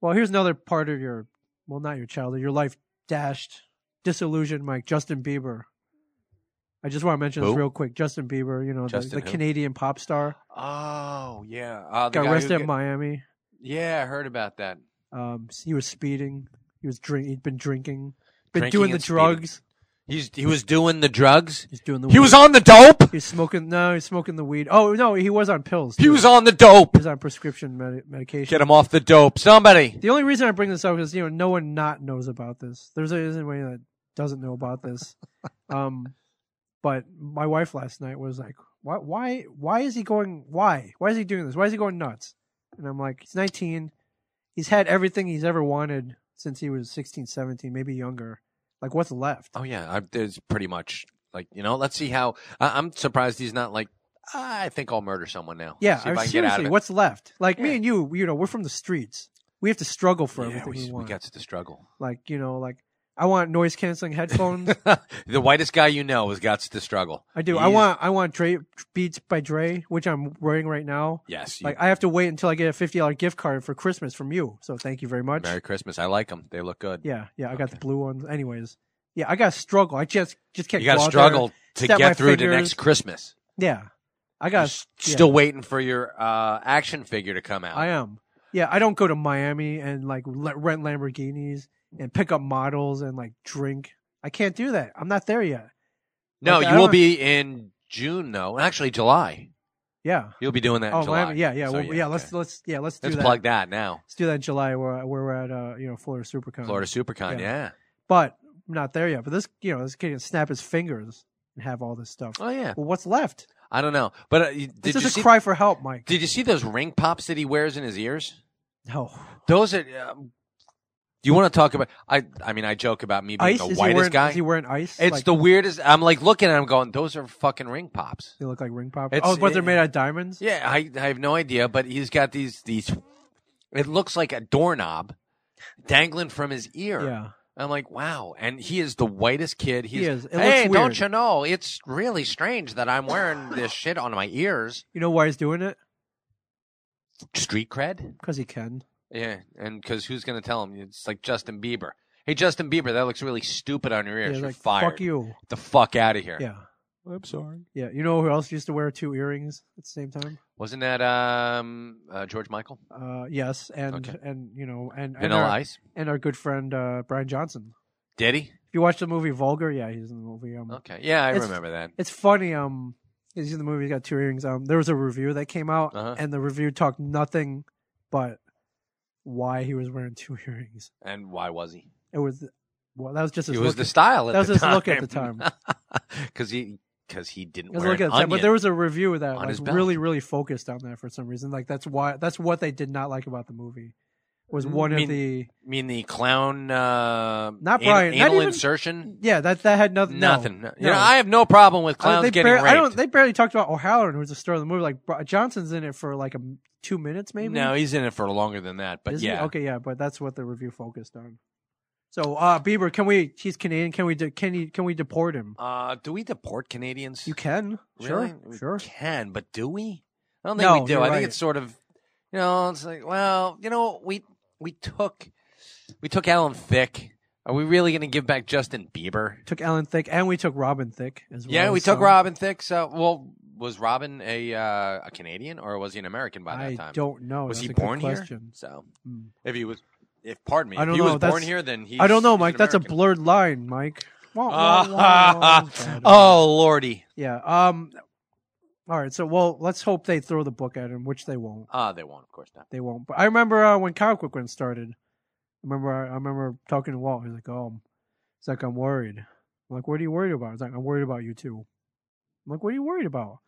Speaker 3: Well, here's another part of your. Well, not your childhood. Your life dashed, disillusioned, Mike. Justin Bieber. I just want to mention this
Speaker 4: Who?
Speaker 3: real quick. Justin Bieber, you know, the,
Speaker 4: Justin
Speaker 3: the
Speaker 4: who?
Speaker 3: Canadian pop star,
Speaker 4: Oh, yeah. Uh, the
Speaker 3: got
Speaker 4: guy who
Speaker 3: arrested
Speaker 4: get-
Speaker 3: in Miami.
Speaker 4: Yeah, I heard about that.
Speaker 3: Um, he was speeding. He was drink. He'd been drinking. Been
Speaker 4: Drinking
Speaker 3: doing the
Speaker 4: and speeding.
Speaker 3: drugs.
Speaker 4: He's he was doing the drugs.
Speaker 3: He's doing the.
Speaker 4: He
Speaker 3: weed.
Speaker 4: was on the dope.
Speaker 3: He was smoking. No, he's smoking the weed. Oh no, he was on pills.
Speaker 4: He
Speaker 3: too.
Speaker 4: was on the dope.
Speaker 3: He was on prescription medi medication.
Speaker 4: Get him off the dope. Somebody.
Speaker 3: The only reason I bring this up is you know no one not knows about this. There's isn't anybody that doesn't know about this. um, but my wife last night was like, "Why? Why? Why is he going? Why? Why is he doing this? Why is he going nuts?" And I'm like, "He's 19. He's had everything he's ever wanted since he was 16, 17, maybe younger. Like what's left?"
Speaker 4: Oh yeah, I, there's pretty much like you know. Let's see how I, I'm surprised he's not like. I think I'll murder someone now.
Speaker 3: Yeah,
Speaker 4: see
Speaker 3: I
Speaker 4: if
Speaker 3: mean,
Speaker 4: I can get out
Speaker 3: seriously,
Speaker 4: of it.
Speaker 3: what's left? Like me
Speaker 4: Yeah.
Speaker 3: and you, you know, we're from the streets. We have to struggle for
Speaker 4: yeah,
Speaker 3: everything
Speaker 4: we,
Speaker 3: we,
Speaker 4: we
Speaker 3: want.
Speaker 4: got to the struggle.
Speaker 3: Like you know, like I want noise canceling headphones.
Speaker 4: the whitest guy you know has got to struggle.
Speaker 3: I do. I
Speaker 4: He's-
Speaker 3: want I want Dre Beats by Dre, which I'm wearing right now.
Speaker 4: Yes. you-
Speaker 3: Like I have to wait until I get a fifty dollar gift card for Christmas from you. So thank you very much.
Speaker 4: Merry Christmas. I like them. They look good.
Speaker 3: Yeah, yeah. I got the
Speaker 4: Okay.
Speaker 3: blue ones. Anyways, yeah, I got to struggle. I just just can't.
Speaker 4: you
Speaker 3: go
Speaker 4: got to
Speaker 3: out there.
Speaker 4: struggle to
Speaker 3: snap my
Speaker 4: get through to
Speaker 3: fingers.
Speaker 4: next Christmas.
Speaker 3: Yeah, I
Speaker 4: You're
Speaker 3: got
Speaker 4: s- Still waiting for your uh, action figure to come out.
Speaker 3: I uh, am. Yeah, I don't go to Miami and like le- rent Lamborghinis and pick up models and like drink. I can't do that. I'm not there yet.
Speaker 4: No,
Speaker 3: Like, I
Speaker 4: you will
Speaker 3: don't-
Speaker 4: be in June though. Actually, July.
Speaker 3: Yeah.
Speaker 4: You'll be doing that.
Speaker 3: Oh,
Speaker 4: in July.
Speaker 3: Miami. Yeah, yeah,
Speaker 4: So,
Speaker 3: well, yeah. Let's
Speaker 4: okay.
Speaker 3: let's yeah let's do
Speaker 4: let's
Speaker 3: that.
Speaker 4: plug that now.
Speaker 3: Let's do that in July where where we're at uh you know Florida SuperCon.
Speaker 4: Florida SuperCon.
Speaker 3: Yeah.
Speaker 4: Yeah.
Speaker 3: but I'm not there yet. But this you know this kid can snap his fingers and have all this stuff.
Speaker 4: Oh yeah.
Speaker 3: Well, what's left?
Speaker 4: I don't know, but uh, you- did
Speaker 3: This
Speaker 4: you
Speaker 3: is
Speaker 4: see?
Speaker 3: a cry for help, Mike.
Speaker 4: did you see those ring pops that he wears in his ears?
Speaker 3: No,
Speaker 4: Those are. Um, you want to talk about? I. I mean, I joke about me being
Speaker 3: ice.
Speaker 4: the
Speaker 3: Is he
Speaker 4: whitest
Speaker 3: wearing?
Speaker 4: guy.
Speaker 3: Is he wearing ice?
Speaker 4: it's
Speaker 3: Like,
Speaker 4: the weirdest. I'm like looking at him, going, "Those are fucking ring pops."
Speaker 3: They look like ring pop.
Speaker 4: It's-
Speaker 3: Oh, but they're
Speaker 4: it-
Speaker 3: made out of diamonds.
Speaker 4: Yeah, I, I have no idea, but he's got these these. It looks like a doorknob dangling from his ear.
Speaker 3: Yeah.
Speaker 4: I'm like, wow, and he is the whitest kid. He's,
Speaker 3: He is. It looks
Speaker 4: hey,
Speaker 3: weird."
Speaker 4: don't you know? It's really strange that I'm wearing this shit on my ears.
Speaker 3: You know why he's doing it?
Speaker 4: Street cred.
Speaker 3: Because he can.
Speaker 4: Yeah, and because who's gonna tell him? It's like Justin Bieber. Hey, Justin Bieber, that looks really stupid on your
Speaker 3: Yeah,
Speaker 4: ears. You're
Speaker 3: like
Speaker 4: fired.
Speaker 3: fuck you.
Speaker 4: The fuck out of here.
Speaker 3: Yeah. I'm sorry. Yeah. You know who else used to wear two earrings at the same time?
Speaker 4: Wasn't that um uh, George Michael?
Speaker 3: Uh, yes, and
Speaker 4: Okay.
Speaker 3: and you know and and
Speaker 4: Vanilla
Speaker 3: our,
Speaker 4: Ice.
Speaker 3: and our good friend uh, Brian Johnson.
Speaker 4: Did he?
Speaker 3: If you watch the movie Vulgar, yeah, he's in the movie. Um,
Speaker 4: Okay. Yeah, I
Speaker 3: It's-
Speaker 4: remember that.
Speaker 3: It's funny. Um, he's in the movie. He's got two earrings. Um, there was a review that came out,
Speaker 4: Uh-huh.
Speaker 3: and the review talked nothing but why he was wearing two earrings.
Speaker 4: And why was he?
Speaker 3: It was well, that was just his
Speaker 4: It was
Speaker 3: look
Speaker 4: the
Speaker 3: at-
Speaker 4: style. At
Speaker 3: that was
Speaker 4: the
Speaker 3: his
Speaker 4: time.
Speaker 3: look at the time.
Speaker 4: Because he because he didn't
Speaker 3: It was
Speaker 4: wear
Speaker 3: look
Speaker 4: an
Speaker 3: at the time. But
Speaker 4: onion.
Speaker 3: there was a review of that
Speaker 4: on
Speaker 3: like
Speaker 4: his belt.
Speaker 3: really, really focused on that for some reason. Like that's why that's what they did not like about the movie. Was one
Speaker 4: Mm, mean-
Speaker 3: of the
Speaker 4: I mean the clown. Uh,
Speaker 3: Not
Speaker 4: an-
Speaker 3: Brian, not
Speaker 4: Anal
Speaker 3: even-
Speaker 4: insertion.
Speaker 3: yeah that that had nothing no.
Speaker 4: Nothing. No. You
Speaker 3: No.
Speaker 4: know, I have no problem with
Speaker 3: I,
Speaker 4: clowns
Speaker 3: they
Speaker 4: getting
Speaker 3: bar- I don't.
Speaker 4: raped.
Speaker 3: They barely talked about O'Halloran, who's the star of the movie. Like Bri- Johnson's in it for like a m- two minutes, maybe.
Speaker 4: no, he's in it for longer than that. But
Speaker 3: Isn't he?
Speaker 4: yeah,
Speaker 3: Okay, yeah, but that's what the review focused on. So uh Bieber, can we? He's Canadian. Can we? De- can he? Can we deport him?
Speaker 4: Uh, do we deport Canadians?
Speaker 3: You can.
Speaker 4: Really?
Speaker 3: Sure. Sure.
Speaker 4: We can, but do we? I don't think
Speaker 3: No,
Speaker 4: we do.
Speaker 3: you're
Speaker 4: I
Speaker 3: right.
Speaker 4: think it's sort of, you know, it's like, well, you know, we we took we took Alan Thick. Are we really going to give back Justin Bieber?
Speaker 3: Took Alan Thick and we took Robin Thick as well.
Speaker 4: yeah, we took
Speaker 3: so
Speaker 4: Robin Thicke. So, well, was Robin a uh, a Canadian or was he an American by that
Speaker 3: I
Speaker 4: time?
Speaker 3: don't know.
Speaker 4: was
Speaker 3: That's
Speaker 4: he
Speaker 3: a good
Speaker 4: born here?
Speaker 3: question.
Speaker 4: So,
Speaker 3: Hmm.
Speaker 4: if he was, if pardon me,
Speaker 3: I don't
Speaker 4: if he
Speaker 3: know,
Speaker 4: was born
Speaker 3: that's-
Speaker 4: here, then he.
Speaker 3: I don't know, Mike. That's a Oh, blurred line, Mike. Wah, wah, wah, wah, wah.
Speaker 4: oh lordy!
Speaker 3: yeah. Um. All right. So, well, let's hope they throw the book at him, which they won't.
Speaker 4: Ah, they won't, of course not.
Speaker 3: They won't. But I remember uh, when Comic Book Run started. I remember I, I remember talking to Walt. He's like, "Oh, it's like I'm worried." I'm like, "What are you worried about?" He's like, "I'm worried about you too." I'm like, "What are you worried about?"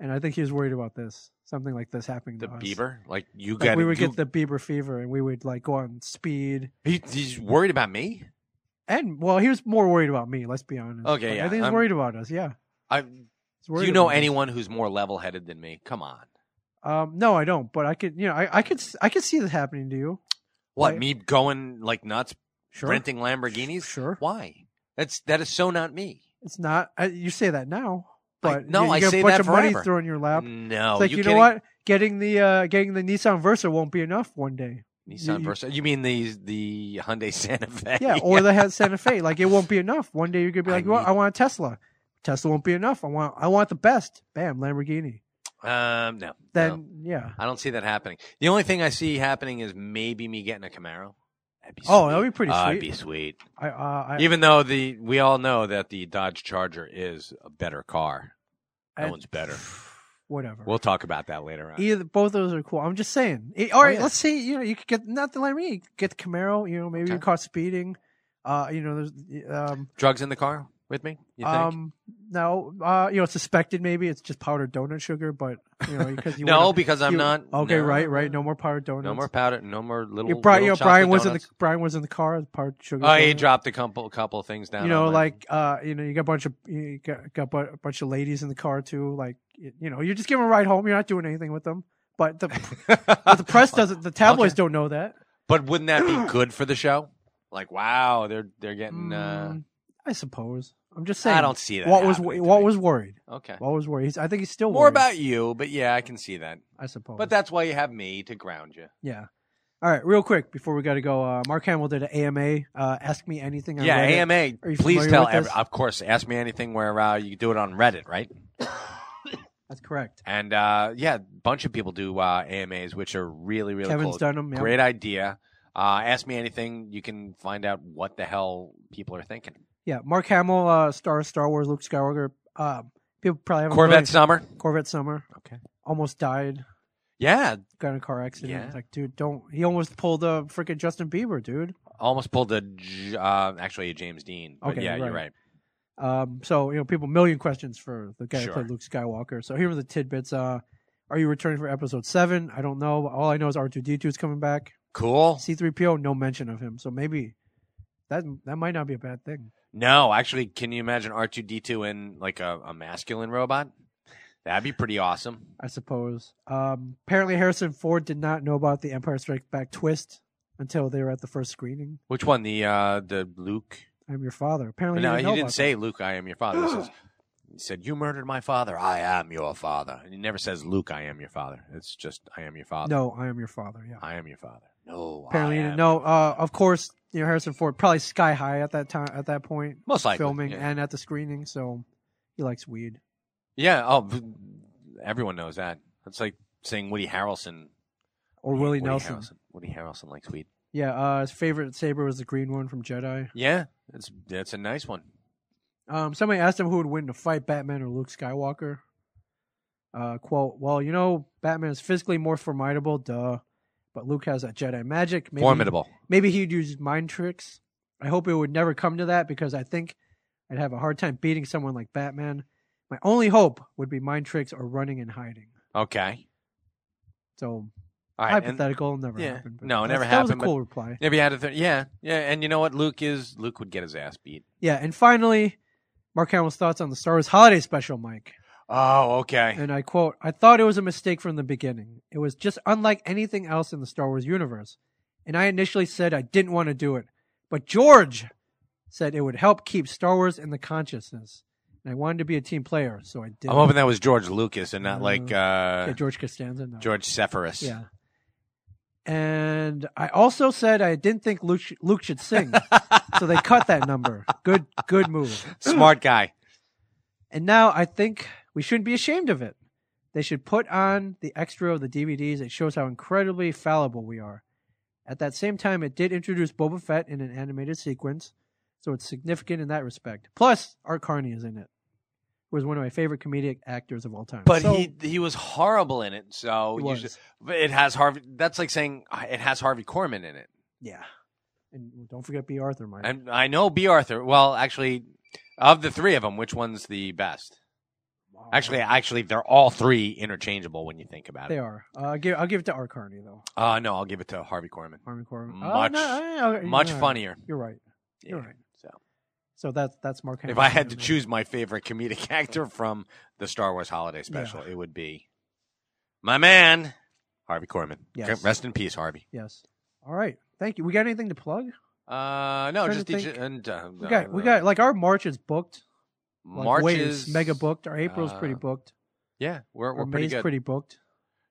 Speaker 3: And I think he was worried about this, something like this happening
Speaker 4: The
Speaker 3: to us.
Speaker 4: Bieber, like you
Speaker 3: Like,
Speaker 4: got.
Speaker 3: we would get the Bieber fever, and we would like go on speed.
Speaker 4: He, he's worried about me.
Speaker 3: And well, he was more worried about me. Let's be honest.
Speaker 4: Okay,
Speaker 3: Like, I
Speaker 4: yeah,
Speaker 3: think he's
Speaker 4: I'm-
Speaker 3: worried about us. Yeah.
Speaker 4: I,
Speaker 3: He's worried
Speaker 4: do you know
Speaker 3: about us.
Speaker 4: anyone who's more level-headed than me? Come on.
Speaker 3: Um, no, I don't. But I could, you know, I, I could, s- I could see this happening to you.
Speaker 4: What
Speaker 3: I-
Speaker 4: me going like nuts,
Speaker 3: Sure.
Speaker 4: renting Lamborghinis?
Speaker 3: Sure.
Speaker 4: Why? That's that is so not me.
Speaker 3: It's not. I, you say that now,
Speaker 4: I-
Speaker 3: but
Speaker 4: no,
Speaker 3: you, you
Speaker 4: I
Speaker 3: get
Speaker 4: say
Speaker 3: a bunch
Speaker 4: that
Speaker 3: of money
Speaker 4: forever. Mm,
Speaker 3: thrown in your lap.
Speaker 4: No,
Speaker 3: it's like you,
Speaker 4: you,
Speaker 3: know
Speaker 4: kidding?
Speaker 3: what? Getting the uh, getting the Nissan Versa won't be enough one day. You-
Speaker 4: Nissan
Speaker 3: you-
Speaker 4: Versa. You mean the the Hyundai Santa Fe?
Speaker 3: Yeah, or the had Santa Fe. Like it won't be enough. One day you're gonna be
Speaker 4: I
Speaker 3: like, well,
Speaker 4: need-
Speaker 3: I want a Tesla. Tesla won't be enough. I want I want the best. Bam, Lamborghini.
Speaker 4: um, no.
Speaker 3: Then
Speaker 4: no.
Speaker 3: yeah.
Speaker 4: I don't see that happening. The only thing I see happening is maybe me getting a Camaro. That'd be
Speaker 3: Oh,
Speaker 4: sweet.
Speaker 3: that'd be pretty
Speaker 4: Ah,
Speaker 3: sweet.
Speaker 4: That'd be sweet.
Speaker 3: I uh, I,
Speaker 4: Even though the we all know that the Dodge Charger is a better car. That
Speaker 3: I-
Speaker 4: one's better.
Speaker 3: whatever.
Speaker 4: We'll talk about that later on.
Speaker 3: Either both of those are cool. I'm just saying. Eh, all right,
Speaker 4: Oh, yeah.
Speaker 3: let's say you know you could get not the Lamborghini, you could get the Camaro. You know maybe you're
Speaker 4: Okay.
Speaker 3: caught speeding. Uh, you know there's um
Speaker 4: Drugs in the car with me? You think?
Speaker 3: Um, no, uh, you know, suspected maybe it's just powdered donut sugar, but you know, because you
Speaker 4: no,
Speaker 3: wanna-
Speaker 4: because I'm
Speaker 3: you-
Speaker 4: not.
Speaker 3: Okay,
Speaker 4: no,
Speaker 3: right, right. No more powdered donuts.
Speaker 4: No more powder. No more little.
Speaker 3: You Bri-
Speaker 4: little
Speaker 3: you know,
Speaker 4: chocolate
Speaker 3: Brian was in
Speaker 4: donuts.
Speaker 3: the Brian was in the car. with Powdered sugar.
Speaker 4: Oh, he
Speaker 3: donut.
Speaker 4: dropped a couple couple of things down.
Speaker 3: You know,
Speaker 4: on my-
Speaker 3: like uh, you know, you got a bunch of you got, got bu- a bunch of ladies in the car too. Like y- you know, you're just giving 'em a ride home. You're not doing anything with them. But the but the press doesn't. The tabloids don't know that.
Speaker 4: But wouldn't that be good for the show? Like, wow, they're they're getting. Uh,
Speaker 3: Mm, I suppose. I'm just saying.
Speaker 4: I don't see that.
Speaker 3: What was
Speaker 4: happening to
Speaker 3: what
Speaker 4: me.
Speaker 3: was worried?
Speaker 4: okay?
Speaker 3: What was worried? He's, I think he's still
Speaker 4: More
Speaker 3: worried,
Speaker 4: about you, but yeah, I can see that.
Speaker 3: I suppose.
Speaker 4: But that's why you have me to ground you.
Speaker 3: Yeah. All right, real quick before we got to go, uh, Mark Hamill did an AMA. Uh, Ask me anything. On
Speaker 4: yeah,
Speaker 3: Reddit.
Speaker 4: AMA.
Speaker 3: Are you
Speaker 4: Please
Speaker 3: familiar
Speaker 4: tell.
Speaker 3: with
Speaker 4: Every,
Speaker 3: this?
Speaker 4: of course, ask me anything. Where uh, you do it on Reddit, right?
Speaker 3: That's correct.
Speaker 4: And uh, yeah, a bunch of people do uh, AMAs, which are really really
Speaker 3: Kevin's
Speaker 4: cool.
Speaker 3: done them.
Speaker 4: Great idea. Uh, ask me anything. You can find out what the hell people are thinking.
Speaker 3: Yeah, Mark Hamill, uh, star of Star Wars, Luke Skywalker. Uh, people probably haven't
Speaker 4: Corvette
Speaker 3: really-
Speaker 4: Summer.
Speaker 3: Corvette Summer.
Speaker 4: Okay.
Speaker 3: almost died,
Speaker 4: Yeah,
Speaker 3: got in a car accident.
Speaker 4: Yeah.
Speaker 3: It's Like, dude, don't. He almost pulled a freaking Justin Bieber, dude.
Speaker 4: almost pulled a J- uh, actually a James Dean. But
Speaker 3: Okay,
Speaker 4: yeah, you're
Speaker 3: right.
Speaker 4: right.
Speaker 3: Um, so you know, people million questions for the guy who
Speaker 4: Sure.
Speaker 3: played Luke Skywalker. So here were the tidbits. Uh, are you returning for Episode Seven? I don't know. All I know is R two D two is coming back.
Speaker 4: Cool.
Speaker 3: C three PO, no mention of him. So maybe that that might not be a bad thing.
Speaker 4: No, actually, can you imagine R two D two in like a, a masculine robot? That'd be pretty awesome.
Speaker 3: I suppose. Um, apparently, Harrison Ford did not know about the Empire Strikes Back twist until they were at the first screening.
Speaker 4: Which one? The uh the Luke?
Speaker 3: I'm your father. Apparently,
Speaker 4: no,
Speaker 3: he didn't, know
Speaker 4: he didn't
Speaker 3: about
Speaker 4: say Luke, I am your father. This is- he said, "You murdered my father. I am your father." And he never says, "Luke, I am your father." It's just, "I am your
Speaker 3: that.
Speaker 4: father."
Speaker 3: No, I am your father. Yeah.
Speaker 4: I am your father. No,
Speaker 3: Apparently,
Speaker 4: Oh, I
Speaker 3: he
Speaker 4: am
Speaker 3: didn't know. Uh, of course, you know Harrison Ford probably sky high at that time at that point,
Speaker 4: Most likely
Speaker 3: filming
Speaker 4: yeah.
Speaker 3: and at the screening. So he likes weed.
Speaker 4: yeah. Oh, v- everyone knows that. It's like saying Woody Harrelson
Speaker 3: Or Willie
Speaker 4: Woody
Speaker 3: Nelson.
Speaker 4: Harrelson. Woody Harrelson likes weed.
Speaker 3: Yeah, uh, his favorite saber was the green one from Jedi.
Speaker 4: Yeah, it's that's a nice one.
Speaker 3: Um, somebody asked him who would win to fight, Batman or Luke Skywalker. Uh, quote, well, you know, Batman is physically more formidable, duh. But Luke has that Jedi magic. Maybe,
Speaker 4: Formidable.
Speaker 3: Maybe he'd use mind tricks. I hope it would never come to that because I think I'd have a hard time beating someone like Batman. My only hope would be mind tricks or running and hiding.
Speaker 4: Okay.
Speaker 3: So
Speaker 4: All right. and-
Speaker 3: hypothetical, never
Speaker 4: yeah.
Speaker 3: happened.
Speaker 4: No, it
Speaker 3: that's-
Speaker 4: never
Speaker 3: that was a
Speaker 4: happened, but-
Speaker 3: cool reply.
Speaker 4: If you had a th- yeah, yeah, and you know what? Luke is Luke would get his ass beat.
Speaker 3: Yeah, and finally, Mark Hamill's thoughts on the Star Wars Holiday Special, Mike.
Speaker 4: Oh, okay.
Speaker 3: And I quote, I thought it was a mistake from the beginning. It was just unlike anything else in the Star Wars universe. And I initially said I didn't want to do it. But George said it would help keep Star Wars in the consciousness. And I wanted to be a team player, so I did.
Speaker 4: I'm hoping that was George Lucas and not
Speaker 3: Uh,
Speaker 4: like
Speaker 3: yeah,
Speaker 4: uh,
Speaker 3: George Costanza. No.
Speaker 4: George Sephiroth.
Speaker 3: Yeah. And I also said I didn't think Luke, sh- Luke should sing. so they cut that number. Good, good move.
Speaker 4: Smart guy.
Speaker 3: And now I think we shouldn't be ashamed of it. They should put on the extra of the DVDs. It shows how incredibly fallible we are. At that same time, it did introduce Boba Fett in an animated sequence, so it's significant in that respect. Plus, Art Carney is in it, who is one of my favorite comedic actors of all time.
Speaker 4: But
Speaker 3: So,
Speaker 4: he he was horrible in it. So
Speaker 3: He
Speaker 4: you
Speaker 3: was.
Speaker 4: should- but it has Harvey. That's like saying uh, it has Harvey Korman in it.
Speaker 3: yeah. And don't forget B. Arthur, Mike.
Speaker 4: And I know B. Arthur. Well, actually, of the three of them, which one's the best?
Speaker 3: Oh,
Speaker 4: Actually, actually, they're all three interchangeable when you think about
Speaker 3: they
Speaker 4: it.
Speaker 3: are. Uh, I'll give, I'll give it to Art Carney though.
Speaker 4: Uh, no, I'll give it to Harvey Korman.
Speaker 3: Harmony Corbin.
Speaker 4: Much-
Speaker 3: I- okay,
Speaker 4: Much
Speaker 3: you're right.
Speaker 4: funnier.
Speaker 3: You're right. You're
Speaker 4: Yeah,
Speaker 3: right.
Speaker 4: So.
Speaker 3: So that's that's Mark.
Speaker 4: If
Speaker 3: Hamill.
Speaker 4: I had to choose my favorite comedic actor from the Star Wars Holiday Special, it would be my man Harvey Korman.
Speaker 3: Yes.
Speaker 4: Rest in peace, Harvey.
Speaker 3: Yes. All right. Thank you. We got anything to plug?
Speaker 4: Uh, no,
Speaker 3: Trying
Speaker 4: just
Speaker 3: to
Speaker 4: each,
Speaker 3: think.
Speaker 4: and uh,
Speaker 3: We got we got like our March is booked. Like,
Speaker 4: March
Speaker 3: way
Speaker 4: is
Speaker 3: mega booked. Our April's pretty
Speaker 4: uh,
Speaker 3: booked.
Speaker 4: Yeah, we're
Speaker 3: Our
Speaker 4: we're pretty
Speaker 3: May's
Speaker 4: good.
Speaker 3: pretty booked.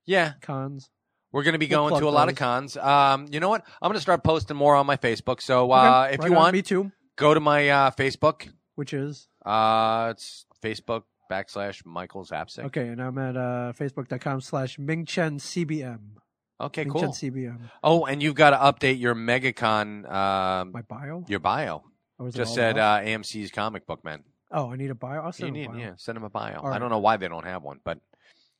Speaker 4: yeah,
Speaker 3: Cons.
Speaker 4: we're going to be
Speaker 3: We'll
Speaker 4: going
Speaker 3: plug
Speaker 4: to a lot of
Speaker 3: those.
Speaker 4: cons. Um, you know what? I'm going to start posting more on my Facebook. So uh,
Speaker 3: Okay,
Speaker 4: if
Speaker 3: right
Speaker 4: you
Speaker 3: on.
Speaker 4: want,
Speaker 3: me too,
Speaker 4: go to my uh, Facebook.
Speaker 3: which is
Speaker 4: Uh, it's Facebook backslash Michael's Zapsik.
Speaker 3: okay. And I'm at uh, facebook.com slash Mingchen CBM.
Speaker 4: Okay,
Speaker 3: Mingchen
Speaker 4: cool.
Speaker 3: CBM.
Speaker 4: Oh, and you've got to update your MegaCon um,
Speaker 3: My bio.
Speaker 4: your bio.
Speaker 3: Or is it
Speaker 4: Just
Speaker 3: all
Speaker 4: said
Speaker 3: about-
Speaker 4: uh, AMC's comic book man.
Speaker 3: oh, I need a bio. I'll send
Speaker 4: you
Speaker 3: him a
Speaker 4: need
Speaker 3: bio.
Speaker 4: yeah, send him a bio.
Speaker 3: All
Speaker 4: I
Speaker 3: right.
Speaker 4: don't know why they don't have one, but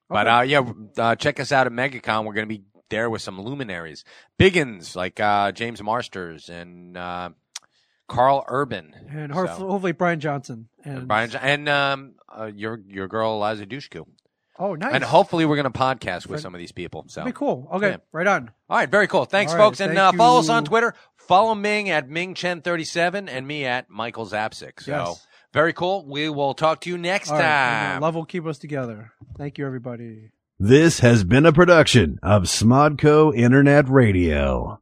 Speaker 4: but
Speaker 3: Okay.
Speaker 4: uh, yeah, uh, check us out at MegaCon. We're going to be there with some luminaries, biggins like uh, James Marsters and uh, Carl Urban
Speaker 3: and
Speaker 4: So-
Speaker 3: hopefully, hopefully Brian Johnson
Speaker 4: and Brian Jo- and um, uh, your your girl Eliza Dushku.
Speaker 3: Oh, nice.
Speaker 4: And hopefully we're going to podcast with
Speaker 3: Right.
Speaker 4: some of these people. So
Speaker 3: That'd be cool. Okay,
Speaker 4: Yeah.
Speaker 3: right on.
Speaker 4: all right, very cool. Thanks,
Speaker 3: All right,
Speaker 4: folks, and
Speaker 3: thank
Speaker 4: uh, follow us
Speaker 3: you.
Speaker 4: on Twitter. Follow Ming at MingChen37 and me at Michael Zapsik. So
Speaker 3: Yes.
Speaker 4: very cool. We will talk to you next
Speaker 3: All right, and, uh,
Speaker 4: time.
Speaker 3: Love will keep us together. Thank you, everybody.
Speaker 1: This has been a production of Smodco Internet Radio.